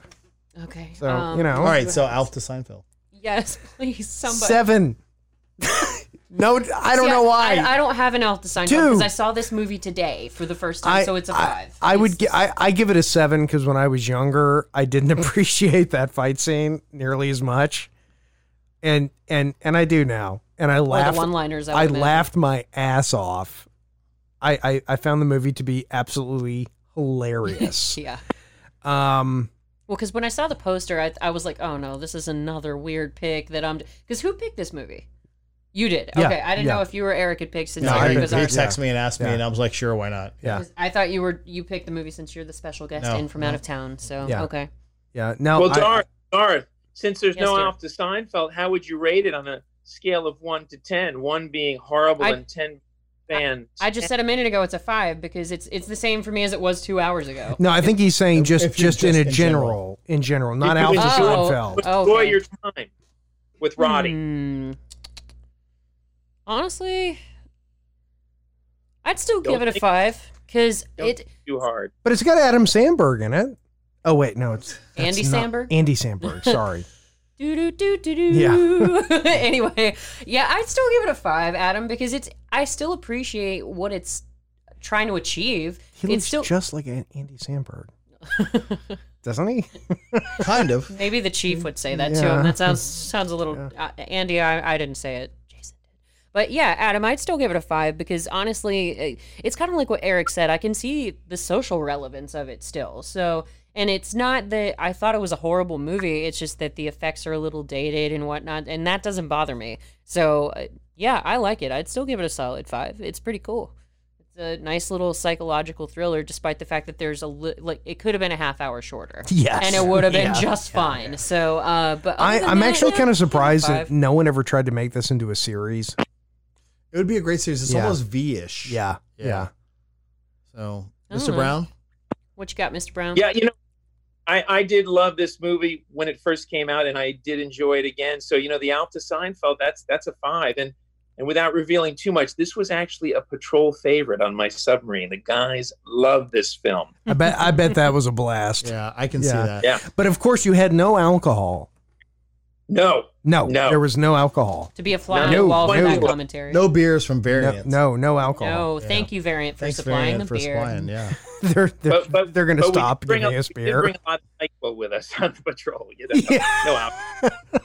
Okay.
So
um,
you know.
All right. So Alf to Seinfeld.
Yes, please, somebody.
Seven. no, I don't
Um, See,
know why.
I, I don't have an Alpha sign
Two.
because I saw this movie today for the first time, so it's a five.
I, I would gi- I, I give it a seven because when I was younger, I didn't appreciate that fight scene nearly as much, and and and I do now, and I
Or the
laughed.
one-liners. I,
I
would imagine.
laughed my ass off. I, I I found the movie to be absolutely hilarious.
Yeah.
um,
Well, because when I saw the poster, I, I was like, oh no, this is another weird pick that I'm. Because who picked this movie? You did.
Yeah,
Okay. I didn't
yeah.
know if you or Eric had picked since
No,
I
Eric
he,
picked
was
he
our.
ours.
texted me and asked me,
Yeah.
and I was like, sure, why not?
Yeah.
I thought you were you picked the movie since you're the special guest
No,
in from out of town. So
Yeah.
okay.
Yeah. Now,
well,
I-
Darth, Darth, since there's
Yes,
no
dear.
Alf to Seinfeld, how would you rate it on a scale of one to ten? One being horrible
I-
and ten fan.
I just said a minute ago it's a five because it's it's the same for me as it was two hours ago.
no, I think he's saying
If-
just
if you're
just, in a
just in
general,
general.
in general, not
If
Alpha
you
enjoy-
Seinfeld.
Oh,
Enjoy
okay.
your time with Roddy.
Hmm. Honestly, I'd still
Don't
give it a
think-
five because
Don't
it.
think too hard.
But it's got Adam Sandberg in it. Oh wait, no, it's that's
Andy
not-
Samberg?
Andy Sandberg. Sorry.
Do do do do do.
Yeah.
anyway, yeah, I'd still give it a five, Adam, because it's. I still appreciate what it's trying to achieve.
He
it's
looks
still
just like An- Andy Sandberg, doesn't he?
Kind of.
maybe the chief would say that to
Yeah.
him. That sounds sounds a little uh, Andy. I, I didn't say it. Jason did. But yeah, Adam, I'd still give it a five because honestly, it- it's kind of like what Eric said. I can see the social relevance of it still. So, and it's not that I thought it was a horrible movie. It's just that the effects are a little dated and whatnot, and that doesn't bother me. So, uh, yeah, I like it. I'd still give it a solid five. It's pretty cool. It's a nice little psychological thriller, despite the fact that there's a li- like it could have been a half hour shorter.
Yes.
and it would have been
Yeah.
just fine. So, uh, but
I,
other than
I'm
that,
actually
yeah,
kind of surprised
five.
that no one ever tried to make this into a series.
It would be a great series. It's
Yeah.
almost V ish. Yeah.
yeah.
So,
I don't
Mr.
know.
Brown?
What you got, Mr. Brown?
Yeah, you know, I, I did love this movie when it first came out, and I did enjoy it again. So you know, the Alta Seinfeld that's that's a five, and and without revealing too much, this was actually a patrol favorite on my submarine. The guys loved this film.
I bet I bet that was a blast.
Yeah, I can
Yeah.
see that.
Yeah.
But of course, you had no alcohol.
No,
No,
No.
there was no alcohol.
To be a fly on
No,
the wall for
no.
that commentary.
No beers from
No,
Variant.
no, no alcohol.
No, thank you, Variant, for
Thanks,
supplying
Variant,
the
for
beer.
supplying. Yeah.
They're they're,
but but
they're going to
but we did
stop
bring
giving
a,
us
We did
beer.
bring a lot of NyQuil with us on the patrol. You know, no alcohol.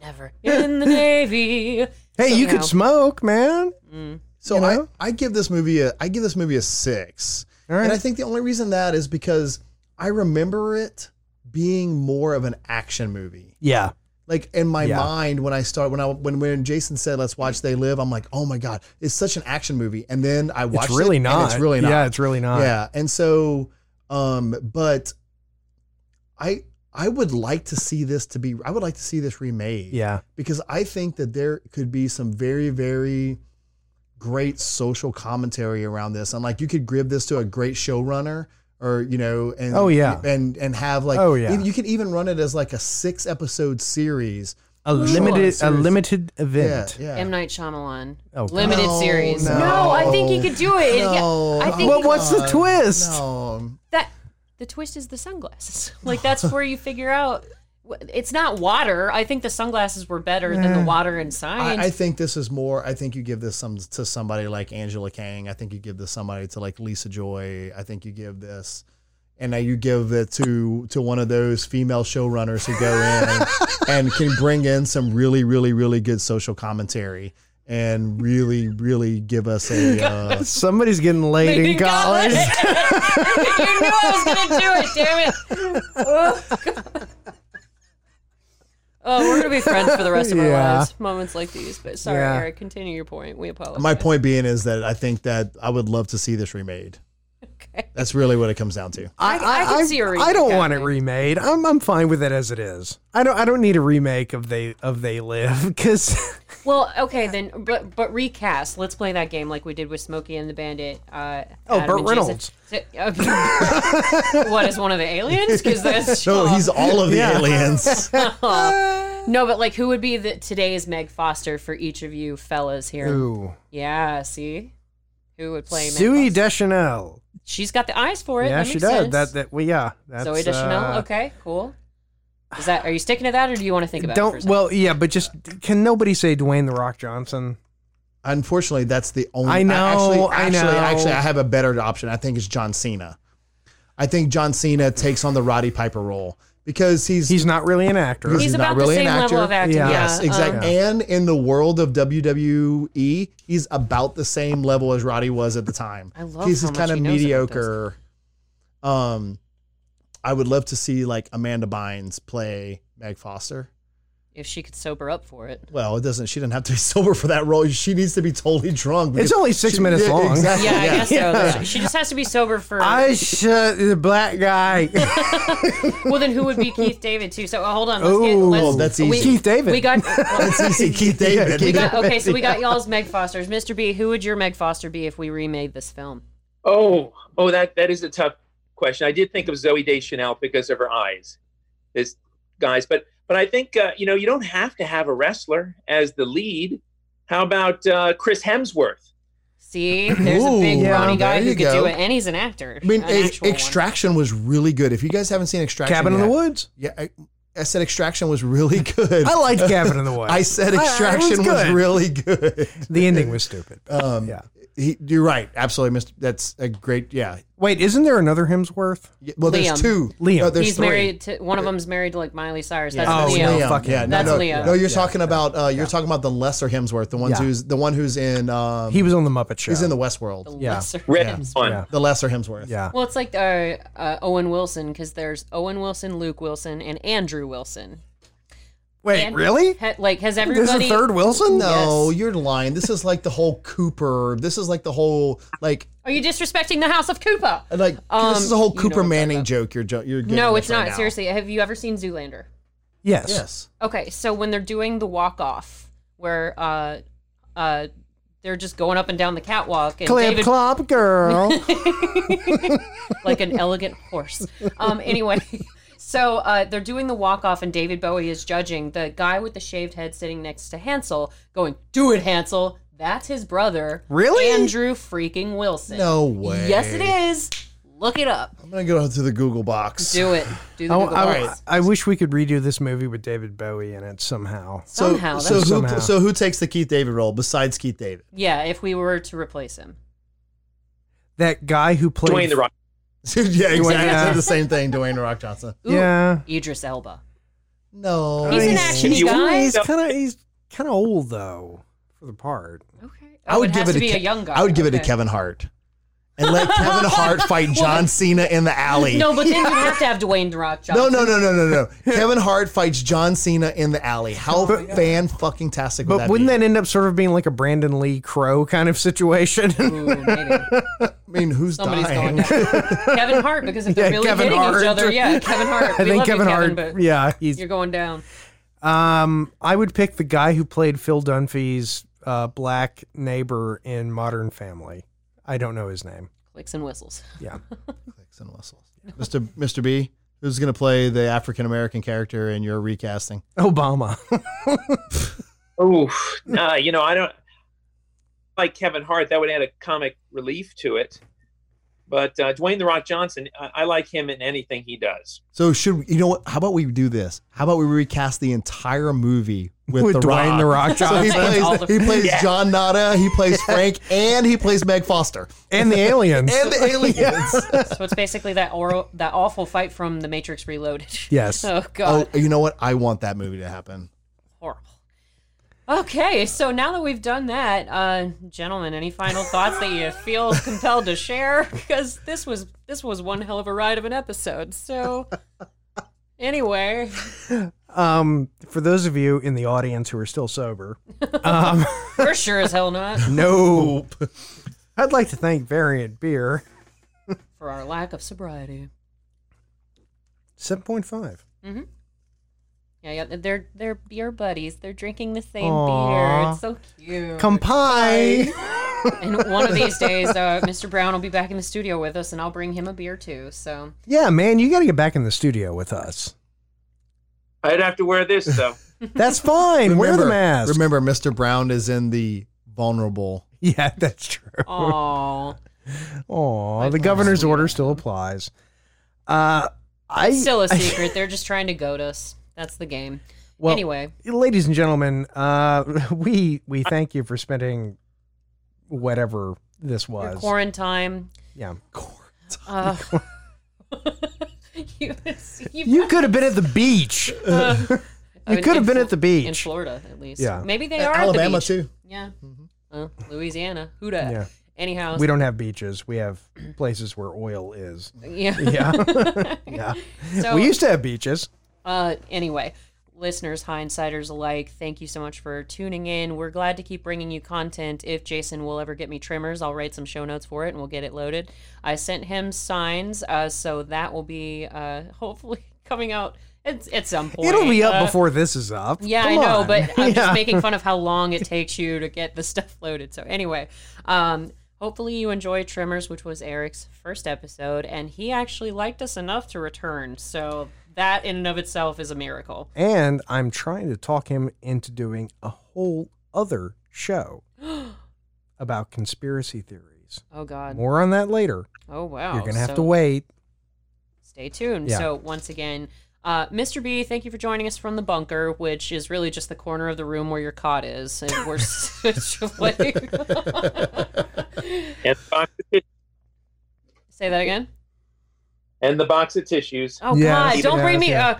Never in the navy.
Hey, you could
Somehow.
smoke, man.
So
You know?
I, I give this movie a I give this movie a six.
All right.
And I think the only reason that is because I remember it being more of an action movie.
yeah.
Like in my
Yeah.
mind when I start when I when when Jason said let's watch They Live, I'm like, oh my God, it's such an action movie. And then I watched
It's really
it, and
not.
it's really not.
Yeah, it's really not.
Yeah. And so um but I I would like to see this to be I would like to see this remade
Yeah.
because I think that there could be some very, very great social commentary around this. And like you could give this to a great showrunner or, you know, and
Oh, yeah.
And and have like
Oh, yeah.
you- you could even run it as like a six episode series.
A
Sure.
limited a
Seriously.
limited
Yeah.
event.
Yeah.
M. Night Shyamalan.
Oh, God.
Limited
No,
series.
no.
I think he could do it.
No.
Yeah, I think
Well,
he could-
what's the
God,
twist?
No.
that the twist is the sunglasses. Like that's where you figure out it's not water. I think the sunglasses were better than the water and science.
I, I think this is more. I think you give this some to somebody like Angela Kang. I think you give this somebody to like Lisa Joy. I think you give this, and now you give it to to one of those female showrunners who go in and can bring in some really, really, really good social commentary and really, really give us a. Uh,
Somebody's getting laid in college.
you knew I was gonna do it, damn it. Oh, God. Oh, we're gonna be friends for the rest of our
Yeah.
lives. Moments like these, but sorry,
Yeah.
Eric. Continue your point. We apologize.
my point being is that I think that I would love to see this remade.
Okay.
That's really what it comes down to.
I- I can see a remake
I don't want it
happening.
remade. I'm I'm fine with it as it is. I don't I don't need a remake of they of they live because
Well, okay then, but but recast. Let's play that game like we did with Smokey and the Bandit. Uh,
Oh,
Adam
Burt
and Jason.
Reynolds.
So- uh, what is one of the aliens? Because that's
So he's all of the
Yeah.
aliens.
no, but like who would be the today's Meg Foster for each of you fellas here?
ooh
Yeah, see, who would play Meg
Sui
Foster?
Deschanel.
She's got the eyes for it.
Yeah,
that
she
makes
does.
sense.
That that well, yeah. That's,
Zoe Deschanel.
uh,
okay, cool. Is that? Are you sticking to that, or do you want to think about? it for a
Don't
second?
well yeah, but just can nobody say Dwayne the Rock Johnson?
Unfortunately, that's the only.
I know,
Actually,
I
actually,
know.
Actually, I have a better option. I think it's John Cena. I think John Cena takes on the Roddy Piper role because he's,
He's not really an actor.
He's
He's
not
about
really
the
an
same level
actor.
of acting.
Yeah. Uh-huh.
Yeah.
yes, exactly.
um,
and in the world of WWE, he's about the same level as Roddy was at the time.
I love
He's
how
just
much
kind of
he knows about
mediocre. Um, I would love to see like Amanda Bynes play Meg Foster.
if she could sober up for it.
Well, it doesn't. She doesn't have to be sober for that role. She needs to be totally drunk.
It's
because
only six
she-
minutes
yeah,
long.
Exactly.
Yeah, I guess so.
Yeah.
She- She just has to be sober for.
I shut the black guy.
well, then who would be Keith David too? So uh, hold on. Let's get,
oh,
let's,
that's
we-
easy.
Keith David.
We got.
It's easy. Keith David.
we got okay, so we got y'all's Meg Foster's. Mr. B, who would your Meg Foster be if we remade this film?
Oh, oh, that that is a tough question. I did think of Zoe Deschanel because of her eyes, this guys. But but I think uh, you know you don't have to have a wrestler as the lead. How about uh, Chris Hemsworth?
See, there's a big
Ooh, yeah,
brawny guy
there
who
you
could do
go.
it, and he's an actor.
I mean,
an
eh,
actual one.
Extraction was really good. If you guys haven't seen Extraction,
Cabin in
yet,
the Woods.
Yeah, I, I said Extraction was really good.
I liked Cabin in the Woods.
I said
I- I- it
Extraction
was
was,
good.
really good.
the ending was stupid.
Um,
Yeah.
he, you're right. Absolutely, Mr. That's a great. Yeah.
Wait, isn't there another Hemsworth?
Yeah, Well,
Liam.
there's two.
Liam.
No, there's
He's
three.
married to one of them's married to like Miley Cyrus. That's
Oh,
Leo.
Liam. fuck
yeah,
him.
no,
That's
no,
Leo.
No, you're talking about uh, you're talking about the lesser Hemsworth, the ones
Yeah.
who's the one who's in um,
He was on the Muppet Show.
he's in the
The
Westworld,
Yeah.
lesser
Red
Hemsworth.
one.
Yeah.
the lesser Hemsworth.
yeah.
Well, it's like uh, uh, Owen Wilson because there's Owen Wilson, Luke Wilson, and Andrew Wilson.
Wait,
And
really?
ha- like, has
There's a
everybody?
third Wilson?
No,
Yes.
you're lying. This is like the whole Cooper. This is like the whole like
Are you disrespecting the House of Koopa?
like
Um,
this is a whole
you know
Cooper
what I'm talking
Manning
about.
joke. You're jo- you're giving
No,
us
it's
right
not.
now.
Seriously, have you ever seen Zoolander?
Yes.
Yes.
Okay, so when they're doing the walk off, where uh, uh, they're just going up and down the catwalk, and
Clip
David
clop girl.
like an elegant horse. Um, anyway, so uh, they're doing the walk off, and David Bowie is judging the guy with the shaved head sitting next to Hansel, going, "Do it, Hansel." That's his brother,
Really?
Andrew freaking Wilson.
No way.
Yes, it is. Look it up.
I'm gonna go to the Google box.
Do it. Do the
I,
Google
I-
Docs.
I wish we could redo this movie with David Bowie in it somehow.
so
Somehow,
so who
that's-
Somehow.
so who takes the Keith David role besides Keith David?
Yeah, if we were to replace him,
That guy who played
Dwayne the Rock.
yeah, exactly.
Yeah.
I said the same thing. Dwayne The Rock Johnson.
Ooh,
Yeah.
Idris Elba.
No,
He's an oh,
Nice.
action
You-
guy.
He's kind of he's kind of old though for the part.
Okay.
I would give
Oh, has to
it a
be
Ke-
a young guy.
I would give it to
Okay.
Kevin Hart, and let Kevin Hart fight John Cena in the alley.
No, but then you have to have Dwayne the Rock
No,
Johnson.
no, no, no, no, no. Kevin Hart fights John Cena in the alley. How fan fucking tastic would
But
that
wouldn't
be?
that end up sort of being like a Brandon Lee Crow kind of situation?
Ooh, maybe.
I mean, who's
Somebody's going
dying?
down. Kevin Hart, because if they're
Yeah,
really
Kevin
hitting
Hart.
each other, yeah, Kevin Hart.
I
We
think
love you,
Kevin Hart.
but
yeah, he's
you're going down.
um I would pick the guy who played Phil Dunphy's uh, black neighbor in Modern Family. I don't know his name.
Clicks and whistles.
Yeah.
Clicks and whistles. Mr. Mr. B, who's going to play the African American character in your recasting?
Obama.
Oh, nah, you know I don't like Kevin Hart. That would add a comic relief to it. But uh, Dwayne the Rock Johnson, I, I like him in anything he does.
So should you know what? How about we do this? How about we recast the entire movie with,
With
the
Dwayne
Rock?
The Rock
So he
Johnson.
plays,
All the-
he plays John Nada, he plays Frank, and he plays Meg Foster
and the aliens.
and the aliens.
So it's basically that oral, that awful fight from The Matrix Reloaded.
Yes.
Oh
Oh,
God,
you know what? I want that movie to happen.
horrible. Okay, so now that we've done that, uh, gentlemen, any final thoughts that you feel compelled to share? Because this was this was one hell of a ride of an episode. So, anyway,
Um, for those of you in the audience who are still sober, um,
we're sure as hell not
no, I'd like to thank Variant Beer,
for our lack of sobriety.
seven point five.
Yeah, yeah, they're they're beer buddies. They're drinking the same
Aw.
beer. It's so cute.
Compai.
and one of these days, uh, Mr. Brown will be back in the studio with us, and I'll bring him a beer too. So
Yeah, man, you got to get back in the studio with us.
I'd have to wear this though.
That's fine. Wear the mask.
Remember, Mr. Brown is in the vulnerable.
Yeah, that's true.
Oh,
Aw,
I
the
thought
governor's
so.
order still applies. Uh, I
still a secret. They're just trying to goad us. That's the game.
Well,
anyway,
ladies and gentlemen, uh, we we thank you for spending whatever this
your
was.
quarantine.
yeah.
Uh, you you,
You could have been at the beach.
Uh, I
You
mean,
could have
in
been
Fl-
at the
in
beach.
Florida at least.
Yeah. Mm-hmm.
maybe they
Uh,
are at the
Alabama
beach.
too.
Yeah, Uh, Louisiana. Who dat?
Yeah.
Anyhow,
We don't have beaches. We have places where oil is.
yeah.
Yeah. yeah.
So,
We used to have beaches.
Uh, anyway, listeners, hindsiders alike, thank you so much for tuning in. We're glad to keep bringing you content. If Jason will ever get me trimmers, I'll write some show notes for it and we'll get it loaded. I sent him signs, uh, so that will be uh, hopefully coming out at, at some point.
It'll be up
Uh,
before this is up.
yeah,
Come
I know,
on.
but I'm
Yeah.
just making fun of how long it takes you to get the stuff loaded. So anyway, um, hopefully you enjoy Trimmers, which was Eric's first episode, and he actually liked us enough to return. So that in and of itself is a miracle.
And I'm trying to talk him into doing a whole other show about conspiracy theories.
Oh God.
More on that later.
Oh wow.
You're going to have
So
to wait.
Stay tuned.
Yeah.
So once again. Uh, Mr. B, thank you for joining us from the bunker, which is really just the corner of the room where your cot is. And we're situated.
And the box of, ti-
Say that again.
and the box of tissues.
Oh
Yes,
God! Don't bring
yes,
me.
yeah.
Uh,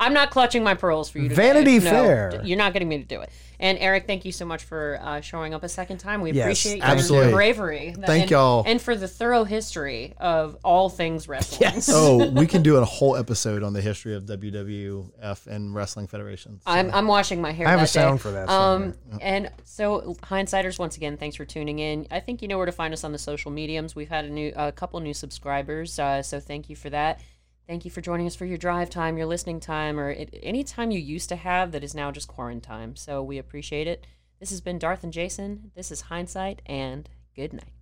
I'm not clutching my pearls for you. Today.
Vanity
No,
Fair.
d- You're not getting me to do it. And Eric, thank you so much for uh, showing up a second time. We
Yes,
appreciate
absolutely.
your bravery. Th-
Thank
and-
y'all.
and for the thorough history of all things wrestling. Yes.
oh, we can do a whole episode on the history of WWF and wrestling federations.
I'm, I'm washing my hair.
I have a
that
sound
day.
for that
Um, and so, hindsiders, once again, thanks for tuning in. I think you know where to find us on the social mediums. We've had a new, a couple new subscribers, uh, so thank you for that. Thank you for joining us for your drive time, your listening time, or it, any time you used to have that is now just quarantine. So we appreciate it. This has been Darth and Jason. This is hindsight, and good night.